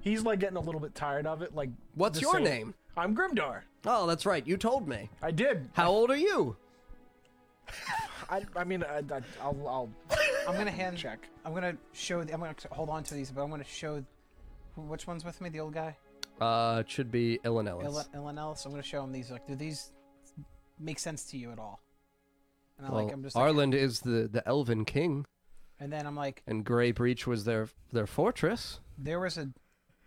He's like getting a little bit tired of it. Like, What's the your satyr- name? I'm Grimdar. Oh, that's right. You told me. I did. How old are you? I, I mean, I, I, I'll, I'll I'm gonna hand check. check. I'm gonna show. The, I'm gonna hold on to these, but I'm gonna show. who- Which one's with me? The old guy, Uh, it should be Ilan Ellis. Ilan Ilan Ellis. I'm gonna show him these. Like, do these make sense to you at all? And I'm well, like, I'm just. Like, Arland is the the Elven king, and then I'm like, and Grey Breach was their their fortress. there was a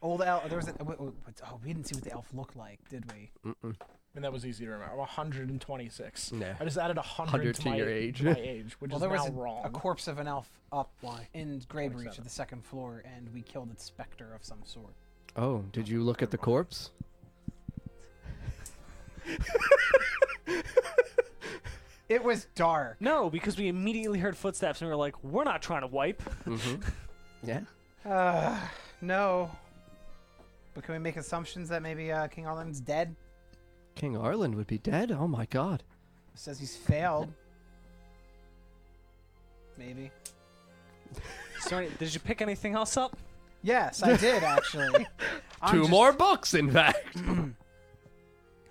old elf. There was a. w- w- what- Oh, we didn't see what the elf looked like, did we? And that was easy to remember. I'm 126. Yeah. I just added 100, 100 to, to my, your age. to my age, which Well, is there now was a, wrong. a corpse of an elf up in Grey Breach 27. at the second floor, and we killed its specter of some sort. Oh, did you look at the corpse? It was dark. no, because we immediately heard footsteps and we were like, "We're not trying to wipe." Mm-hmm. Yeah. Uh, no. But can we make assumptions that maybe uh, King Arlen's dead? King Arland would be dead. Oh my god. Says he's failed. Maybe. So, any- did you pick anything else up? Yes, I did actually. I'm Two just- more books, in fact.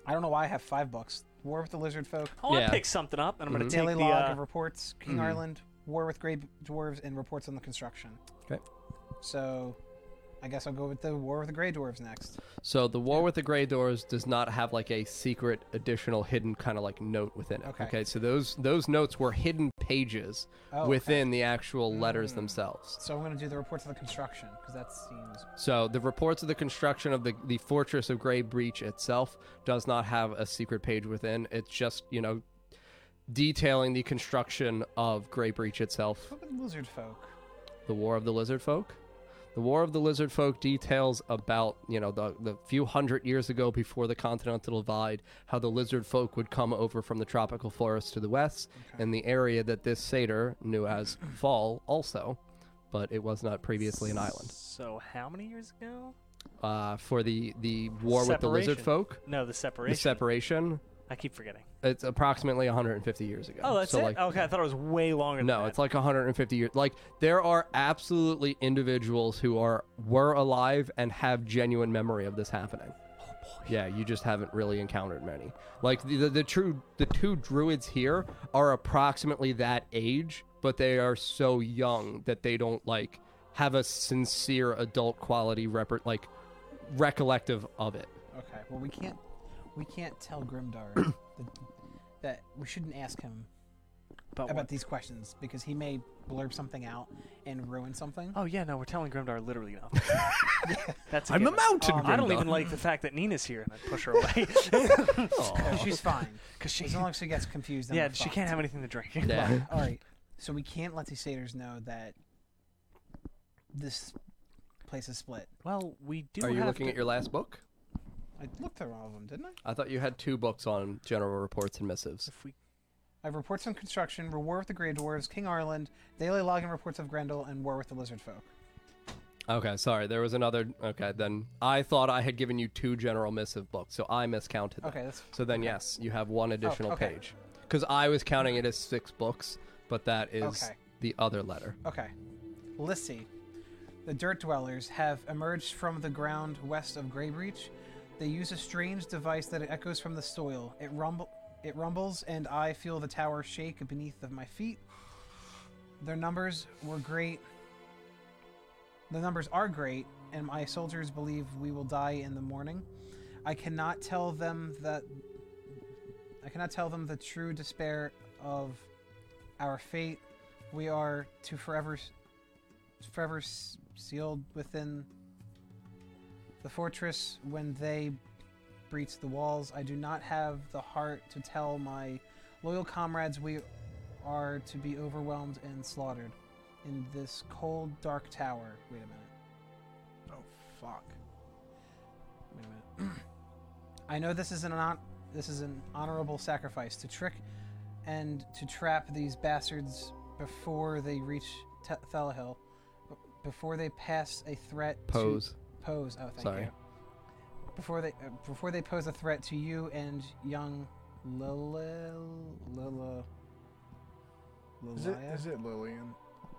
I don't know why I have five books. War with the Lizard Folk, Oh, Yeah. Mm-hmm. I picked something up, and I'm going to Daily take the. Log uh, mm-hmm. of Reports, King Ireland, War with Grey Dwarves, and Reports on the Construction. Okay. So, I guess I'll go with the War with the Grey Dwarves next. So the War with the Grey Doors does not have like a secret additional hidden kind of like note within it. Okay. So those those notes were hidden pages Oh, okay. Mm. within the actual letters themselves. So I'm gonna do the Reports on the Construction because that seems So the reports of the construction of the the fortress of Grey Breach itself does not have a secret page within. It's just, you know, detailing the construction of Grey Breach itself. what with Lizard Folk. The War of the Lizard Folk. The War of the Lizard Folk details about, you know, the, the few hundred years ago before the Continental Divide, how the Lizard Folk would come over from the tropical forest to the west, and the area that this satyr knew as Fall also, but it was not previously an island. So how many years ago? Uh, for the, the War with the Lizard Separation. Folk, No, the the separation. separation, I keep forgetting. it's approximately 150 years ago. Oh, that's so it. Like, okay, I thought it was way longer. than No, that. it's like 150 years. Like there are absolutely individuals who are were alive and have genuine memory of this happening. Oh, Yeah, you just haven't really encountered many. Like the, the the true the two druids here are approximately that age, but they are so young that they don't like have a sincere adult quality rep- like recollective of it. Okay. Well, we can't we can't tell Grimdar that, that we shouldn't ask him About about what? these questions because he may blurb something out and ruin something. Oh yeah, no, we're telling Grimdar literally nothing. That's. i I'm a mountain. I don't Grimdark. even like the fact that Nina's here, and I push her away Oh. No, she's fine. because she. As long as she gets confused. then Yeah, we're she fucked. can't have anything to drink. Yeah. All right. So we can't let these satyrs know that this place is split. Well, we do. Are you have looking to- at your last book? I looked through all of them, didn't I? I thought you had two books on general reports and missives. If we I have reports on construction, War with the Grey Dwarves, King Ireland, daily login reports of Grendel, and War with the Lizard Folk. Okay, sorry. There was another. Okay, then I thought I had given you two general missive books, so I miscounted. them. Okay, that's So then, yes, you have one additional okay. page because I was counting it as six books, but that is Okay. the other letter. Okay. Lissy. The dirt dwellers have emerged from the ground west of Greybreach. They use a strange device that echoes from the soil. It rumble it rumbles and I feel the tower shake beneath of my feet. Their numbers were great. The numbers are great, and my soldiers believe we will die in the morning. I cannot tell them that I cannot tell them the true despair of our fate we are to forever forever s- sealed within the fortress when they breach the walls i do not have the heart to tell my loyal comrades we are to be overwhelmed and slaughtered in this cold dark tower wait a minute Oh, fuck. Wait a minute. I know this is an hon- this is an honorable sacrifice to trick and to trap these bastards before they reach Te- Thelahill, before they pass a threat to- Pose. pose. Oh, thank Sorry. you. Before they uh, before they pose a threat to you and young Lila Lila Is it, Lilia? is it Lillian?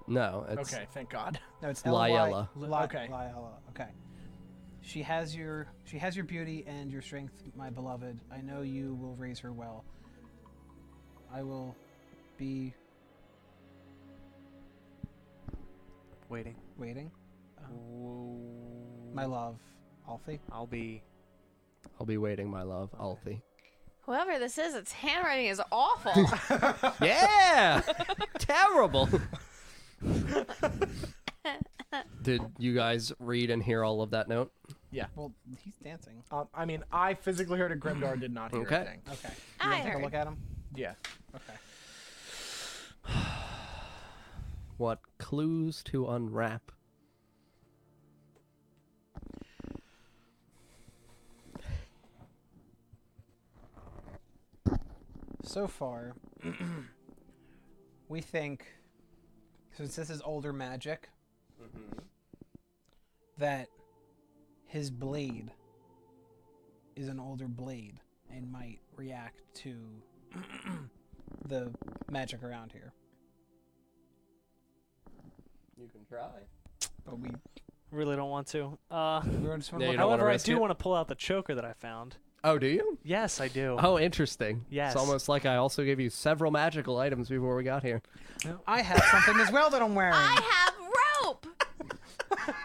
No, it's okay, thank God. No, it's Lyella. L Y- Li- Okay. Lyella. Okay. She has your she has your beauty and your strength, my beloved. I know you will raise her well. I will be Waiting. waiting, Whoa. my love, Alfie. I'll be. I'll be waiting, my love, Alfie. Whoever this is, its handwriting is awful. Yeah, terrible. Did you guys read and hear all of that note? Well, he's dancing. Um, I mean, I physically heard it. Grimdar did not hear Okay. a thing. Okay. You I want to take a heard. look at him? Yeah. Okay. What clues to unwrap? So far, we think, since this is older magic, that his blade is an older blade and might react to the magic around here. You can try. But we, Really don't want to. Uh, Yeah, we just want to you look don't wanna however, I risk do it? want to pull out the choker that I found. Oh, do you? Yes, I do. Oh, interesting. Yes. It's almost like I also gave you several magical items before we got here. I have something as well that I'm wearing. I have rope.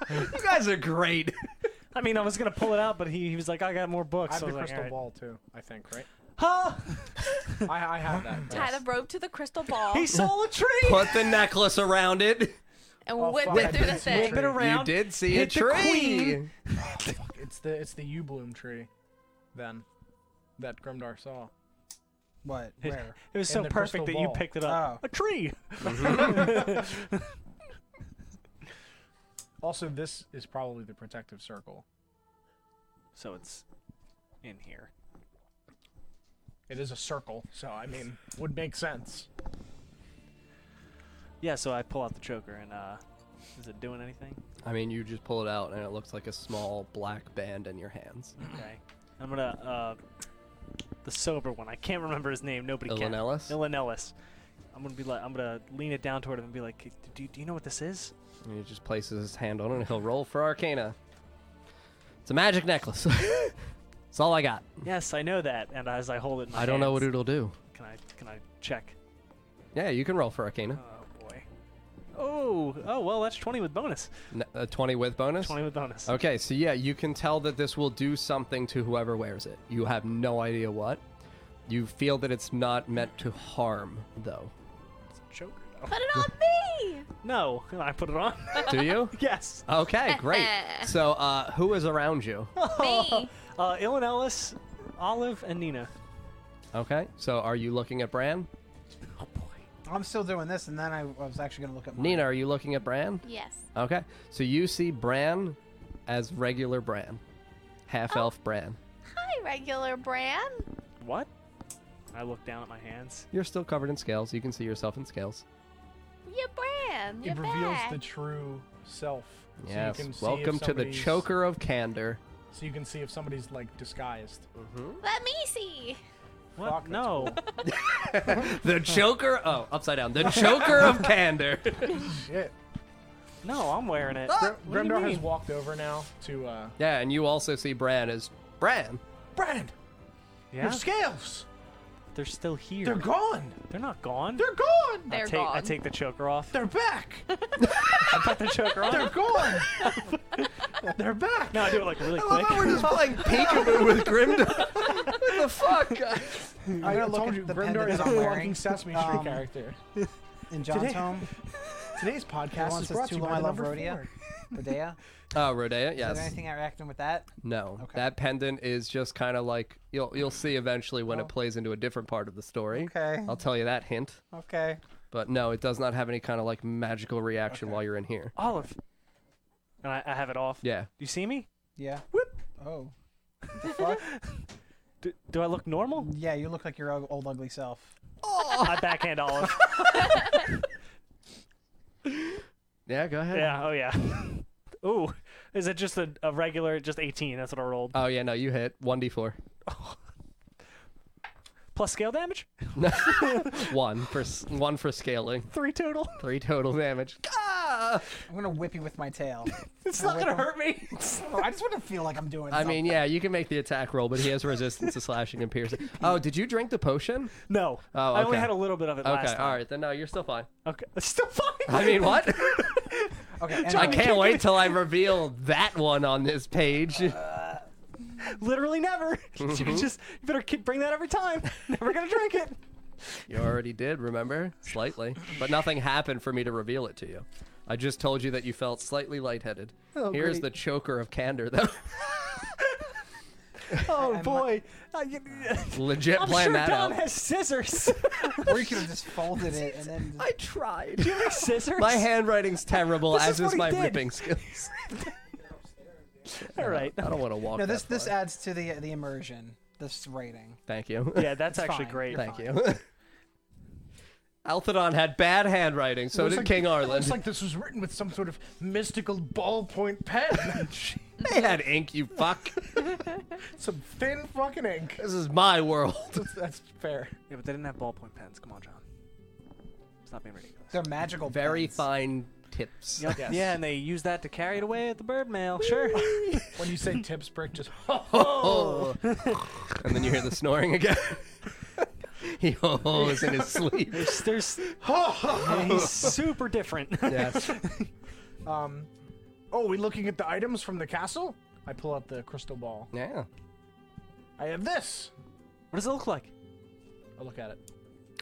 You guys are great. I mean, I was gonna pull it out, but he, he was like, "I got more I books." have So I the was like, crystal "All right." ball too. I think, right? Huh? I, I have that. Tie yes. the rope to the crystal ball He sold a tree. Put the necklace around it. and Oh, whip fuck, I it through the didn't thing. Whip it around. You did see hit a the tree. queen. Fuck, it's the it's the U bloom tree, then, that Grimdar saw. What? Where? It was And so the perfect crystal that you ball. Ah. picked it up. Oh. A tree. Mm-hmm. Also, this is probably the protective circle. So it's in here. It is a circle, so I mean, would make sense. Yeah. So I pull out the choker, and uh, is it doing anything? I mean, you just pull it out, and it looks like a small black band in your hands. Okay. I'm gonna uh, the sober one. I can't remember his name. Nobody Ilan can. Ellis? Ilan Ellis. I'm gonna be like, I'm gonna lean it down toward him and be like, "Do, do you know what this is?" And he just places his hand on it, and he'll roll for Arcana. It's a magic necklace. That's all I got. Yes, I know that. And as I hold it, in my I don't know what hands, it'll do. Can I can I check? Yeah, you can roll for Arcana. Oh boy. Oh oh well, that's 20 with bonus. Uh, N- a 20 with bonus? 20 with bonus. Okay, so yeah, you can tell that this will do something to whoever wears it. You have no idea what. You feel that it's not meant to harm, though. Choker. Put it on me. No, and I put it on. Do you? yes. Okay, great. So, uh, who is around you? Me. Uh, Ilan Ellis, Olive, and Nina. Okay, so are you looking at Bran? Oh boy. I'm still doing this, and then I, I was actually going to look at mine. Nina, are you looking at Bran? Yes. Okay, so you see Bran as regular Bran, half elf Bran. Hi, regular Bran. What? I look down at my hands. You're still covered in scales. You can see yourself in scales. You Bran. You're it reveals back. the true self. so you yes. can see if Welcome to the somebody's- choker of candor. So you can see if somebody's like disguised. Let me see. What? Fuck, that's no. The choker. Oh, upside down. The choker of candor. Shit. No, I'm wearing it. Grim- What do you Grimdar has mean? walked over now to. uh... Yeah, and you also see Bran as Bran. Brand, Yeah. They're, scales. still here. gone. They're not gone. gone. They're I take, I gone. take the choker off. They're back. I put the choker on. gone. They're back. No, I do it like really quick. just playing peekaboo with Grimdor. what the fuck? I gonna look told at you, the Grimdar pendant is a that I'm wearing. fucking Sesame Street Um, character. In John's Today- home, Today's podcast once is it's brought to you too by long, I the love number rodeo. four. Badea. Oh, Rodea. Is Yes. there anything interacting with that? No, Okay. that pendant is just kind of like you'll you'll see eventually when Oh. it plays into a different part of the story. Okay. I'll tell you that hint. Okay. But no, it does not have any kind of like magical reaction while you're in here. Olive. And I, I have it off. Yeah. You see me? Yeah. Whoop. Oh. The fuck? Do, do I look normal? yeah, you look like your old, old ugly self. I backhand Olive. Yeah, go ahead. Yeah. Oh yeah. Ooh, is it just a, a regular just 18? That's what I rolled. Oh yeah, no, you hit one d four. Plus scale damage, One for s- one for scaling. three total. Three total damage. Ah! I'm gonna whip you with my tail. It's not gonna hurt me. I just want to feel like I'm doing. I something. mean, yeah, you can make the attack roll, but he has resistance to slashing and piercing. Oh, did you drink the potion? No. Oh, I only okay. had a little bit of it last Okay, time. all right, then no, you're still fine. Okay. It's still fine. I mean, what? Okay. I anyway. can't wait till I reveal that one on this page. Literally never. Mm-hmm. you just you better keep, bring that every time. Never gonna drink it. You already did, remember? Slightly. But nothing happened for me to reveal it to you. I just told you that you felt slightly lightheaded. Oh, Here's great. the choker of candor, though. Oh and boy. Uh, you- Legit I'm plan sure that Dom out. has scissors. Or you could have just folded it and then. Just... tried. Do you have any scissors? My handwriting's terrible, This as is is, what he my did. ripping skills. All right. I don't want to walk. No, that this this far. adds to the the immersion. This rating. Thank you. Yeah, that's actually fine. great. You're Thank you. Althodon had bad handwriting, so It's did like- King Arlen. It's like this was written with some sort of mystical ballpoint pen. they had ink, you fuck. some thin fucking ink. this is my world. That's, that's fair. Yeah, but they didn't have ballpoint pens. Come on, John. Stop being ridiculous. They're magical. Very pens. fine tips. Yep. Yeah, and they use that to carry it away at the bird mail. Sure. When you say tips brick, just Oh. and then you hear the snoring again. he ho ho's in his sleep. There's, there's yeah, he's super different. Yes. um. Oh, we looking at the items from the castle? I pull out the crystal ball. Yeah. I have this. What does it look like? I look at it.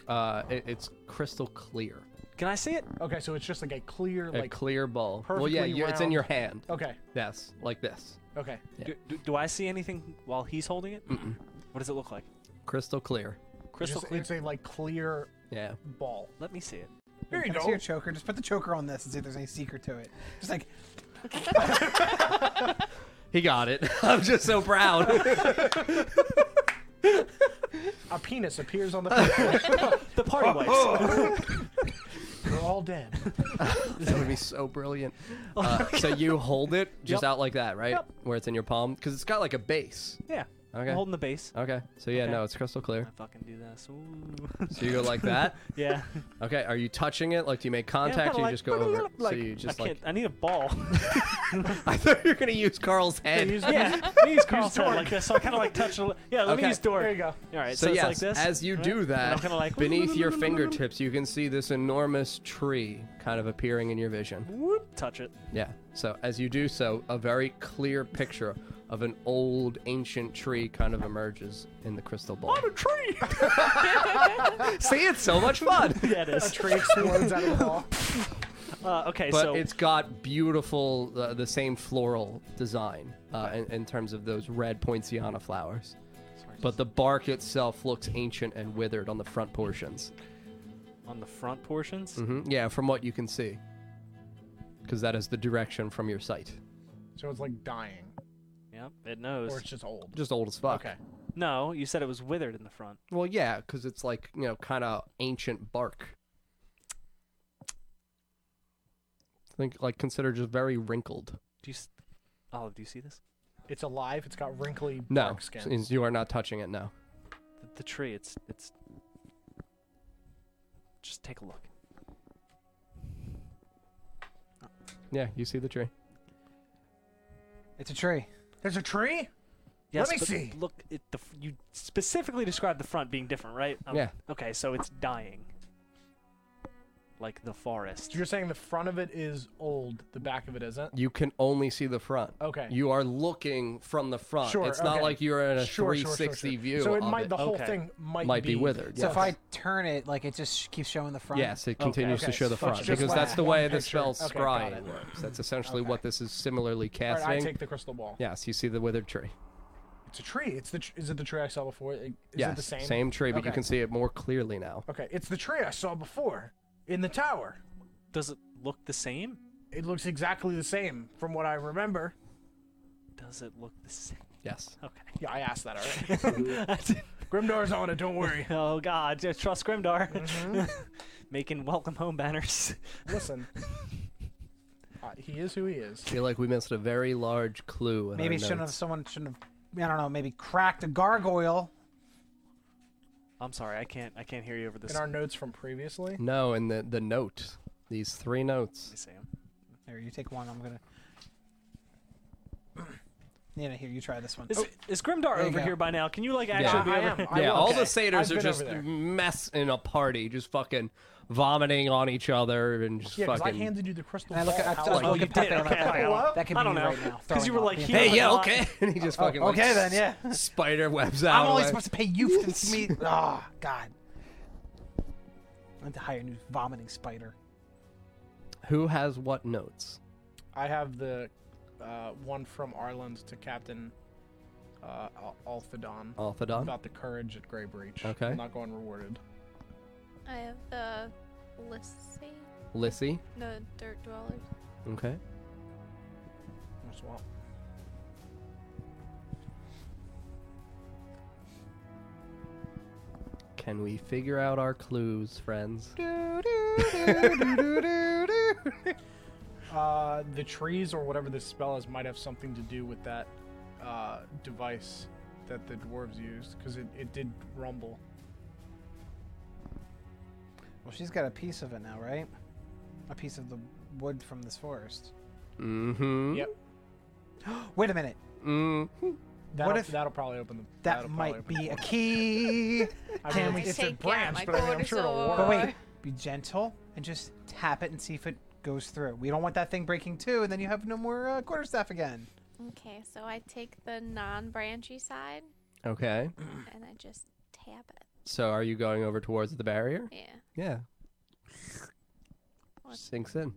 Uh, it, it's crystal clear. Can I see it? Okay, so it's just like a clear, a like. clear ball. Well, yeah, perfectly you it's in round- your hand. okay, Yes, like this. okay. Do, do, do I see anything while he's holding it? What does it look like? Crystal clear. It's, Crystal just- clear. it's a like clear Yeah. ball. Let me see it. There you Can I go. see your choker? Just put the choker on this and see if there's any secret to it. Just like He got it. I'm just so proud. A penis appears on the. paper. The Oh, party wipes. We're all dead. that would be so brilliant. Uh, so you hold it just Yep. out like that, right? Yep. Where it's in your palm, because it's got like a base. Yeah. Okay. I'm holding the base. Okay. So yeah, Okay. no, it's crystal I clear. fucking do this. Ooh. So you go like that. yeah. Okay. Are you touching it? Like, do you make Yeah, I'm contact? or kinda you like- just go over. it? so like, you just I like. can't- I need a ball. I thought you were gonna use Carl's head. Use- yeah. I use Carl's head like this. So I kind of like touch a little. Yeah. Let Okay. me use door. There you go. All right. so So, yes, it's like this. as you do And I'm that, kinda like, beneath your fingertips, you can see this enormous tree kind of appearing in your vision. Whoop, touch it. Yeah. So as you do so, a very clear picture of an old ancient tree kind of emerges in the crystal ball. a tree. See, it's so much fun. yeah, it is. Tree explodes out of the ball. Uh, okay, But so it's got beautiful, uh, the same floral design uh, in, in terms of those red poinciana flowers. But the bark itself looks ancient and withered on the front portions. on the front portions. hmm Yeah, from what you can see. Because that is the direction from your sight. So it's like dying, Yep, it or knows. it's just old. Just old as fuck. Okay. No, you said it was withered in the front. Well, yeah, because it's like, you know, kind of ancient bark. Think, like, consider just very wrinkled. Do you, s- Olive? Do you see this? It's alive. It's got wrinkly No, bark skin. since you are not touching it, no. The, the tree. It's it's. Just take a look. Yeah, you see the tree. it's a tree. There's a tree. Yes, me but see. Look, it, the, f- you specifically described the front being different, right? Um, Yeah. Okay, so it's dying. Like the forest. So you're saying the front of it is old, the back of it isn't. You can only see the front. Okay. You are looking from the front. Sure, it's not okay. like you're in a Sure, sure, sure, 360 sure. view. So it of might it. the whole Okay. thing might, Might be withered, So yeah. if I turn it, like it just sh- keeps showing the front. Yes, it continues to okay, show the so front it's just because like that's the one way the picture. spell Okay, got scrying it. works. That's essentially Okay. what this is similarly All right, I casting. take the crystal ball. Yes, you see the withered tree. It's a tree. It's the tr- is it the tree I saw before? Is yes, it the same? tree, but you Okay. can see it more clearly now. Okay, it's the tree I saw before in the tower. Does it look the same? It looks exactly the same from what I remember. Does it look the same? Yes. Okay. Yeah, I asked that already. I didn't- Grimdar's on it. Don't worry. oh God, just Mm-hmm. trust Grimdar. Making welcome home banners. Listen, not. Uh, He is who he is. feel like we missed a very large clue. in Maybe our shouldn't have notes. someone shouldn't have. I don't know. Maybe cracked a gargoyle. I'm sorry, I can't. I can't hear you over this. In our notes from previously, No, and the the note. These three notes. I see 'em. Here, you take one. I'm gonna. Yeah, here you try this one. Is, Oh, is Grimdar There you over go. here by now? Can you like Yeah. actually I be am. over? I yeah, will- all okay. the satyrs I've are been just over there. mess in a party, just fucking vomiting on each other and just yeah, because I fucking. handed you the crystal. And I look ball at- I- I outline. Oh, look you at Pepe did. and Okay, Pepe. I, don't- That could I be don't you know. right now, Because you throwing were up like, he the hey, like, yeah, uh, okay. and he just oh, fucking like okay then, yeah. spider webs out. I'm only like- supposed to pay you for this. Me. Oh God. I need to hire a new vomiting spider. Who has what notes? I have the uh, one from Arland to Captain uh, Al- Alphadon Alphadon. about the courage at Grey Breach. Okay. I'm not going rewarded. I have the Lissy, Lissy. the Dirt Dwellers. Okay. I'm swamp. Can we figure out our clues, friends? Uh, the trees or whatever this spell is might have something to do with that uh, device that the dwarves used because it, it did rumble. Well, she's got a piece of it now, right? A piece of the wood from this forest. Mm-hmm. Yep. Wait a minute. Mm. That'll, if- that'll probably open the. That that'll probably might open the be a door. key. I Can mean, we it's a take out branch, my but I mean, I'm sure it'll work. But Alright. wait, be gentle and just tap it and see if it goes through. We don't want that thing breaking too, and then you have no more uh, quarterstaff again. Okay, so I take the non-branchy side Okay. and I just tap it. So are you going over towards the barrier? Yeah. Yeah. What? Sinks in.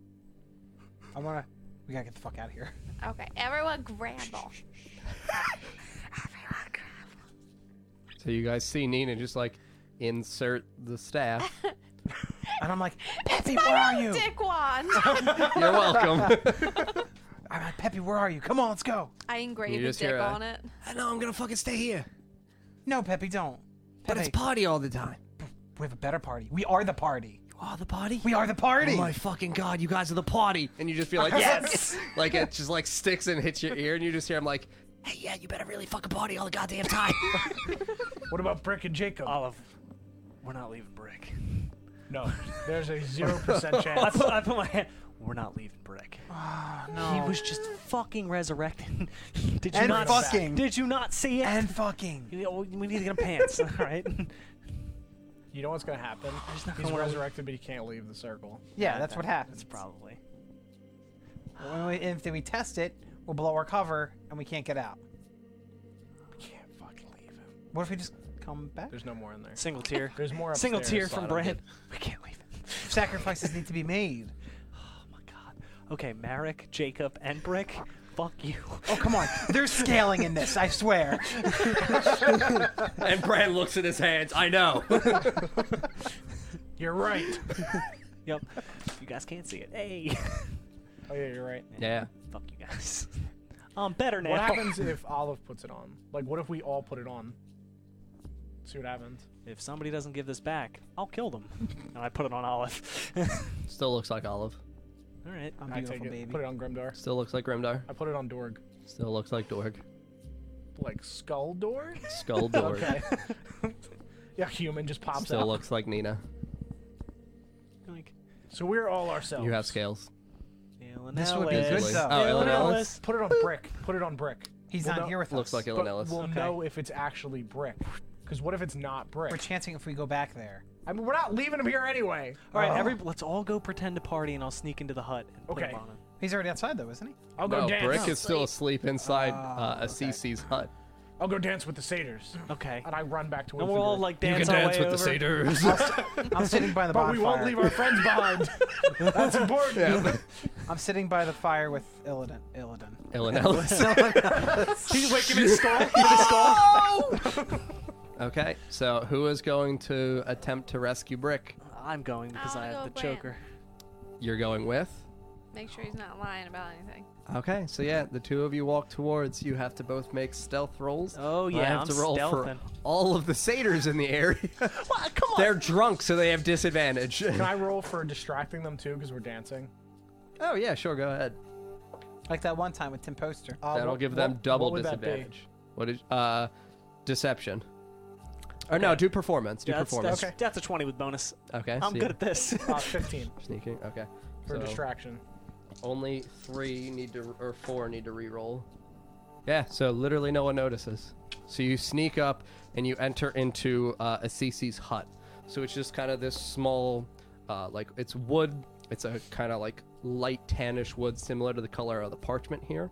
I wanna. We gotta get the fuck out of here. Okay, everyone grapple. So you guys see Nina just like insert the staff. And I'm like, Peppy, where are you? Dick wand. You're welcome. I'm like, Peppy, where are you? Come on, let's go. I engraved You a just hear dick a- on it. I know I'm gonna fucking stay here, No, Peppy, don't. Peppy, party all the time. we have a better party. We are the party. You are the party. We are the Oh party. fucking god, you guys are the party! And you just feel like yes, like it just like sticks and hits your ear, and you just hear him like, "Hey, yeah, you better really fucking party all the goddamn time." What about Brick and Jacob? Olive, we're not leaving Brick. no, there's a zero percent I chance. put, I put my hand. We're not leaving Brick. Oh, no. He was just fucking resurrected. did you and not fucking. Did you not see it? and fucking. You know, we need to get him pants. All right. You know what's gonna happen? not He's gonna work. resurrected, but he can't leave the circle. Yeah, that's what happens. That's probably. When we, if we test it, we'll blow our cover and we can't get out. We can't fucking leave him. What if we just come back? There's no more in there. Single tier. There's more upstairs. Single tier so I from don't Brent. We can't leave him. Sacrifices need to be made. Oh my god. Okay, Marek, Jacob, and Brick. Fuck you. Oh, come on. There's scaling in this, I swear. and Bran looks at his hands. I know. You're right. Yep. You guys can't see it. Hey. oh yeah, you're right. yeah. Fuck you guys. I'm better now. What happens if Olive puts it on? Like, what if we all put it on? See what happens. If somebody doesn't give this back, I'll kill them. and I put it on Olive. All Still looks like Olive. right. I'm I take beautiful, it. baby. Put it on Grimdar. Still looks like Grimdar. I put it on Dorg. Still looks like Dorg. Like Skull Dorg. Skull Dorg. Okay. yeah, human just pops Still out. looks like Nina. Like, So we're all ourselves. You have scales. Dylan This would be Ellis. good Ellis. though. Oh, Dylan Ellen Ellis? Ellis. Put it on Brick. Put it on Brick. He's Uh, Well, not no, here with Looks us. like Ellen But Ellis. We'll Okay. know if it's actually Brick. Because what if it's not We're Brick? chancing if we go back there. I mean, we're not leaving him here anyway. All right, Oh. every let's all go pretend to party, and I'll sneak into the hut and put Okay. him on him. He's already outside though, isn't he? I'll go No, dance. Brick is still asleep inside Ah, uh, Assisi's hut. I'll go dance with the satyrs. Okay. And I run back to And we're all like dance our way over. satyrs. I'm sitting by the But bonfire. we won't leave our friends behind. That's important. I'm sitting by the fire with Illidan. Illidan. Ellen Ellis. He's waking his skull. Okay, so who is going to attempt to rescue Brick? I'm going because I, wanna have go the Brant. choker. You're going with? Make sure he's not lying about anything. Okay, so yeah, the two of you walk towards. You have to both make stealth rolls. Oh, And I yeah, have I'm to roll for stealthing. all of the satyrs in the area. come on. They're drunk, so they have disadvantage. Can I roll for distracting them too? Because we're dancing. Oh yeah, sure. Go ahead. Like that one time with Tim Poster. Uh, That'll what- give them what- double what would that be? disadvantage. What is uh, deception? Or no, do performance. Do Yeah, that's, performance. that's, that's a 20 with bonus. okay. I'm so good at this. Uh, 15 you're Sneaking. Okay. for so distraction. only three need to or four need to re-roll. Yeah. So literally no one notices. So you sneak up and you enter into uh, Assisi's hut. So it's just kind of this small, uh, like it's wood. It's a kind of like light tannish wood, similar to the color of the parchment here.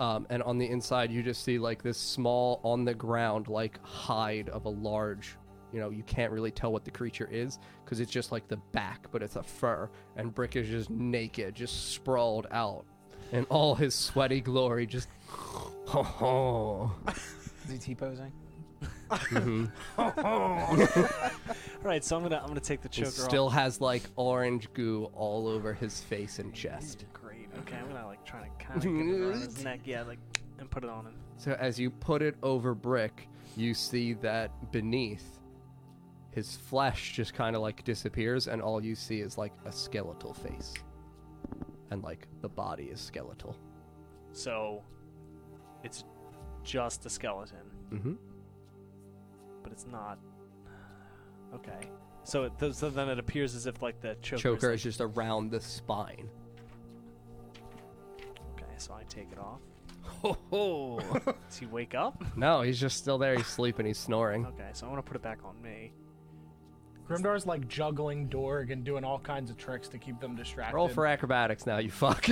Um, and on the inside, you just see like this small on the ground, like hide of a large, you know, you can't really tell what the creature is because it's just like the back, but it's a fur. And Brick is just naked, just sprawled out in all his sweaty glory, just. Is he T-posing? All right, so I'm gonna I'm gonna take the He choker still off. has like orange goo all over his face and chest. Great. Okay, I'm gonna like try to kind of get it around his neck. Yeah, like and put it on him. So as you put it over Brick, you see that beneath his flesh just kind of like disappears, and all you see is like a skeletal face. And like the body is skeletal. So it's just a skeleton, Mm-hmm. but it's not. Okay. So it, th- so then it appears as if like the choker. is, Choker like- is just around the spine. okay, so I take it off. Ho ho! Does he wake up? no, he's just still there. He's sleeping. He's snoring. Okay, so I want to put it back on me. Grimdar's like juggling Dorg and doing all kinds of tricks to keep them distracted. Roll for acrobatics now, you fuck.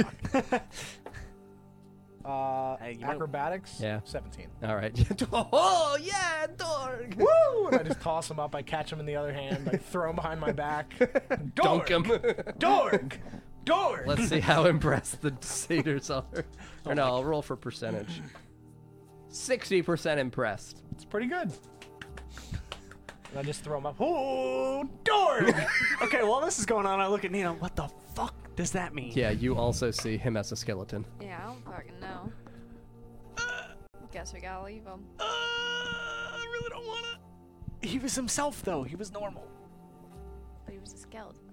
uh, Hey, you might- acrobatics. Yeah. 17. All right. oh yeah, dork. Woo! And I just toss him up. I catch him in the other hand. I throw him behind my back. Dunk Dorg! him. Dorg! Dorg! Let's see how impressed the satyrs are. Or no, I'll roll for percentage. Sixty percent impressed. It's pretty good. And I just throw him up. Oh, Dorg! Okay, while this is going on, I look at Nina. What the fuck does that mean? Yeah, you also see him as a skeleton. Yeah, I don't fucking know. Guess we gotta leave him. Uh, I really don't want to. He was himself though. He was normal. But he was a skeleton.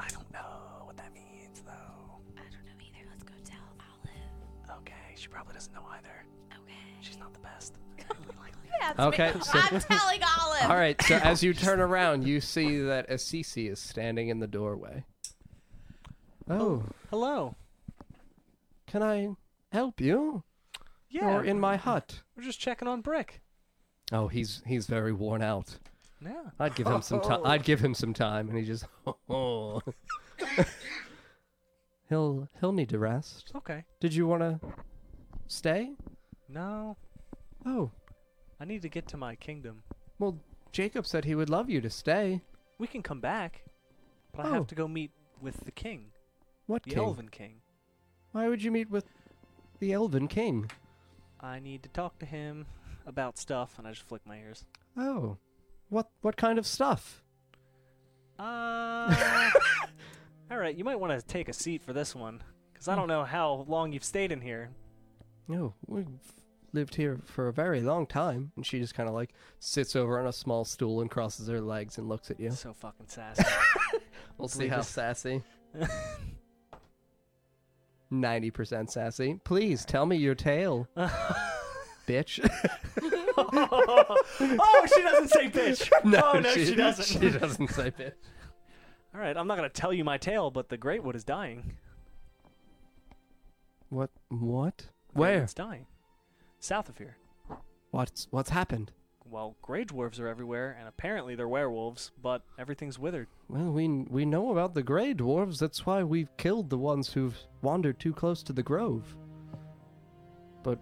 I don't know what that means though. I don't know either. Let's go tell Olive. Okay, she probably doesn't know either. Okay. She's not the best. Yeah, it's Okay, me. so- I'm telling Olive. All right, so as you turn around, you see that Assisi is standing in the doorway. Oh, Hello. can I help you? Yeah, You're in my hut. we're just checking on Brick. Oh, he's he's very worn out. Yeah. I'd give him some time. I'd give him some time, and he just oh. he'll he'll need to rest. Okay. Did you want to stay? No, Oh, I need to get to my kingdom. well, Jacob said he would love you to stay. We can come back, but I Oh. have to go meet with the king, What the king? Elven King. Why would you meet with the Elven king? I need to talk to him about stuff, and I just flick my ears. Oh, what what kind of stuff? Oh, Uh. all right, you might want to take a seat for this one, because I don't know how long you've stayed in here. No, we've lived here for a very long time, and she just kind of like sits over on a small stool and crosses her legs and looks at you. So fucking sassy. We'll see We how just- sassy. 90% sassy. Please tell me your tale, bitch. oh, she doesn't say bitch. oh no, she, doesn't. She doesn't say bitch. All right, I'm not gonna tell you my tale, but the Greatwood is dying. What? What? Greatwood's Where? dying. South of here. What's what's happened? Well, gray dwarves are everywhere, and apparently they're werewolves, but everything's withered. Well, we we know about the gray dwarves. That's why we've killed the ones who've wandered too close to the grove. But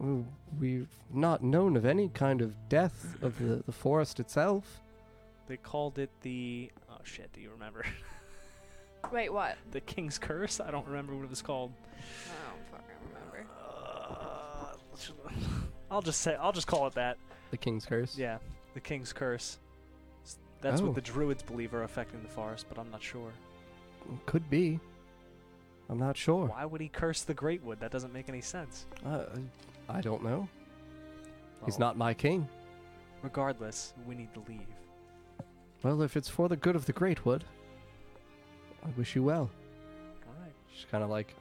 mm, we've not known of any kind of death of the, the forest itself. They called it the oh shit, do you remember? Wait, what? the King's Curse? I don't remember what it was called. I don't fucking remember. Uh, I'll just say I'll just call it that. The king's curse. Yeah, the King's Curse. S- That's Oh. what the druids believe are affecting the forest, but I'm not sure. Could be. I'm not sure. Why would he curse the Greatwood? That doesn't make any sense. Uh, I don't know. He's Well, not my king. Regardless, we need to leave. Well, if it's for the good of the Greatwood, I wish you well. All right. She kind of like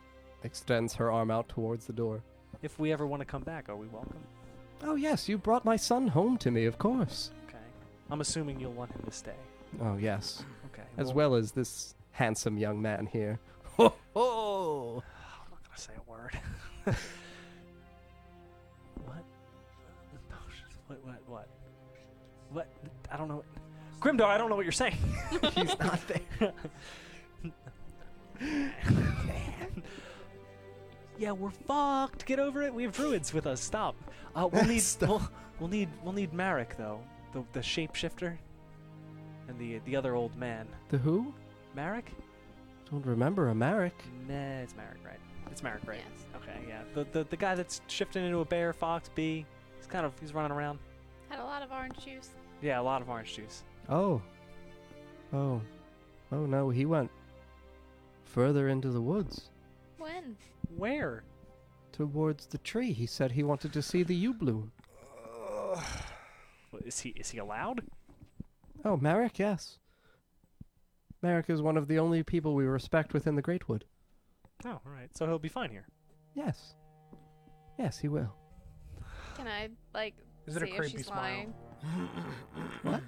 extends her arm out towards the door. If we ever want to come back, are we welcome? Oh, yes, you brought my son home to me, of course. Okay. I'm assuming you'll want him to stay. Oh, yes. Okay. As well as this handsome young man here. Ho ho! I'm not gonna say a word. what? What? What? What? What? I don't know. Grimdar, I don't know what you're saying. He's not there. yeah, we're fucked. Get over it. We have druids with us. Stop. Uh, we'll need. We'll, we'll need. We'll need Marek though. The the shapeshifter. And the the other old man. The who? Marek? Don't remember a Marek. Nah, it's Marek, right? It's Marek, right? Yes. Okay, yeah. The, the the guy that's shifting into a bear, fox, bee. He's kind of he's running around. Had a lot of orange juice. Yeah, a lot of orange juice. Oh. Oh. Oh, no, he went further into the woods. When? Where? Towards the tree. He said he wanted to see the U bloom. What, Is he is he allowed? Oh, Merrick, yes. Merrick is one of the only people we respect within the Great Wood. Oh, all right. So he'll be fine here. Yes. Yes, he will. Can I like Is it see a if creepy she's smile? lying?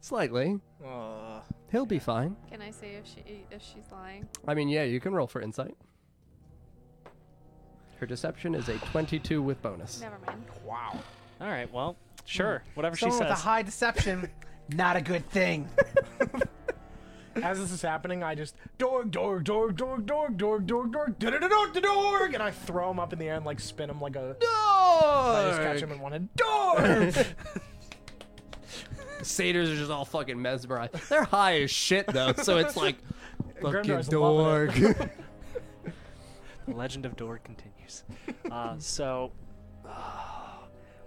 Slightly. Uh, He'll be fine. Can I see if she if she's lying? I mean, yeah, you can roll for insight. Her deception is a 22 with bonus. Never mind. wow. All right. Well, sure. Whatever Someone she with a says. high deception, not a good thing. As this is happening, I just dorg, dorg, dorg, dorg, dorg, dorg, dorg, dorg, dorg, dorg, and I throw him up in the air and like spin him like a. I just catch him in one and dorg. Satyrs are just all fucking mesmerized. They're high as shit, though, so it's like, fucking Grimdar's dork. loving the Legend of Dor continues. uh, so, uh,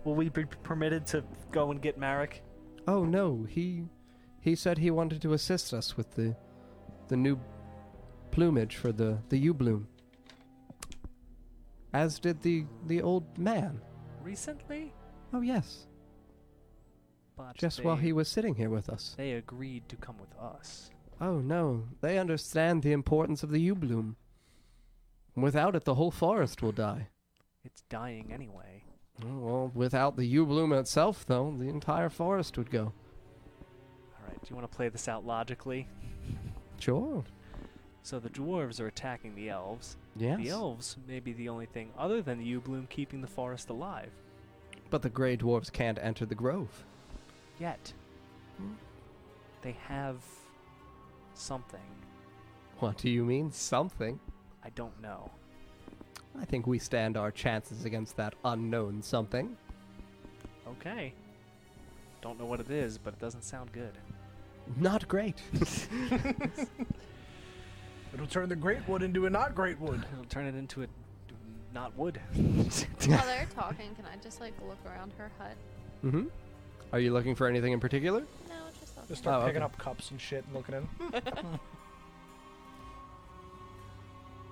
will we be permitted to go and get Marek? oh, no, he he said he wanted to assist us with the the new plumage for the, the U-bloom. As did the, the old man. Recently, Oh, yes. but Just they, while he was sitting here with us. they agreed to come with us. Oh no, they understand the importance of the yew bloom. Without it, the whole forest will die. It's dying anyway. Oh, Well, without the yew bloom itself, though, the entire forest would go. All right. Do you want to play this out logically? Sure. So the dwarves are attacking the elves. Yes. The elves may be the only thing other than the U-bloom keeping the forest alive. But the gray dwarves can't enter the grove. Yet, Hmm. they have something. What do you mean? Something. I don't know. I think we stand our chances against that unknown something. Okay. Don't know what it is, but it doesn't sound good. Not great. It'll turn the great wood into a not great wood. It'll turn it into a not wood. While they're talking, can I just like look around her hut? hmm. Are you looking for anything in particular? No, just look. Just start Oh, picking okay. up cups and shit and looking in.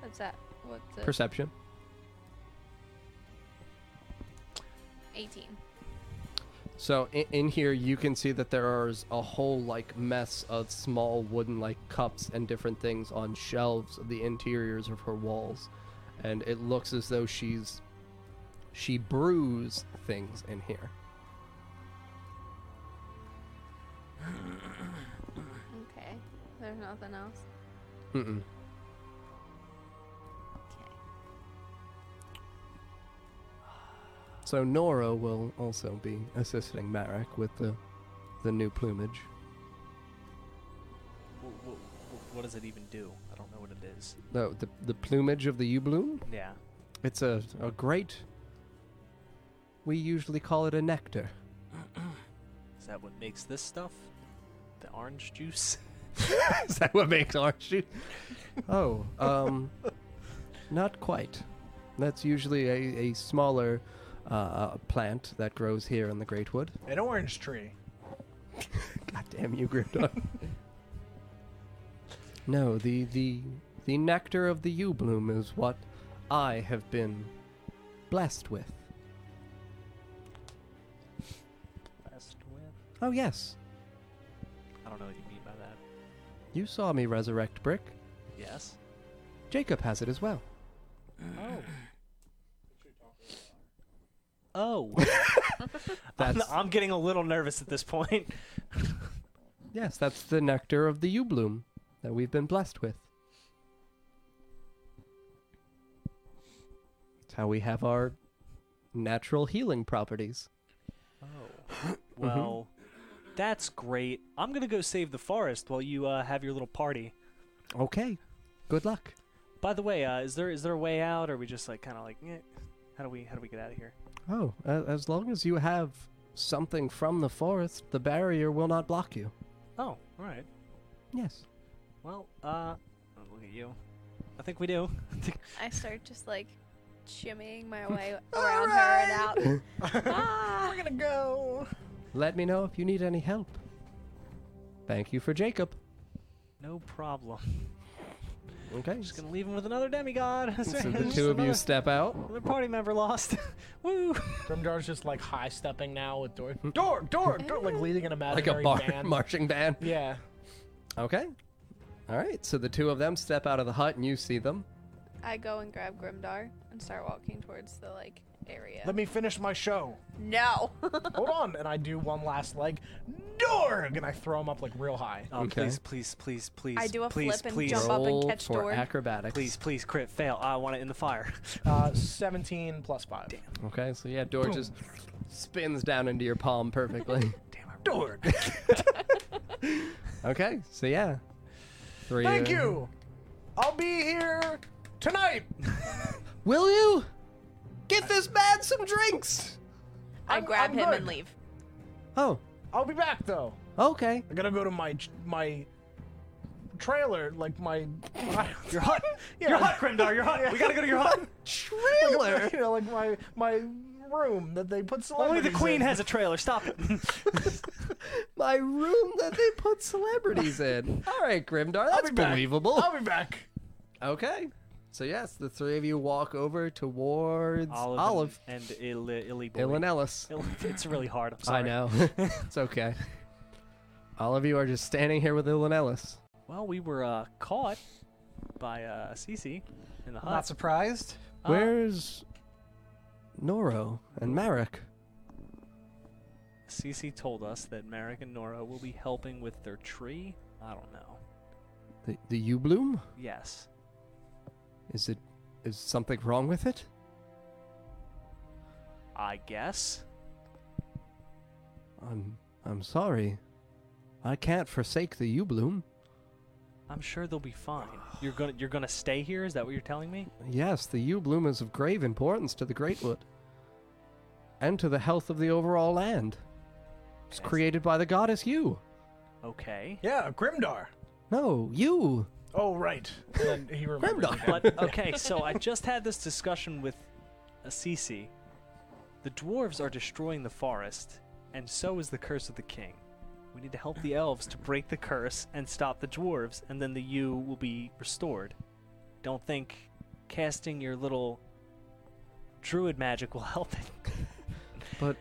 What's that? What's it? Perception. 18. So in, in here, you can see that there is a whole like mess of small wooden like cups and different things on shelves of the interiors of her walls, and it looks as though she's she brews things in here. Okay. There's nothing else. Mm-mm. Okay. So Nora will also be assisting Marek with the the new plumage. what does it even do? I don't know what it is. No, the the plumage of the U bloom. Yeah. It's a a great. We usually call it a nectar. Is that what makes this stuff? The orange juice? Is that what makes orange juice? Oh, um, not quite. That's usually a, a smaller uh, uh, plant that grows here in the Great Wood. An orange tree. God damn you, Grimdar. no, the, the, the nectar of the yew bloom is what I have been blessed with. Best with? Oh, yes. I don't know what you mean by that. You saw me resurrect Brick. Yes? Jacob has it as well. Oh, I'm, That's I'm getting a little nervous at this point. yes, that's the nectar of the yew bloom that we've been blessed with. It's how we have our natural healing properties. Oh, well, that's great. I'm gonna go save the forest while you uh, have your little party. Okay. Good luck. By the way, uh, is there is there a way out, or are we just like kind of like, eh, how do we how do we get out of here? Oh, a- as long as you have something from the forest, the barrier will not block you. Oh, all right. Yes. Well, uh, I'll look at you. I think we do. I start just like shimmying my way around her and out. ah, gonna go. Let me know if you need any help. Thank you for Jacob. no problem. Okay. Just gonna leave him with another demigod. That's So right, the just two of you another- step out. Another party member lost. Woo! Grimdar's just like high stepping now with door, door, door, door, like leading an Like a imaginary bar- band. marching band. Yeah. Okay. All right. So the two of them step out of the hut and you see them. I go and grab Grimdar and start walking towards the like area. Let me finish my show. no. Hold on, and I do one last leg. Dorg, and I throw him up like real high. Oh, Okay. please, please, please, please. I do a please, flip and please, jump up and Roll catch for door. acrobatics. Please, please, crit, fail. I want it in the fire. Uh, 17 plus five. Okay. So yeah, door just spins down into your palm perfectly. Damn, I rolled. Dorg, okay. So yeah. Three. thank uh, you. I'll be here tonight. Will you get this man some drinks? I I'm- grab I'm him good. and leave. Oh. I'll be back though. Okay. I gotta go to my my trailer, like my Your hut. Your hut, Grimdar. Your hut. We gotta go to your hut. Trailer. you know, like my my room that they put Only the celebrities queen in. has a trailer. Stop it. My room that they put celebrities in. All right, Grimdar. I'll That's be back. believable. I'll be back. Okay. So yes, the three of you walk over towards Olive, Olive and, and Ill- illegal. Ilan Ellis. Ill- it's really hard. I'm sorry. I know. it's okay. All of you are just standing here with Ilan Ellis. Well, we were uh, caught by uh, Cece in the I'm not hut. surprised. Uh, Where's Noro and Marek? Cece told us that Merrick and Nora will be helping with their tree. I don't know. The, the U bloom? Yes. Is it is something wrong with it? I guess. I'm I'm sorry. I can't forsake the U bloom. I'm sure they'll be fine. You're gonna you're gonna stay here? Is that what you're telling me? Yes, the U bloom is of grave importance to the Greatwood and to the health of the overall land. It's Okay. created by the goddess Yu. Okay. Yeah, Grimdar. No, you. Oh right. And then he remembered. Grimdark. again. But okay, so I just had this discussion with Assisi. The dwarves are destroying the forest, and so is the curse of the king. We need to help the elves to break the curse and stop the dwarves, and then the U will be restored. Don't think casting your little druid magic will help it. But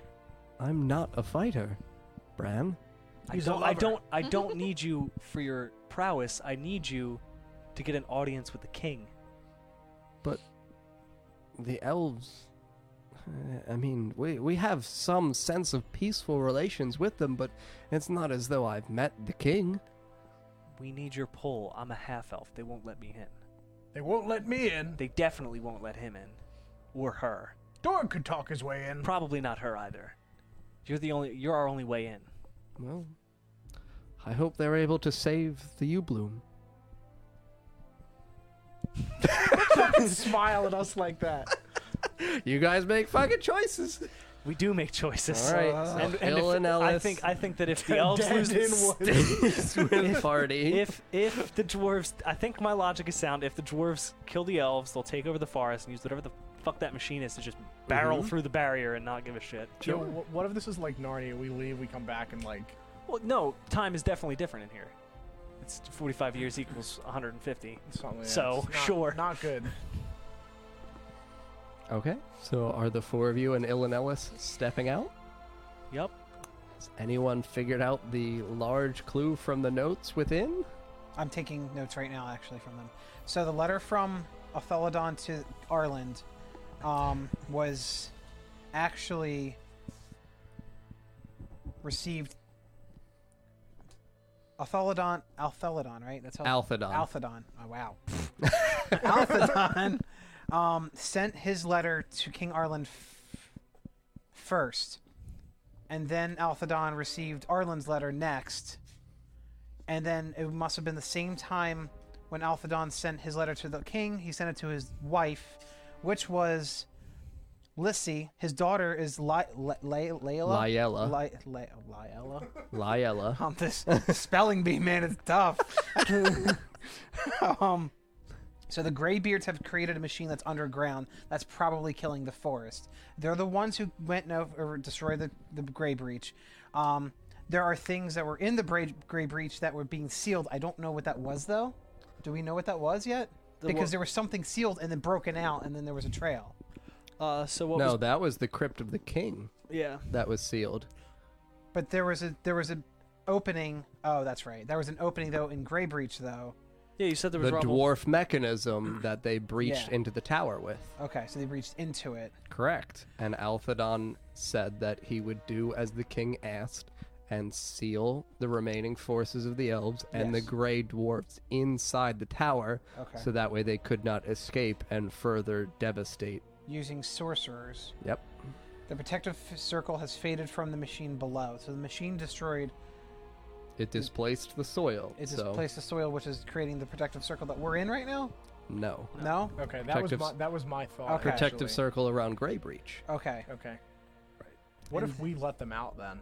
I'm not a fighter, Bran. I He's a don't, I lover. don't I don't need you for your prowess. I need you to get an audience with the king. But the elves. uh, I mean, we, we have some sense of peaceful relations with them, but it's not as though I've met the king. We need your pull. I'm a half elf. They won't let me in. They won't let me in. They definitely won't let him in. Or her. Dorg could talk his way in. Probably not her either. You're the only you're our only way in. Well, I hope they're able to save the U Bloom. Fucking smile at us like that. You guys make fucking choices. We do make choices. All right, so And, and if- Ilan I Ellis. think I think that if the elves Dead lose in this, wood. Swim party. if if the dwarves I think my logic is sound, if the dwarves kill the elves, they'll take over the forest and use whatever the fuck that machine is to just barrel Mhm. through the barrier and not give a shit. Yo, wh- what if this is like Narnia? We leave, we come back, and like Well, no, time is definitely different in here. It's 45 years equals 150. something. Like So, that. It's not- sure. Not good. okay, so are the four of you and Ilan Ellis stepping out? Yep. Has anyone figured out the large clue from the notes within? I'm taking notes right now, actually, from them. So the letter from Othelodon to Arland um, was actually received. Othelodon, Althelodon, right? Uh, That's how. Althodon. Althodon. Oh, wow. Althodon um, sent his letter to King Arland f- first, and then Althodon received Arland's letter next, and then it must have been the same time when Althodon sent his letter to the king. He sent it to his wife, which was Lissy. His daughter is Li- Li- Li- Layla. Lyella. Li- Li- Lyella. Lyella. Um, this spelling bee, man, is tough. um, so the Greybeards have created a machine that's underground that's probably killing the forest. They're the ones who went and over or destroyed the, the Grey Breach. Um, there are things that were in the Grey, Grey Breach that were being sealed. I don't know what that was, though. Do we know what that was yet? because what- there was something sealed and then broken out, and then there was a trail. Uh, so what No, was? that was the crypt of the king Yeah. that was sealed. But there was a there was an opening. Oh, that's right. There was an opening though in Grey Breach though. Yeah, you said there was The rubble. dwarf mechanism that they breached Yeah. into the tower with. Okay, so they breached into it. Correct. And Althodon said that he would do as the king asked and seal the remaining forces of the elves and Yes. the gray dwarfs inside the tower Okay. so that way they could not escape and further devastate. using sorcerers. Yep. The protective f- circle has faded from the machine below, so the machine destroyed. It displaced the soil. It so displaced the soil, which is creating the protective circle that we're in right now. no. No. Okay, that was Protective my s- that was my thought. Okay. Protective actually. circle around Grey Breach. Okay. Okay. What if we let them out then?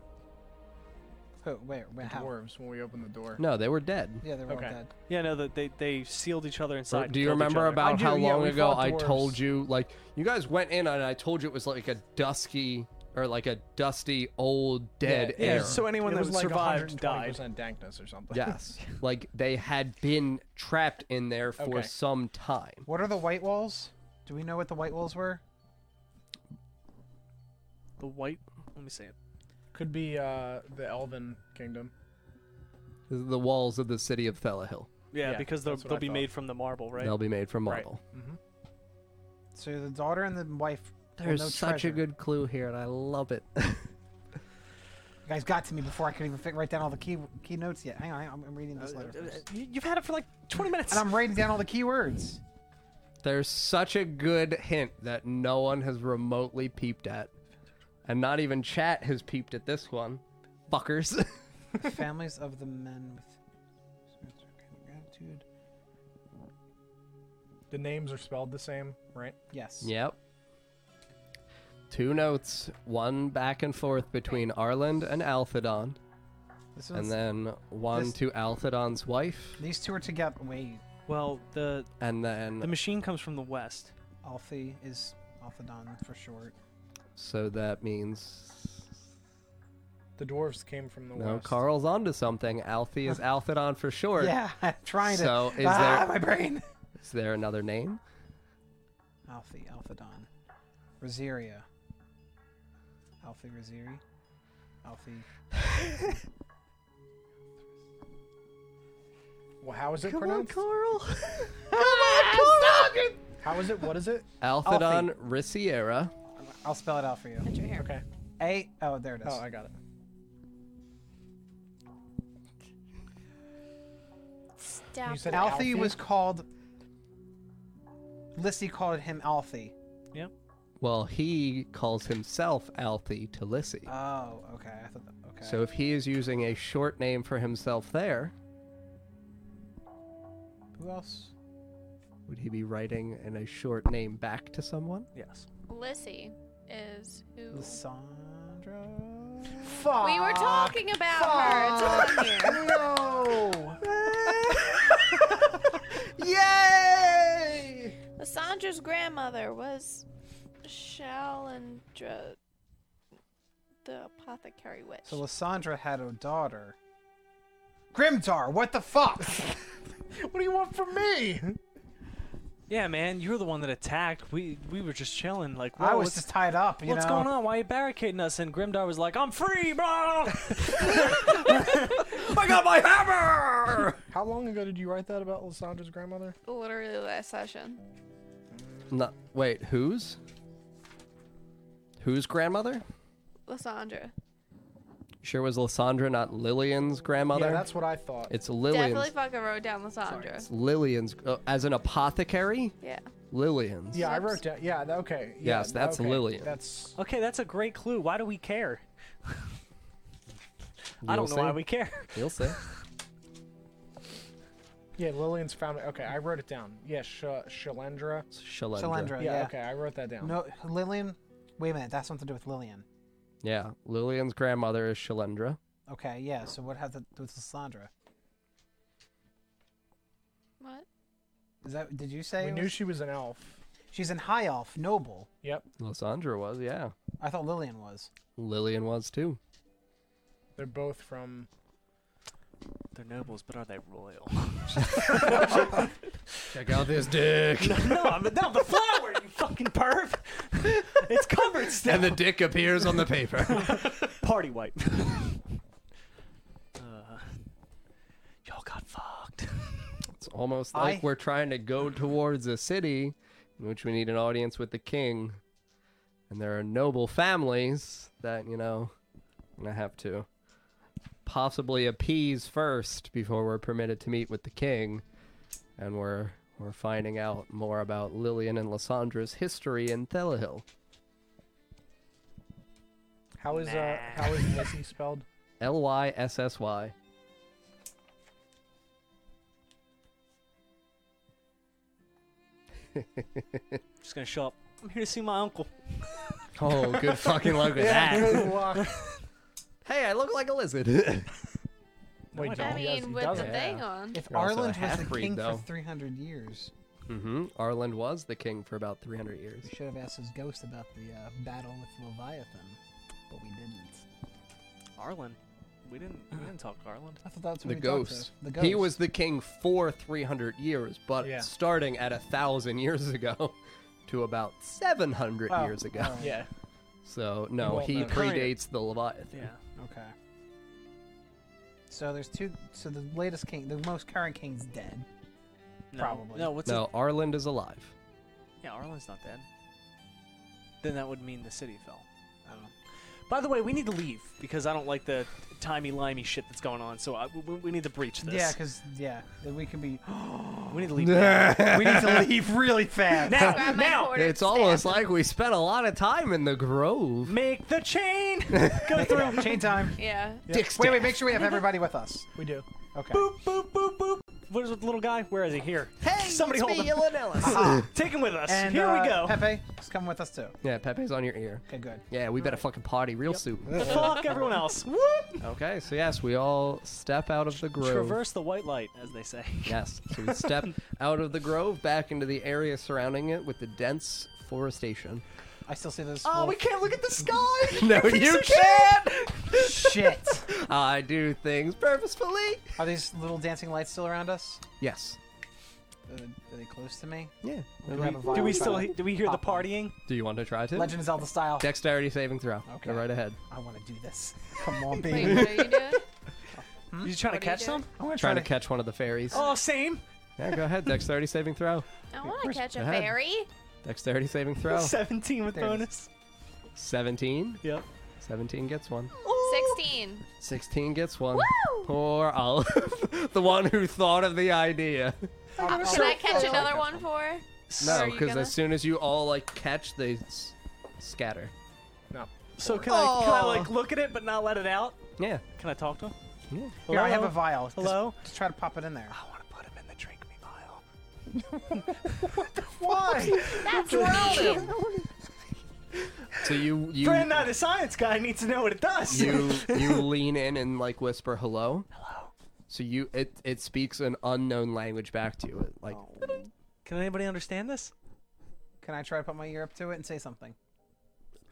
Who? Where? The where how? dwarves when we open the door. No, they were dead. Yeah, they were Okay. all dead. Yeah, no, that they they sealed each other Or inside. and do you killed each remember other. about I how do, yeah, long we ago fought I dwarves. told you like you guys went in and I told you it was like a dusky or like a dusty old dead Yeah, air. so anyone it that was like survived died. 120% dankness or something. yes. like they had been trapped in there for Okay. some time. What are the white walls? Do we know what the white walls were? The white. Let me see it. Could be uh, the Elven Kingdom. The walls of the city of Thelahill. Yeah, Yeah, because they'll, that's what they'll I be thought. made from the marble, right? They'll be made from Right. marble. So the daughter and the wife. hold There's no such a treasure. good clue here and I love it. You guys got to me before I could even fit, write down all the key key notes yet. Hang on, hang on, I'm, I'm reading this Uh, letter, uh, first. you- You've had it for like 20 minutes. and I'm writing down all the key words. There's such a good hint that no one has remotely peeped at. And not even chat has peeped at this one. Fuckers. families of the men with gratitude. The names are spelled the same, right? Yes. Yep. Two notes, one back and forth between Arland and Althodon, This one's, and then one this- to Althodon's wife, these two are together. Wait. well, the and then the machine comes from the west. Alfie is Alphadon for short. so that means The dwarves came from the no, west. Carl's onto something. Alfie is Althodon for short. Yeah, I'm trying to. So is ah, there- my brain. Is there another name? Alfie, Alphadon, Rosaria. Alfie Rosiri. Alfie. Well, how is it pronounced? Carl. How is it? What is it? Althodon Riciera. I'll spell it out for you. Put your hair. Okay. A. Oh, there it is. Oh, I got it. Stop. You said Alfie Alfie? was called. Lissy called him Alfie. Well, he calls himself Alfie to Lissy. Oh, okay. I thought. That, okay. So if he is using a short name for himself there, who else? Would he be writing in a short name back to someone? Yes. Lissy is who. Lissandra. Fuck. We were talking about her. It's on here. No. Yay! Lissandra's grandmother was Shalandra, the apothecary witch. So Lysandra had a daughter. Grimtar, what the fuck? what do you want from me? Yeah, man, you're the one that attacked. We we were just chilling. Like, I "Whoa, was what's, just tied up. You what's know? going on? Why are you barricading us? And Grimdar was like, I'm free, bro. I got my hammer! How long ago did you write that about Lysandra's grandmother? Literally last session. no, wait, whose? Whose grandmother? Lysandra. Sure was Lysandra, not Lillian's grandmother. Yeah, that's what I thought. It's Lillian's. Definitely fucking wrote down Lysandra. It's Lillian's uh, as an apothecary. Yeah. Lillian's. yeah, I Slips. wrote down. Yeah, th- okay. Yeah, Yes, that's okay. Lillian. That's okay, that's a great clue. Why do we care? I You'll don't know why see. we care. You'll see. yeah, Lillian's family. Okay, I wrote it down. Yeah, Sh- Shalendra. It's Shalendra. Shalendra. Yeah, yeah. okay, I wrote that down. No, Lillian. Wait a minute. That's something to do with Lillian. Yeah, Lillian's grandmother is Shalendra. Okay, yeah. So what has that to do with Lysandra? What? Is that? Did you say? we it knew was- she was an elf. She's in high elf, noble. Yep, Lysandra was, yeah. I thought Lillian was. Lillian was too. they're both from. They're nobles, but are they royal? Check out this dick. no, I'm no, the flower, you fucking perv. It's covered still. and the dick appears on the paper. Party wipe. uh, y'all got fucked. it's almost like I- we're trying to go towards a city in which we need an audience with the king. And there are noble families that, you know, i gonna have to possibly appease first before we're permitted to meet with the king. And we're we're finding out more about Lillian and Lysandra's history in Thelahill. How is uh, how is Missy spelled? L Y S S Y. Just gonna show up. I'm here to see my uncle. Oh, good fucking luck with that. Good luck. Hey, I look like a lizard. Mm-hmm. No, Wait, I no, I don't. he has- mean, he with the doesn't. thing on. If You're also a Arland was the half-breed, king though. for 300 years, hmm Arland was the king for about 300 years. we should have asked his ghost about the uh, battle with Leviathan, but we didn't. Arlen. We didn't. We didn't talk Arlen. I thought that's The what we talked to. ghost. The He ghost. was the king for 300 years, but Yeah. starting at a thousand years ago to about 700 Oh, years ago. alright, Yeah. So, no, Well, he no. predates the Leviathan. Yeah. Okay. So there's two. So the latest king, the most current king's dead. No, Probably. No. What's No, Arland is alive. It? Yeah, Arlen's not dead. Then that would mean the city fell. Oh. By the way, we need to leave because I don't like the timey limey shit that's going on. So I, we, we need to breach this. Yeah, because yeah, then we can be. we need to leave. now. we need to leave really fast. now, Grab my now. quarter It's staff. almost like we spent a lot of time in the grove. Make the chain go through. Chain time. Yeah. Dick's Wait, wait. Make sure we have everybody with us. We do. Okay. boop boop boop boop. What is with the little guy? Where is he? Here. Hey, Somebody it's hold me, him. Elon Ellis. Take him with us. And Here uh, we go. Pepe is coming with us too. Yeah, Pepe's on your ear. Okay, good. Yeah, we better fucking party real soon. Fuck everyone else. Whoop. Okay, so yes, we all step out of the grove. Traverse the white light, as they say. Yes, so we step out of the grove back into the area surrounding it with the dense forestation. I still see this. Oh, little we can't look at the sky. No, you can't. shit. I do things purposefully. Are these little dancing lights still around us? Yes. Are they, are they close to me? Yeah. Do we have a violent Do we still? battle? Do we hear the Pop on. partying? Do you want to try to? Legend of Zelda style. Dexterity saving throw. Go Okay. right ahead. I want to do this. Come on, Wait, baby. what are you doing? You trying What to are you catch them? doing? I want Trying to catch one of the fairies. Oh, same. Yeah, go ahead. Dexterity saving throw. I want to Where's catch a the head? fairy. Dexterity saving throw. Seventeen with Oh. There it bonus. is. 17. Yep. 17 gets one. 16. 16 gets one. Woo! Poor Olive. the one who thought of the idea. Uh, can I catch another one for? No, Are you because gonna- as soon as you all like catch, they s- scatter. No. So can I? Can I like Oh. look at it but not let it out? Yeah. Can I talk to him? yeah. Here, I have a vial. Just- Hello? Just, try to pop it in there. I want to put him in the drink me vial. Why? That's mean. So you you Friend, not a science guy needs to know what it does. you you lean in and like whisper hello. Hello. So you it it speaks an unknown language back to you. It, like Can anybody understand this? Can I try to put my ear up to it and say something?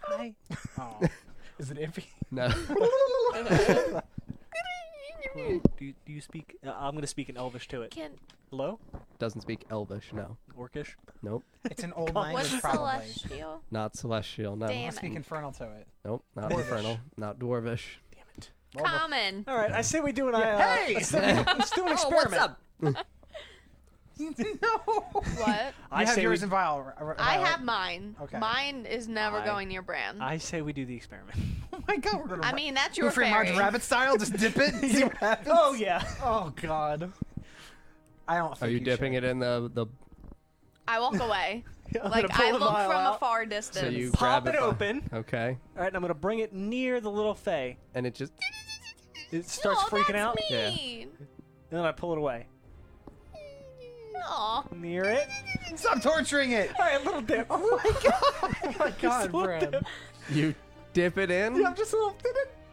Hi. Oh. Is it iffy? no. Hello. Do you, do you speak? Uh, I'm gonna speak in Elvish to it. Can Hello, Doesn't speak Elvish, no. Orcish. Nope. It's an old what's language, probably. celestial? Not Celestial, no. Damn I'll it. speak infernal to it. Nope, not Infernal. Not Dwarvish. Damn it. Common. All right, I say we do an. Uh, Hey! let's, do, let's do an Oh, experiment. what's up? no. What? I you have say yours we, in uh, Violet. r- r- I Violet. have mine. Okay. Mine is never I- going near Bran. I, I say we do the experiment. Oh my god, we're gonna. ra- mean, that's your Who Framed Roger fairy. Rabbit style. Just dip it. and See what happens. oh yeah. Oh god. I don't. Are think you dipping it in the the? I walk away. I'm like gonna pull I the look vial from out. a far distance. So you Pop grab it by- open. Okay, All right, and I'm gonna bring it near the little Fay. and it just It starts Aw, freaking that's out, Yeah. Mean. and then I pull it away. Aw. Near it. it. Stop torturing it. All right, little dip. Oh my god. oh my god, So Bran. dip. you dip it in, Yeah, I'm just a little.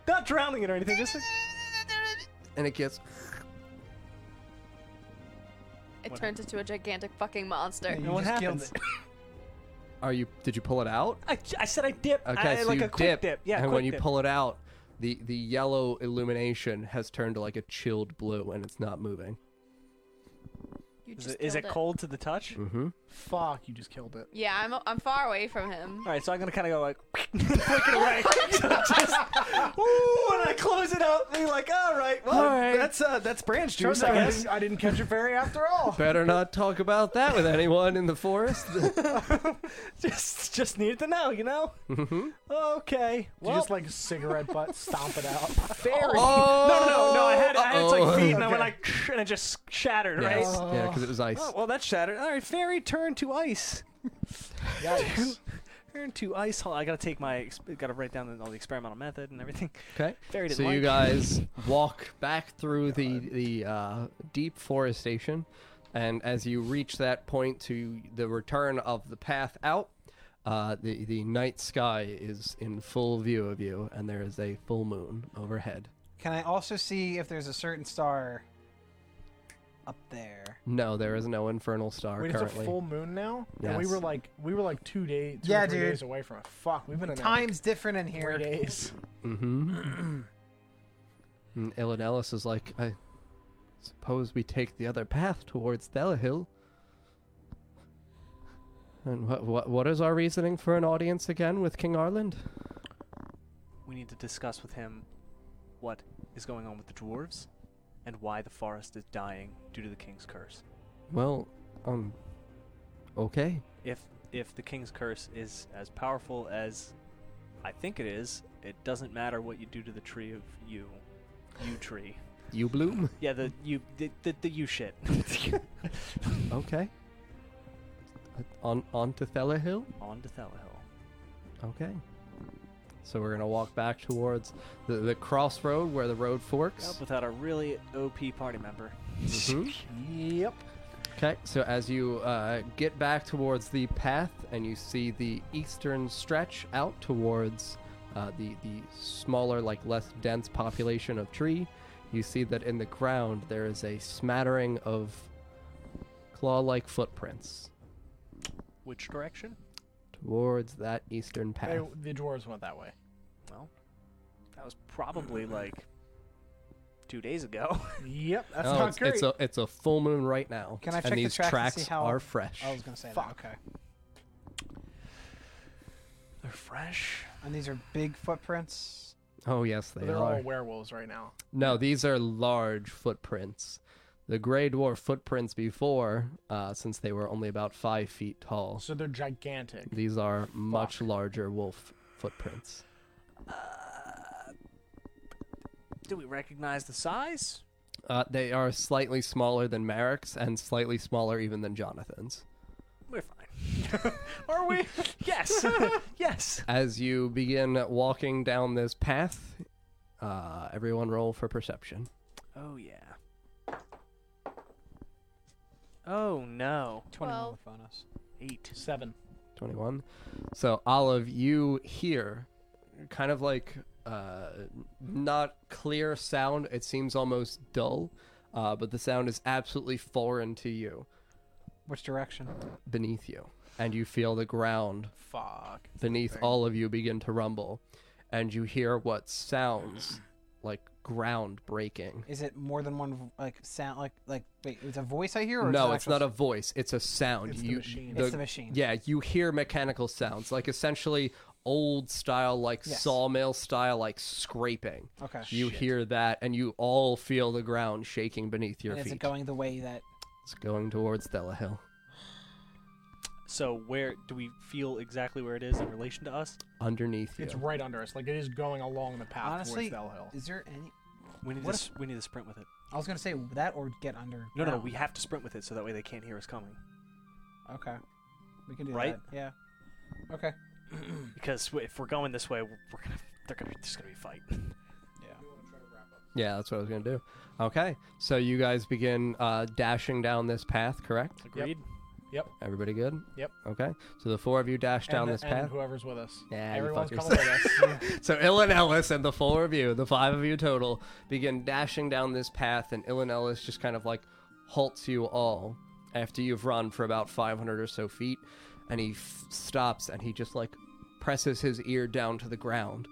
Not drowning it or anything. Just. and it gets. It What turns into a gigantic fucking monster. Yeah, you And what just killed happens? it. Are you? Did you pull it out? I, I said I dip. Okay, I, so like you a quick dip. Yeah, and quick when you dip. pull it out, the the yellow illumination has turned to like a chilled blue, and it's not moving. You Is just it, is it killed cold to the touch? Mm-hmm. Fuck, you just killed it. Yeah, I'm I'm far away from him. All right, so I'm gonna kind of go like, flick it away. So just, ooh, and I close it up. And you're like, all right, well, All right. that's uh, that's branch Turns juice, out I I guess. didn't, I didn't catch a fairy after all. Better not talk about that with anyone in the forest. just just needed to know, you know. mm-hmm. Okay. you Well, just like cigarette butt stomp it out. fairy. Oh, No, no, no, no. I had I had its like uh-oh. feet, and I went Okay. like, and it just shattered, Oh. Yes. right? Yeah, because it was ice. Oh, well, that shattered. All right, fairy turned to ice. Yikes. Turned to ice. Hold on, I gotta take my. ex- Gotta write down all the experimental method and everything. Okay. Fairy didn't So you like. guys walk back through the the uh, deep forestation, and as you reach that point to the return of the path out, uh, the the night sky is in full view of you, and there is a full moon overhead. Can I also see if there's a certain star up there? No, there is no infernal star Wait, it's a currently. full moon now, and we Yes. were like we were like two days, two or Yeah, three dude. days away from it. Fuck, we've been in there Time's different in three here. days. Mm-hmm. and Ilan Ellis is like, I suppose we take the other path towards Delahill. And what, what what is our reasoning for an audience again with King Arland? We need to discuss with him what is going on with the dwarves and why the forest is dying due to the king's curse. Well, um, okay. If if the king's curse is as powerful as I think it is, it doesn't matter what you do to the tree of you, you tree. You bloom. Yeah, the you the the, the you shit. Okay. On on to Thelahill. On to Thalahill. Okay. So we're gonna walk back towards the, the crossroad where the road forks. Up without a really OP party member. Mhm. Mm-hmm. Yep. Okay, so as you uh, get back towards the path and you see the eastern stretch out towards uh, the the smaller, like less dense population of tree, you see that in the ground there is a smattering of claw-like footprints Which direction? towards that eastern path. They, the dwarves went that way. Well, that was probably like two days ago. Yep, that's Oh, not it's, great. it's a it's a full moon right now. Can I check and the these tracks and tracks see how- are fresh. I was gonna say Fuck. that. Okay. They're fresh. And these are big footprints. Oh yes, But they They're are. all werewolves right now. No, these are large footprints. The gray dwarf footprints before, uh, since they were only about five feet tall, So they're gigantic. these are much larger wolf footprints. Do we recognize the size? Uh, they are slightly smaller than Merrick's and slightly smaller even than Jonathan's. We're fine. Are we? yes. yes. As you begin walking down this path, uh, everyone roll for perception. Oh yeah. Oh no. Twenty-one Twelve. with bonus. Eight. Seven. 21. So, Olive, you hear kind of like uh, not clear sound. It seems almost dull, uh, but the sound is absolutely foreign to you, Which direction? beneath you. And you feel the ground Fuck. beneath all of you begin to rumble. And you hear what sounds like ground breaking. Is it more than one v- like sound like like wait? It's a voice I hear. Or No, an it's actual not a voice. It's a sound. It's the you, machine. It's the machine. Yeah, you hear mechanical sounds, like essentially old style, like Yes. sawmill style, like scraping. s- Okay. You hear that, and you all feel the ground shaking beneath your and is feet. it going the way that? it's going towards Della Hill. So where do we feel exactly where it is in relation to us? Underneath you. It's right under us. Like it is going along the path Honestly, towards Bell Hill. is there any? We need to What s- we need to sprint with it. I was gonna say that or get under. No, no, ground. we have to sprint with it so that way they can't hear us coming. Okay. We can do Right? that. Yeah. Okay. Because w- if we're going this way, we're we're gonna they're gonna there's gonna be a fight. Yeah, that's what I was gonna do. Okay, so you guys begin uh, dashing down this path, correct? Agreed. Everybody good? Yep. Okay, so the four of you dash down and, this and path. whoever's with us. Yeah, you everyone's fuckers. coming with us. So Ilan Ellis and the four of you, the five of you total, begin dashing down this path, and Ilan Ellis just kind of like halts you all after you've run for about 500 or so feet, and he f- stops and he just like presses his ear down to the ground,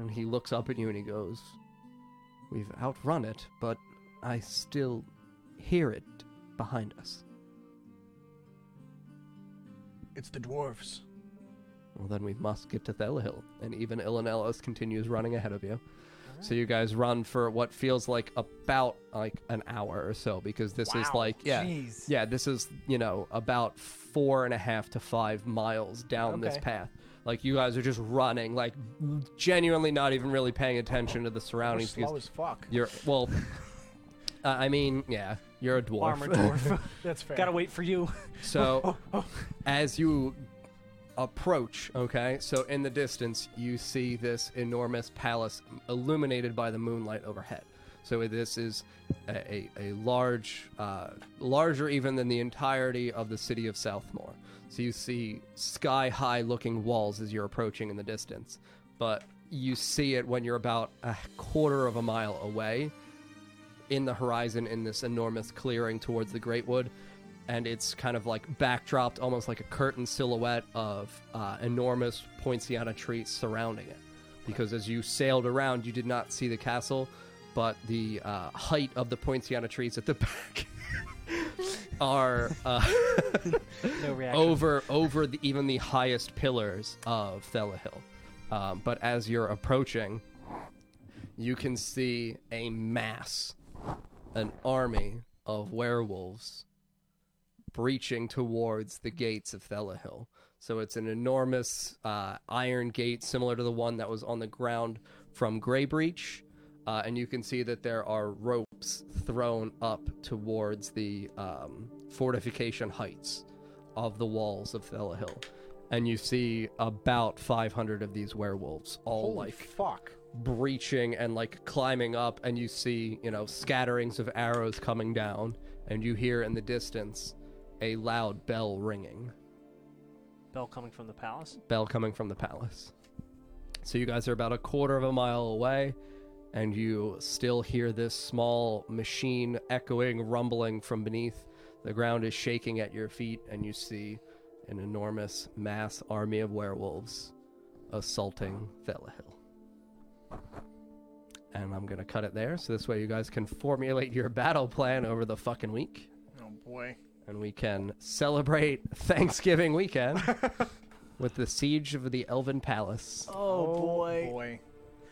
and he looks up at you and he goes, "We've outrun it, but I still hear it behind us." it's the dwarves. Well, then we must get to Thelahill. And even Ilan Ellis continues running ahead of you. So you guys run for what feels like about like an hour or so because this is like yeah Jeez. yeah this is you know about four and a half to five miles down this Okay. path like you guys are just running like genuinely not even really paying attention to the We're surroundings slow because as fuck. you're well uh, I mean yeah you're a dwarf Armored dwarf. Oh, That's fair. Gotta wait for you. so, as you approach, okay, so in the distance, you see this enormous palace illuminated by the moonlight overhead. So, this is a, a, a large, uh, larger even than the entirety of the city of Southmore. So, you see sky high looking walls as you're approaching in the distance, but you see it when you're about a quarter of a mile away in the horizon in this enormous clearing towards the Great Wood, and it's kind of like backdropped, almost like a curtain silhouette of uh, enormous poinciana trees surrounding it. Because as you sailed around, you did not see the castle, but the uh, height of the poinciana trees at the back are uh, No reaction. over over the, even the highest pillars of Thelahill. Um, but as you're approaching, you can see a mass, an army of werewolves breaching towards the gates of Thelahill. So it's an enormous uh, iron gate, similar to the one that was on the ground from Grey Breach. Uh, and you can see that there are ropes thrown up towards the um, fortification heights of the walls of Thelahill. And you see about 500 of these werewolves, all Holy like fuck. breaching and like climbing up and you see you know scatterings of arrows coming down and you hear in the distance a loud bell ringing Bell coming from the palace. bell coming from the palace so you guys are about a quarter of a mile away and you still hear this small machine echoing rumbling from beneath the ground is shaking at your feet and you see an enormous mass army of werewolves assaulting Thelahill. And I'm gonna cut it there, so this way you guys can formulate your battle plan over the fucking week, Oh boy. and we can celebrate Thanksgiving weekend with the siege of the Elven Palace. Oh, Boy.